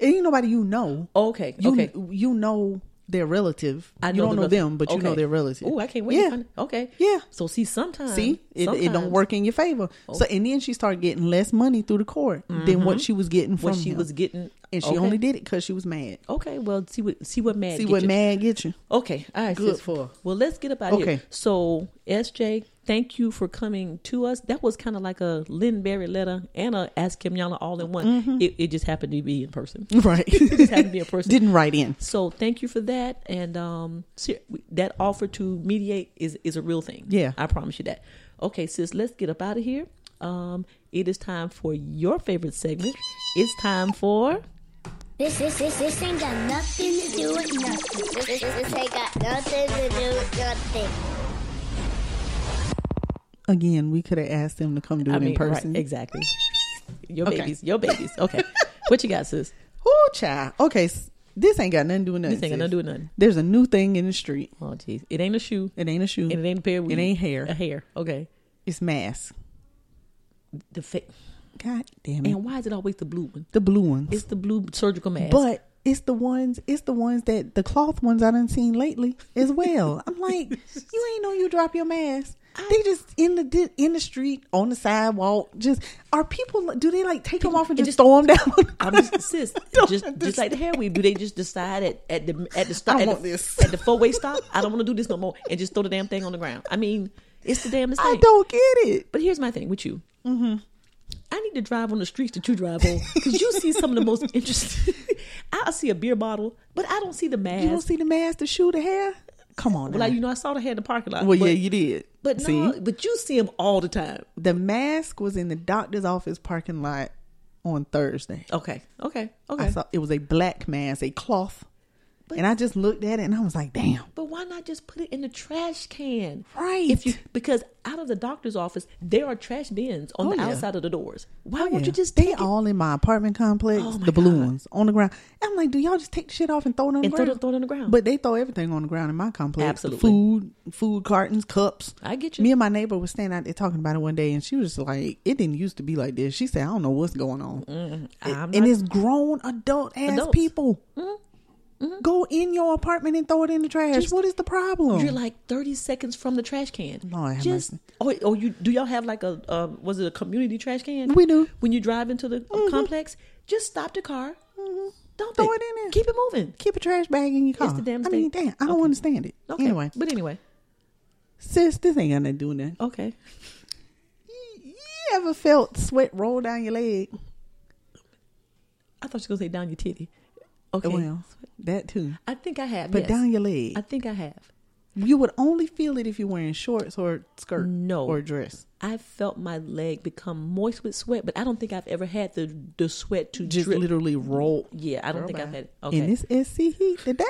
ain't nobody you know. Okay. You okay. you know their relative. I you don't the know rel- them, but you know Okay. their relative. Oh, I can't wait. to Yeah. find- Okay. Yeah. So see, sometimes See, it, it don't sometimes Oh. work in your favor. So and then she started getting less money through the court than what she was getting from Mm-hmm. What she him. was getting, and she okay. only did it because she was mad. Okay. Well, see what see what mad See get what you. mad get you? Okay. All right. Good sis. for her. Well, let's get up out Okay. here. So, SJ, thank you for coming to us. That was kind of like a Lynn Berry letter and a Ask Kim Yana all in one. Mm-hmm. It, it just happened to be in person. Right. just happened to be a person. Didn't write in. So thank you for that, and um, ser- that offer to mediate is is a real thing. Yeah. I promise you that. Okay, sis, let's get up out of here. Um, it is time for your favorite segment. It's time for This, this, this, this ain't got nothing to do with nothing. This, this, this ain't got nothing to do with nothing. Again, we could have asked them to come do it in person. right, exactly. Your Okay. babies, your babies. Okay, what you got, sis? Ooh, child. Okay, s- this ain't got nothing to do with nothing. This ain't got sis. nothing to do with nothing. There's a new thing in the street. Oh, jeez, it ain't a shoe, It ain't a shoe. and it ain't a pair. Of It weed. ain't hair. A hair. Okay. It's mask. The fa- God damn it. and why is it always the blue one? the blue ones. It's the blue surgical mask. but it's the ones it's the ones that the cloth ones I done seen lately as well. I'm like, you ain't know you drop your mask. They just in the di- in the street on the sidewalk. Just are people? Do they like take them off and it just, just- throw them down? I'm just, sis, Don't just just like the hair weave. Do they just decide at, at the at the stop I at, want the, this. at the four way stop? I don't want to do this no more, and just throw the damn thing on the ground. I mean, it's the damnest I thing. don't get it. But here's my thing with you. Mm-hmm. I need to drive on the streets that you drive on because you see some of the most interesting. I see a beer bottle, but I don't see the mask. You don't see the mask, the shoe, the hair. Come on, Well, now. like you know, I saw the head in the parking lot. well, but, yeah, you did. But see, no, but you see him all the time. the mask was in the doctor's office parking lot on Thursday. Okay, okay, I okay. saw it was a black mask, a cloth, But- and I just looked at it and I was like, "Damn, But why not just put it in the trash can? Right. If you because out of the doctor's office there are trash bins on Oh, the yeah. outside of the doors. Why Oh, won't yeah. you just they take it all in my apartment complex? Oh, my the God. blue ones on the ground. And I'm like, do y'all just take the shit off and throw it on and the throw ground? it, throw it on the ground? But they throw everything on the ground in my complex. The Absolutely. Food, food cartons, cups. I get you. Me and my neighbor was standing out there talking about it one day, and she was like, "It didn't used to be like this." She said, "I don't know what's going on," Mm, I'm and not- it's grown adult ass Adults. Mm-hmm. people. Go in your apartment and throw it in the trash. Just- what is the problem? you're like 30 seconds from the trash can. Oh. Lord have just mercy. or, or you do y'all have like a uh, was it a community trash can? We do. When you drive into the uh, complex, just stop the car. Mhm. Dump Throw it. it in there. Keep it moving. Keep a trash bag in your car. It's the damn I mean, thing. damn, I don't Okay. understand it. Okay. Anyway, but anyway, sis, this ain't got nothing to do with nothing. okay. You ever felt sweat roll down your leg? I thought you were gonna say down your titty. Okay. Oh, Well, that too. I think I have. But yes. down your leg. I think I have. You would only feel it if you're wearing shorts or skirt No. or dress. I felt my leg become moist with sweat, but I don't think I've ever had the the sweat to Just drip. literally roll. Yeah, I don't think I've had it. Okay. And it's SC heat today.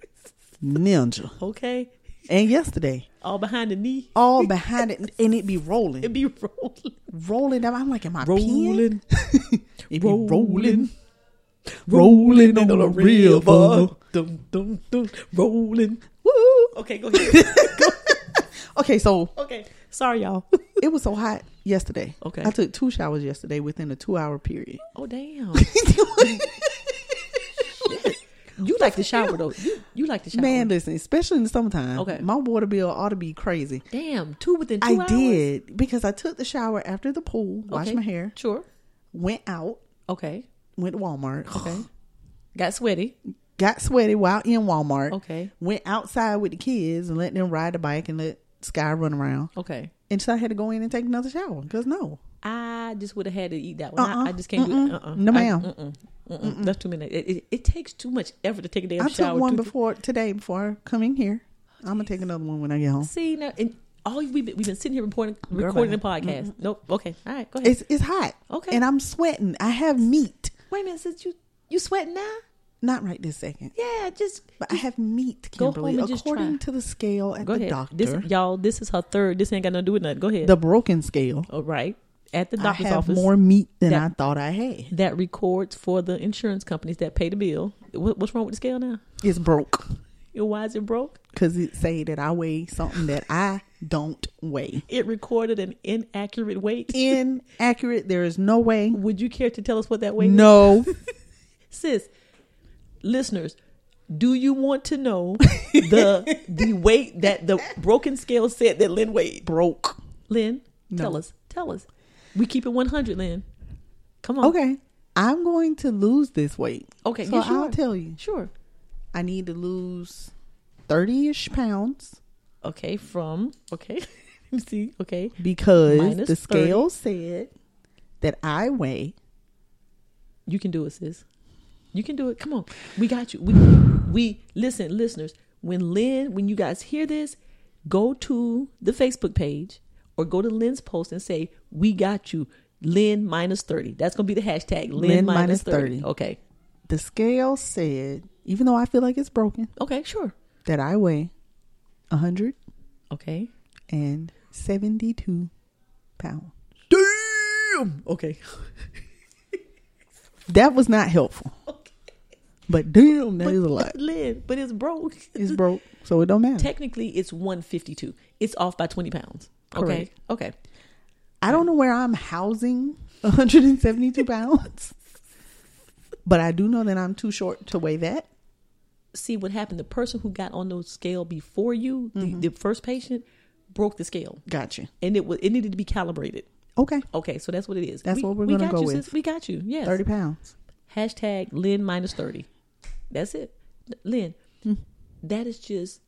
Ninja. okay. And yesterday. All behind the knee. All behind it and it be rolling. It'd be rolling. rolling down. I'm like, am I peeing? Rolling. It be rolling, rolling. Rolling on on the a river. river. Dum, dum, dum. Rolling. Woo. Okay, go ahead. Okay, so okay. Sorry, y'all. it was so hot yesterday. Okay. I took two showers yesterday within a two hour period. Oh, damn. You like to shower, though. You, you like to shower. Man, listen, especially in the summertime. Okay. My water bill ought to be crazy. Damn. Two within two I hours. did because I took the shower after the pool, washed Okay. my hair, Sure. went out, Okay. went to Walmart, Okay. Got sweaty. got sweaty while in Walmart. Okay. Went outside with the kids and let them ride the bike and let Sky run around. Okay. And so I had to go in and take another shower because no, I just would have had to eat that one. I- Uh-uh. I, just can't do it. Uh-uh. No, I- ma'am. mm-mm. Mm-mm. That's too many. It, it, it takes too much effort to take a damn I shower. took one Two- before today before coming here. I'm gonna take another one when I get home. See now, and all we've been, we've been sitting here reporting, bye. recording the podcast. Nope. Okay. All right. Go ahead. It's it's hot. Okay. And I'm sweating. I have meat. Wait a minute. Since you you sweating now? Not right this second. Yeah. Just But I have meat, Go Kimberly. home and just according try. to the scale at go the ahead. doctor, This y'all. This is her third. This ain't got nothing to do with nothing. Go ahead. the broken scale. all right. At the I doctor's have office. more meat than that- I thought I had. that records for the insurance companies that pay the bill. What, what's wrong with the scale now? It's broke And Why is it broke? because it say that I weigh something that I don't weigh. It recorded an inaccurate weight. Inaccurate. There is no way. Would you care to tell us what that weight is? No. Sis, listeners, do you want to know the the weight that the broken scale said that Lynn weighed? broke. Lynn, tell No. us. Tell us. We keep it 100, Lynn. Come on. Okay. I'm going to lose this weight. Okay. So yeah, sure. I'll tell you. Sure. I need to lose 30 ish pounds Okay. From, okay. Let me see. Okay. because Minus the 30. scale said that I weigh. You can do it, sis. You can do it. Come on. We got you. We we listen, listeners. When Lynn, when you guys hear this, go to the Facebook page or go to Lynn's post and say, We got you. Lynn minus 30. That's gonna be the hashtag Lynn, Lynn minus minus 30. 30. Okay. The scale said, even though I feel like it's broken, Okay, sure. that I weigh 100 Okay. and 72 pounds. Damn. Okay. That was not helpful. Okay. But damn, that is a lot. Lynn, but it's broke. It's broke, so it don't matter. Technically it's 152. It's off by 20 pounds. Okay. Correct. Okay. I don't know where I'm housing 172 pounds, but I do know that I'm too short to weigh that. see what happened. The person who got on the scale before you, Mm-hmm. the, the first patient, broke the scale, Gotcha. and it was it needed to be calibrated. Okay, Okay, so that's what it is. That's we, what we're we gonna got go you, with. Sis. We got you. Yes. 30 pounds. Hashtag Lynn minus thirty. That's it, Lynn. Hmm. That is just.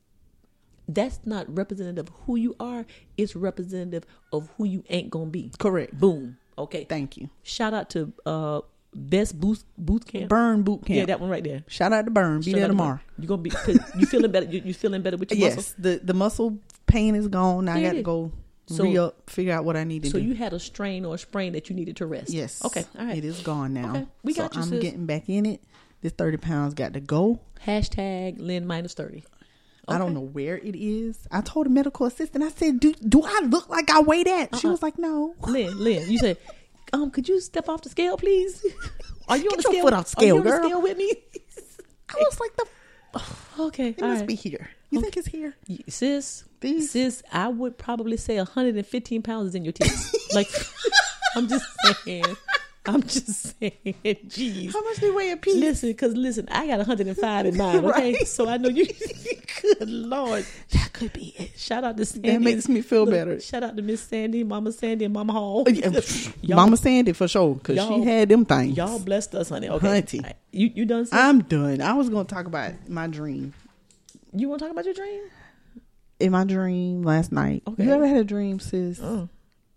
That's not representative of who you are. It's representative of who you ain't gonna be. Correct. Boom. Okay. Thank you. Shout out to uh best boot boot camp. Burn boot camp. Yeah, that one right there. Shout out to Burn. Be Straight there out the tomorrow. barn. You gonna be 'cause you feeling better? You, you feeling better with your yes, muscles? the the muscle pain is gone. Now I Yeah, got to yeah. go So- re up, figure out what I need to So do. you had a strain or a sprain that you needed to rest. yes, Okay. All right. It is gone now. Okay, we so got you, I'm sis. getting back in it. This thirty pounds got to go. Hashtag Lynn minus thirty. I don't Okay. know where it is. I told the medical assistant. I said, "Do do I look like I weigh that?" She Uh-uh. was like, "No." Lynn, Lynn, you said, um, could you step off the scale, please? Are you Get on the your scale? foot off Are you scale, on the girl. scale with me? I was like, "The okay, it all must right. be here." You think it's here? Y- sis, These- sis, I would probably say 115 pounds is in your tits. like, I'm just saying. I'm just saying. Jeez. How much do you weigh a piece? Listen, because listen, I got 105 in mine, okay? Right. So I know you. Good Lord. That could be it. Shout out to Sandy. makes me feel better. Oh, Shout out to Miss Sandy, Mama Sandy, and Mama Hall. Y'all- Mama Sandy for sure, cause she y'all- had them things. Y'all blessed us, honey. Okay. Hunty. Alright. You, you done, sis? I'm done. I was gonna talk about my dream. You want to talk about your dream? In my dream last night, Okay. Mm. Mm-hmm. you ever had a dream, sis,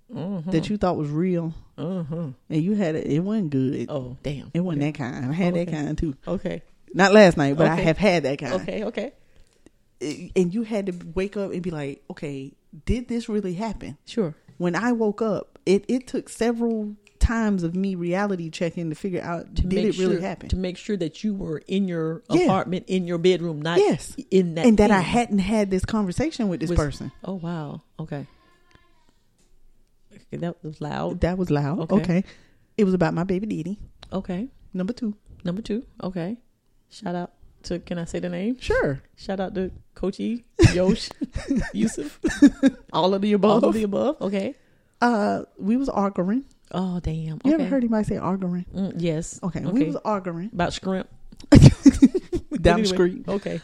that you thought was real, and you had it? It wasn't good. Oh, damn. It wasn't that kind. I had Okay. that kind too. Okay. Not last night, but I Okay. have had that kind. Okay. Okay. I- And you had to wake up and be like, okay, did this really happen? Sure. When I woke up, it it took several times of me reality checking to figure out To did make it really sure- happen To make sure that you were in your Yeah. apartment, in your bedroom, not yes in that. and that i thing. hadn't had this conversation with this Was- person Oh, wow. Okay. Okay, That was loud. that was loud okay. Okay. it was about my baby diddy Okay. number two Number two. Okay. Shout out to, can I say the name? sure Shout out to Coach E, Yosh, Yusuf, all of the all above of the above. Okay. uh we was arguing Oh, damn. you okay. ever heard anybody say arguing Mm, yes. okay, we was arguing About scrimp. down Anyway, the street Okay.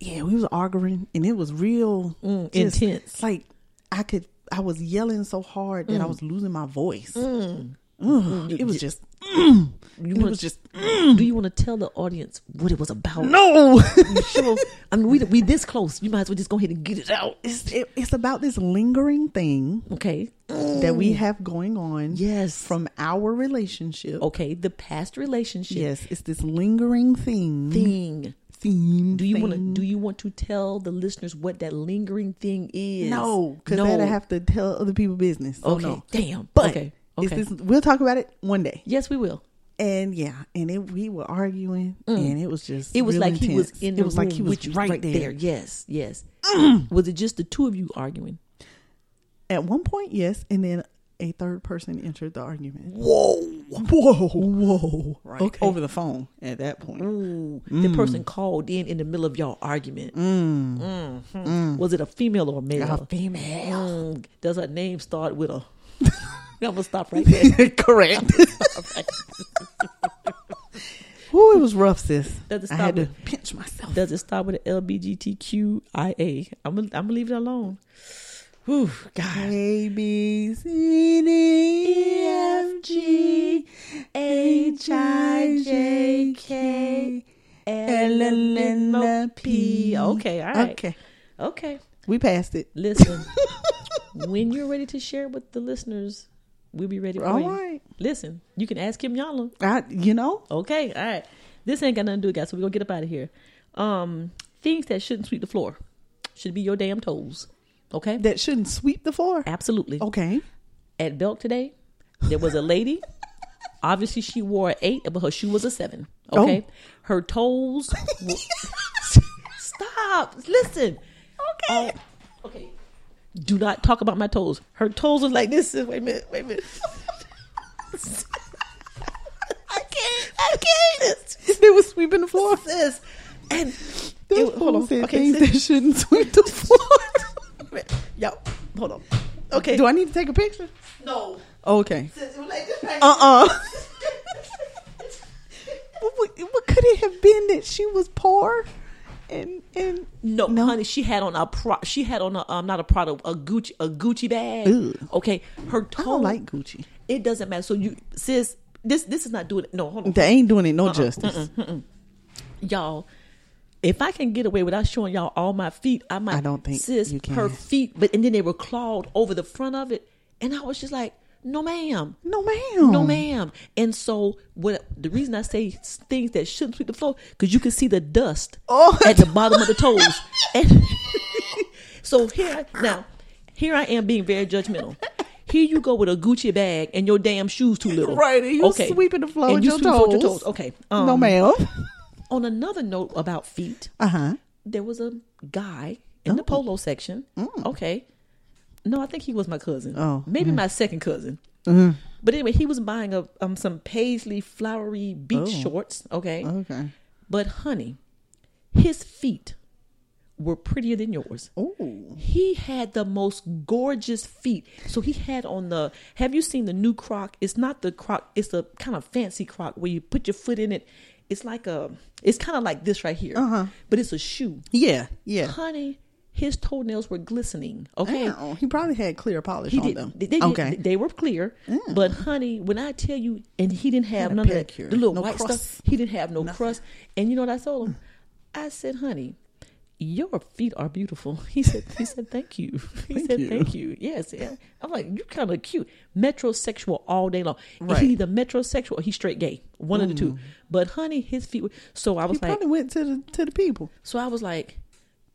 yeah we was arguing and it was real Mm, just- intense. like i could i was yelling so hard that i was losing my voice Ugh, Mm. it was just You it wanna- was just mm. Do you want to tell the audience what it was about? no You sure? I mean, we we this close. You might as well just go ahead and get it out. it's, it, it's about this lingering thing Okay. that we have going on Yes. From from our relationship. okay, the past relationship Oh, Yes, it's this lingering thing. thing. Theme. Do you want to do you want to tell the listeners what that lingering thing is? No, because then I have to tell other people business. Oh, Okay. no. Damn. But okay. it's Okay. this- we'll talk about it one day. yes, we will. And yeah, and it, we were arguing, and it was just Mm. It was real like he was intense. in the it was like room he was with you right, there. Yes, yes. was it just the two of you arguing? At one point, yes, and then a third person entered the argument. Whoa, whoa, whoa! Right Okay. over the phone at that point. Ooh, Mm. the person called in in the middle of your argument. Mhm. Was it a female or a male? Mm. A female. Mm, does her name start with a? I'm gonna stop right there. Correct. Ooh, it was rough, sis. Does it I stop had to with- pinch myself. Does it start with a LBGTQIA? I'm gonna, I'm gonna leave it alone. Whew, God. A B C D E F G H I J K L L N O P. Okay, all right. Okay, Okay. we passed it. Listen, when you're ready to share with the listeners, we'll be ready for All you. right. Listen, you can ask Kim Yala. I, you know, Okay, all right. This ain't got nothing to do with guys, so we're gonna get up out of here. Um, things that shouldn't sweep the floor should be your damn toes. Okay? that shouldn't sweep the floor. Absolutely. Okay, At Belk today, there was a lady. Obviously, she wore an eight, but her shoe was a seven. Okay? Her toes. Were... Stop. Listen. Okay. okay. Do not talk about my toes. Her toes was like this. Wait a minute. Wait a minute. I can't. I can't. they were sweeping the floor. Sis. And That's it- hold on, said Okay, things sis. that shouldn't sweep the floor. Yo, hold on. Okay. Uh, Do I need to take a picture? No. Okay. Sis, it was like this right Uh uh what, what- what could it have been that she was poor? And and No, honey, she had on a pro. She had on a um, not a product, a Gucci, a Gucci bag. Ew. Okay, her toe. I don't like Gucci. It doesn't matter. So you, sis, this this is not doing. No, hold on, They ain't doing it Uh-uh. no justice. y'all. If I can get away without showing y'all all my feet, I might. I don't think sis you can. her feet, but and then they were clawed over the front of it, and I was just like, No, ma'am. No, ma'am. No, ma'am. And so, what the reason I say s- things that shouldn't sweep the floor because you can see the dust Oh. at the bottom of the toes. And so here I- now, here I am being very judgmental. Here you go with a Gucci bag and your damn shoes too little. Right, and you sweeping the floor with your sweeping the floor with toes. Okay. no, um, ma'am. On another note about feet, Uh huh. there was a guy in the polo section. Okay. No, I think he was my cousin. Oh, maybe my second cousin. But anyway, he was buying a um some paisley flowery beach shorts. Okay. Okay. But honey, his feet were prettier than yours. Ooh. He had the most gorgeous feet. So he had on the have you seen the new croc? It's not the croc, it's a kind of fancy croc where you put your foot in it. It's like a it's kind of like this right here. Uh-huh. But it's a shoe. Yeah. Yeah. Honey, his toenails were glistening. Okay. Ow, He probably had clear polish He on did, them. they, they did- okay. Mm. they were clear, but honey, when I tell you, and he didn't Had have a none of that, pedicure, the little no white crust. stuff. He didn't have no crust, and you know what I told him? I said, "Honey, your feet are beautiful." He said, "He said, thank you." He said, you. "Thank you." Yes, yeah. I'm like, "You kind of cute, metrosexual all day long." And Right. Mm. He either metrosexual or he's straight gay, one of the two. But honey, his feet. Were, so I he was like, probably went to the to the people. so I was like,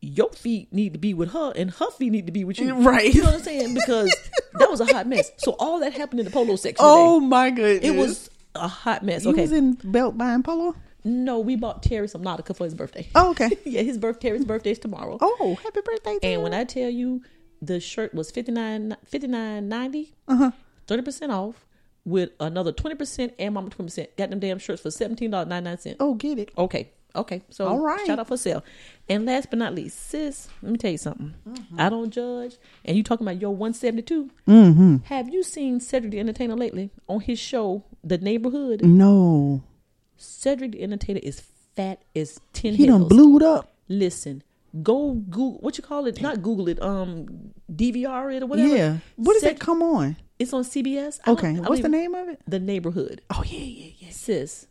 your feet need to be with her and her feet need to be with you. Right. You know what I'm saying? Because that was a hot mess. So all that happened in the polo section. Oh today. my goodness! It was a hot mess. You Okay. was in belt buying polo. no, we bought Terry some Nautica for his birthday. Oh, okay. yeah, his birth Terry's birthday is tomorrow. Oh, happy birthday! To And you. when I tell you the shirt was 59 $59.90, Uh-huh. 30% off with another 20% and mama 20%. Got them damn shirts for $17.99. oh get it. Okay. Okay. So All right. shout out for sale. And last but not least, sis, let me tell you something. Mm-hmm. I don't judge. And you talking about your 172. Mm-hmm. Have you seen Cedric the Entertainer lately on his show, The Neighborhood? Mm. No, Cedric the Entertainer is fat as 10 he done hills. blew it up. Listen, go Google, what you call it? Not Google it, um, DVR it or whatever. Yeah. What does it Cedric- come on? It's on CBS. I don't- I Okay. don't What's the even- name of it? The Neighborhood. Oh yeah, yeah, yeah. Sis,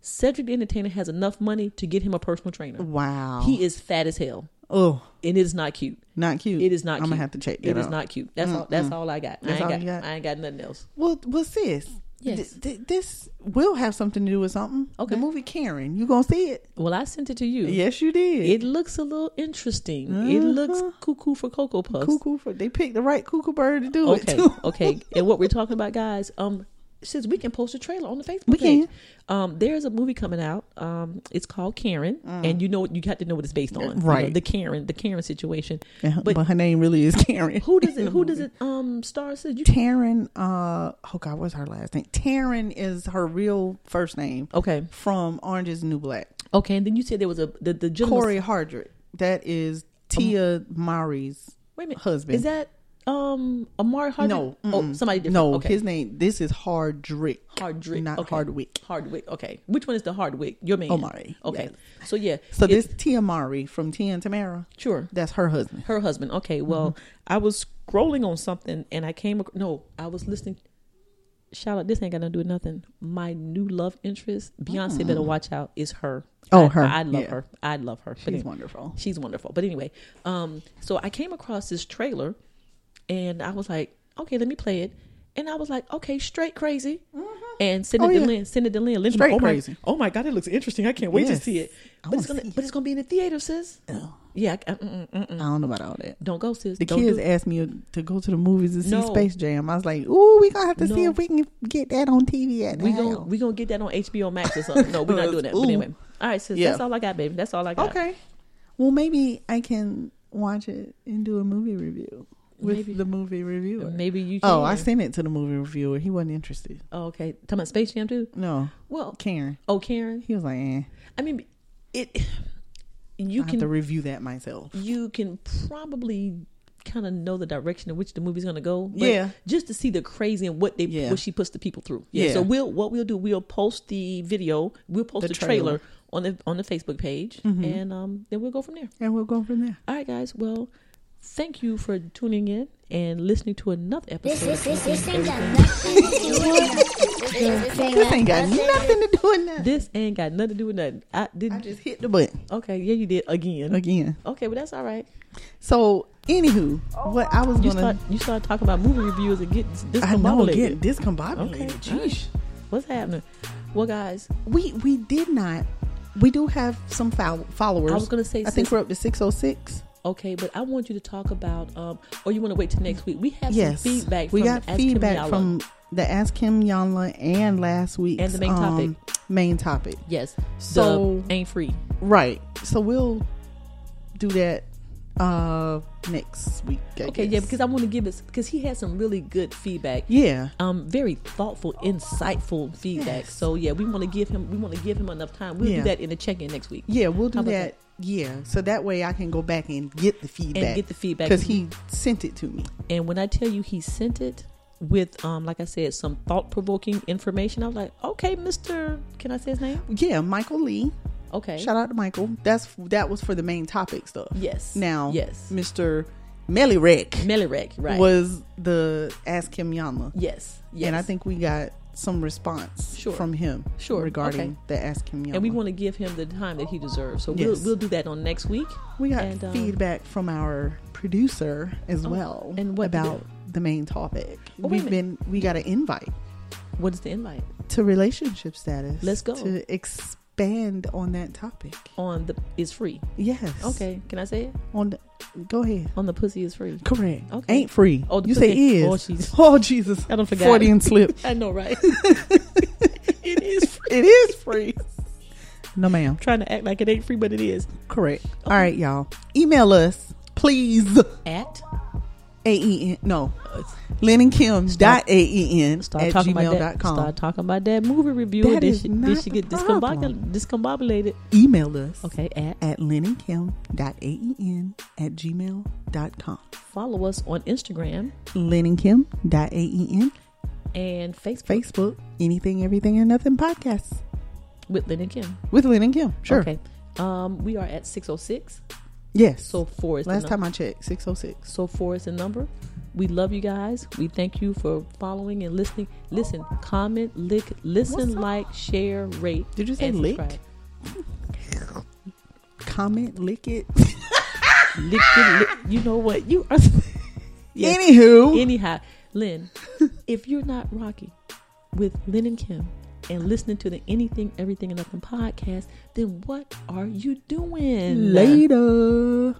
Cedric the Entertainer has enough money to get him a personal trainer. Wow. He is fat as hell, oh, and it is not cute. not cute. It is not. I'm cute. gonna have to check that It is out. Mm, not cute. That's all. That's all I got. I That's ain't all got, you got? I ain't got nothing else. Well, well, sis. Yes. th- th- this will have something to do with something. Okay. The movie Karen. You gonna see it? Well, I sent it to you. Yes, you did. It looks a little interesting. It looks cuckoo for cocoa puffs. Uh-huh. cuckoo for they picked the right cuckoo bird to do it. Okay. too. okay. And what we're talking about, guys. Um, since we can post a trailer on the Facebook We can. page. Um, there's a movie coming out. Um, it's called Karen, and you know you got to know what it's based on. You know, Mm. Right. the Karen, the Karen situation. Yeah, but, But, her name really is Karen. who does it? Who does it? Um, star says you. Taryn, uh, oh God, what's her last name? Taryn is her real first name Okay. from Orange is the New Black. Okay. And then you said there was a the the gentleman. Corey Hardrick. That is Tia Mari's Wait a minute. husband. Is that um Amari Hardwick? No, Oh, somebody different. no, okay. his name, this is Hardrick. Hardwick. Not okay. Hardwick. Hardwick. Okay. Which one is the Hardwick? Your man. Omari, Okay. So yeah. So it- this Tia Mari from Tia and Tamara, sure. that's her husband. Her husband. Okay. Well, Mm-hmm. I was scrolling on something and I came. Ac- no, I was listening. Shout out! This ain't got nothing to do with nothing. My new love interest, Beyonce, better watch out. Is her? Mm. Oh, I- her. I, love Yeah. her. I love her. She's wonderful. She's wonderful. But anyway, um, so I came across this trailer, and I was like, okay, let me play it. And I was like, okay, straight crazy. And send it Oh, to yeah. Lynn. Send it to Lynn. Lynn Straight oh my, crazy. Oh my God, it looks interesting. I can't wait Yes. to see it. I But it's wanna gonna, but it's gonna be in the theater, sis. Yeah. I, I- mm, mm, I mm. don't know about all that. Don't go, sis. The Don't kids do it. asked me to go to the movies to see No. Space Jam. I was like, "Ooh, we gonna have to see No. if we can get that on TV at We now." gonna we gonna get that on HBO Max or something. No, we're not doing that. Ooh. But anyway, all right, sis. Yeah. That's all I got, baby. That's all I got. Okay. Well, maybe I can watch it and do a movie review with the movie reviewer. Maybe you. Can. Oh, I sent it to the movie reviewer. He wasn't interested. Oh, okay. Talking about Space Jam too. No, Well, Karen. oh Karen. He was like, eh, I mean, it. You I have can to review that myself. you can probably kind of know the direction in which the movie's going to go. Yeah. Just to see the crazy and what they Yeah. what she puts the people through. Yeah. Yeah. So we'll what we'll do we'll post the video, we'll post The the, trailer. trailer. Mm-hmm. on the on the Facebook page, and um, then we'll go from there. And we'll go from there. All right, guys. Well, thank you for tuning in and listening to another This, episode. this, of this, this Anything, ain't got Everything. nothing to do with nothing. This, this, This ain't got nothing to do with that. This ain't got nothing to do with nothing. I didn't. I just hit the button okay, yeah, you did again. again. Okay, well that's all right. So Anywho, what I was You gonna start you start talking about movie reviews and get discombobulated. I know get discombobulated. Okay, Jeez. jeez, what's happening? Well, guys, We we did not. We do have some fol- followers. I was gonna say I think sis- we're up to six oh six. okay, but I want you to talk about, um, or you want to wait till next week? We have Yes, some feedback. We from got the Ask feedback Kimiyala. from the Ask Kim Yonla and last week's And the main um, Main topic, yes. So So- ain't free. right? So we'll do that uh next week. I Okay, yeah, guess. because I want to give us because he had some really good feedback. yeah, um very thoughtful insightful feedback Yes. so yeah we want to give him we want to give him enough time we'll do Yeah. that in the check-in next week yeah, we'll do How about that. Yeah, so that way I can go back and get the feedback get the feedback. because he sent it to me. and when i tell you he sent it with um like i said some thought-provoking information i was like okay mr can i say his name Yeah, Michael Lee. okay Shout out to Michael. That's that was for the main topic stuff. yes Now, yes Mr. Melirek Melirek, right was the Ask Him Yama, yes yes and I think we got some response Sure. from him Sure, regarding okay. the Ask Him Yama. and we want to give him the time that he deserves so we'll Yes. we'll do that on next week we got and, um, Oh, feedback from our producer as well and what did about the main topic. Oh, wait a We've been minute. we got an invite what is the invite to relationship status. Let's go. to expand on that topic. on the is free Yes. okay can i say it On the, go ahead. on the pussy is free Correct. Okay. Ain't free. Oh, Oh, the you say pussy. is. Oh, Jesus. Oh, Jesus. I done forgot. Freudian slip. i know right it is free it is free. No, ma'am. trying to act like it ain't free, but it is. Correct. All right, y'all. Email us, please. At A E N. No. Lennon Kim dot A E N start at talking about gmail that. dot com. Start talking about that movie review. That did is she, not did she get the discombobulated? problem. discombobulated? Email us Okay. At at Lennon Kim dot A E N at gmail dot com. follow us on Instagram Lennon Kim dot A E N. and Facebook Facebook. Anything, everything, and nothing podcasts with Lynn and Kim. with Lennon Kim. Sure. Okay. Um, we are at six oh six. Yes. So four is the last num- time I checked, six oh six. So four is the number. We love you guys. We thank you for following and listening. Listen, comment, lick, listen, What's up? like, share, rate. Did you say and lick? subscribe. Comment, lick it. Lick, it, lick. You know what? You are. Yes. Anywho, Anyhow, Lynn, if you're not rocking with Lynn and Kim and listening to the Anything, Everything, and Nothing podcast, then what are you doing? later.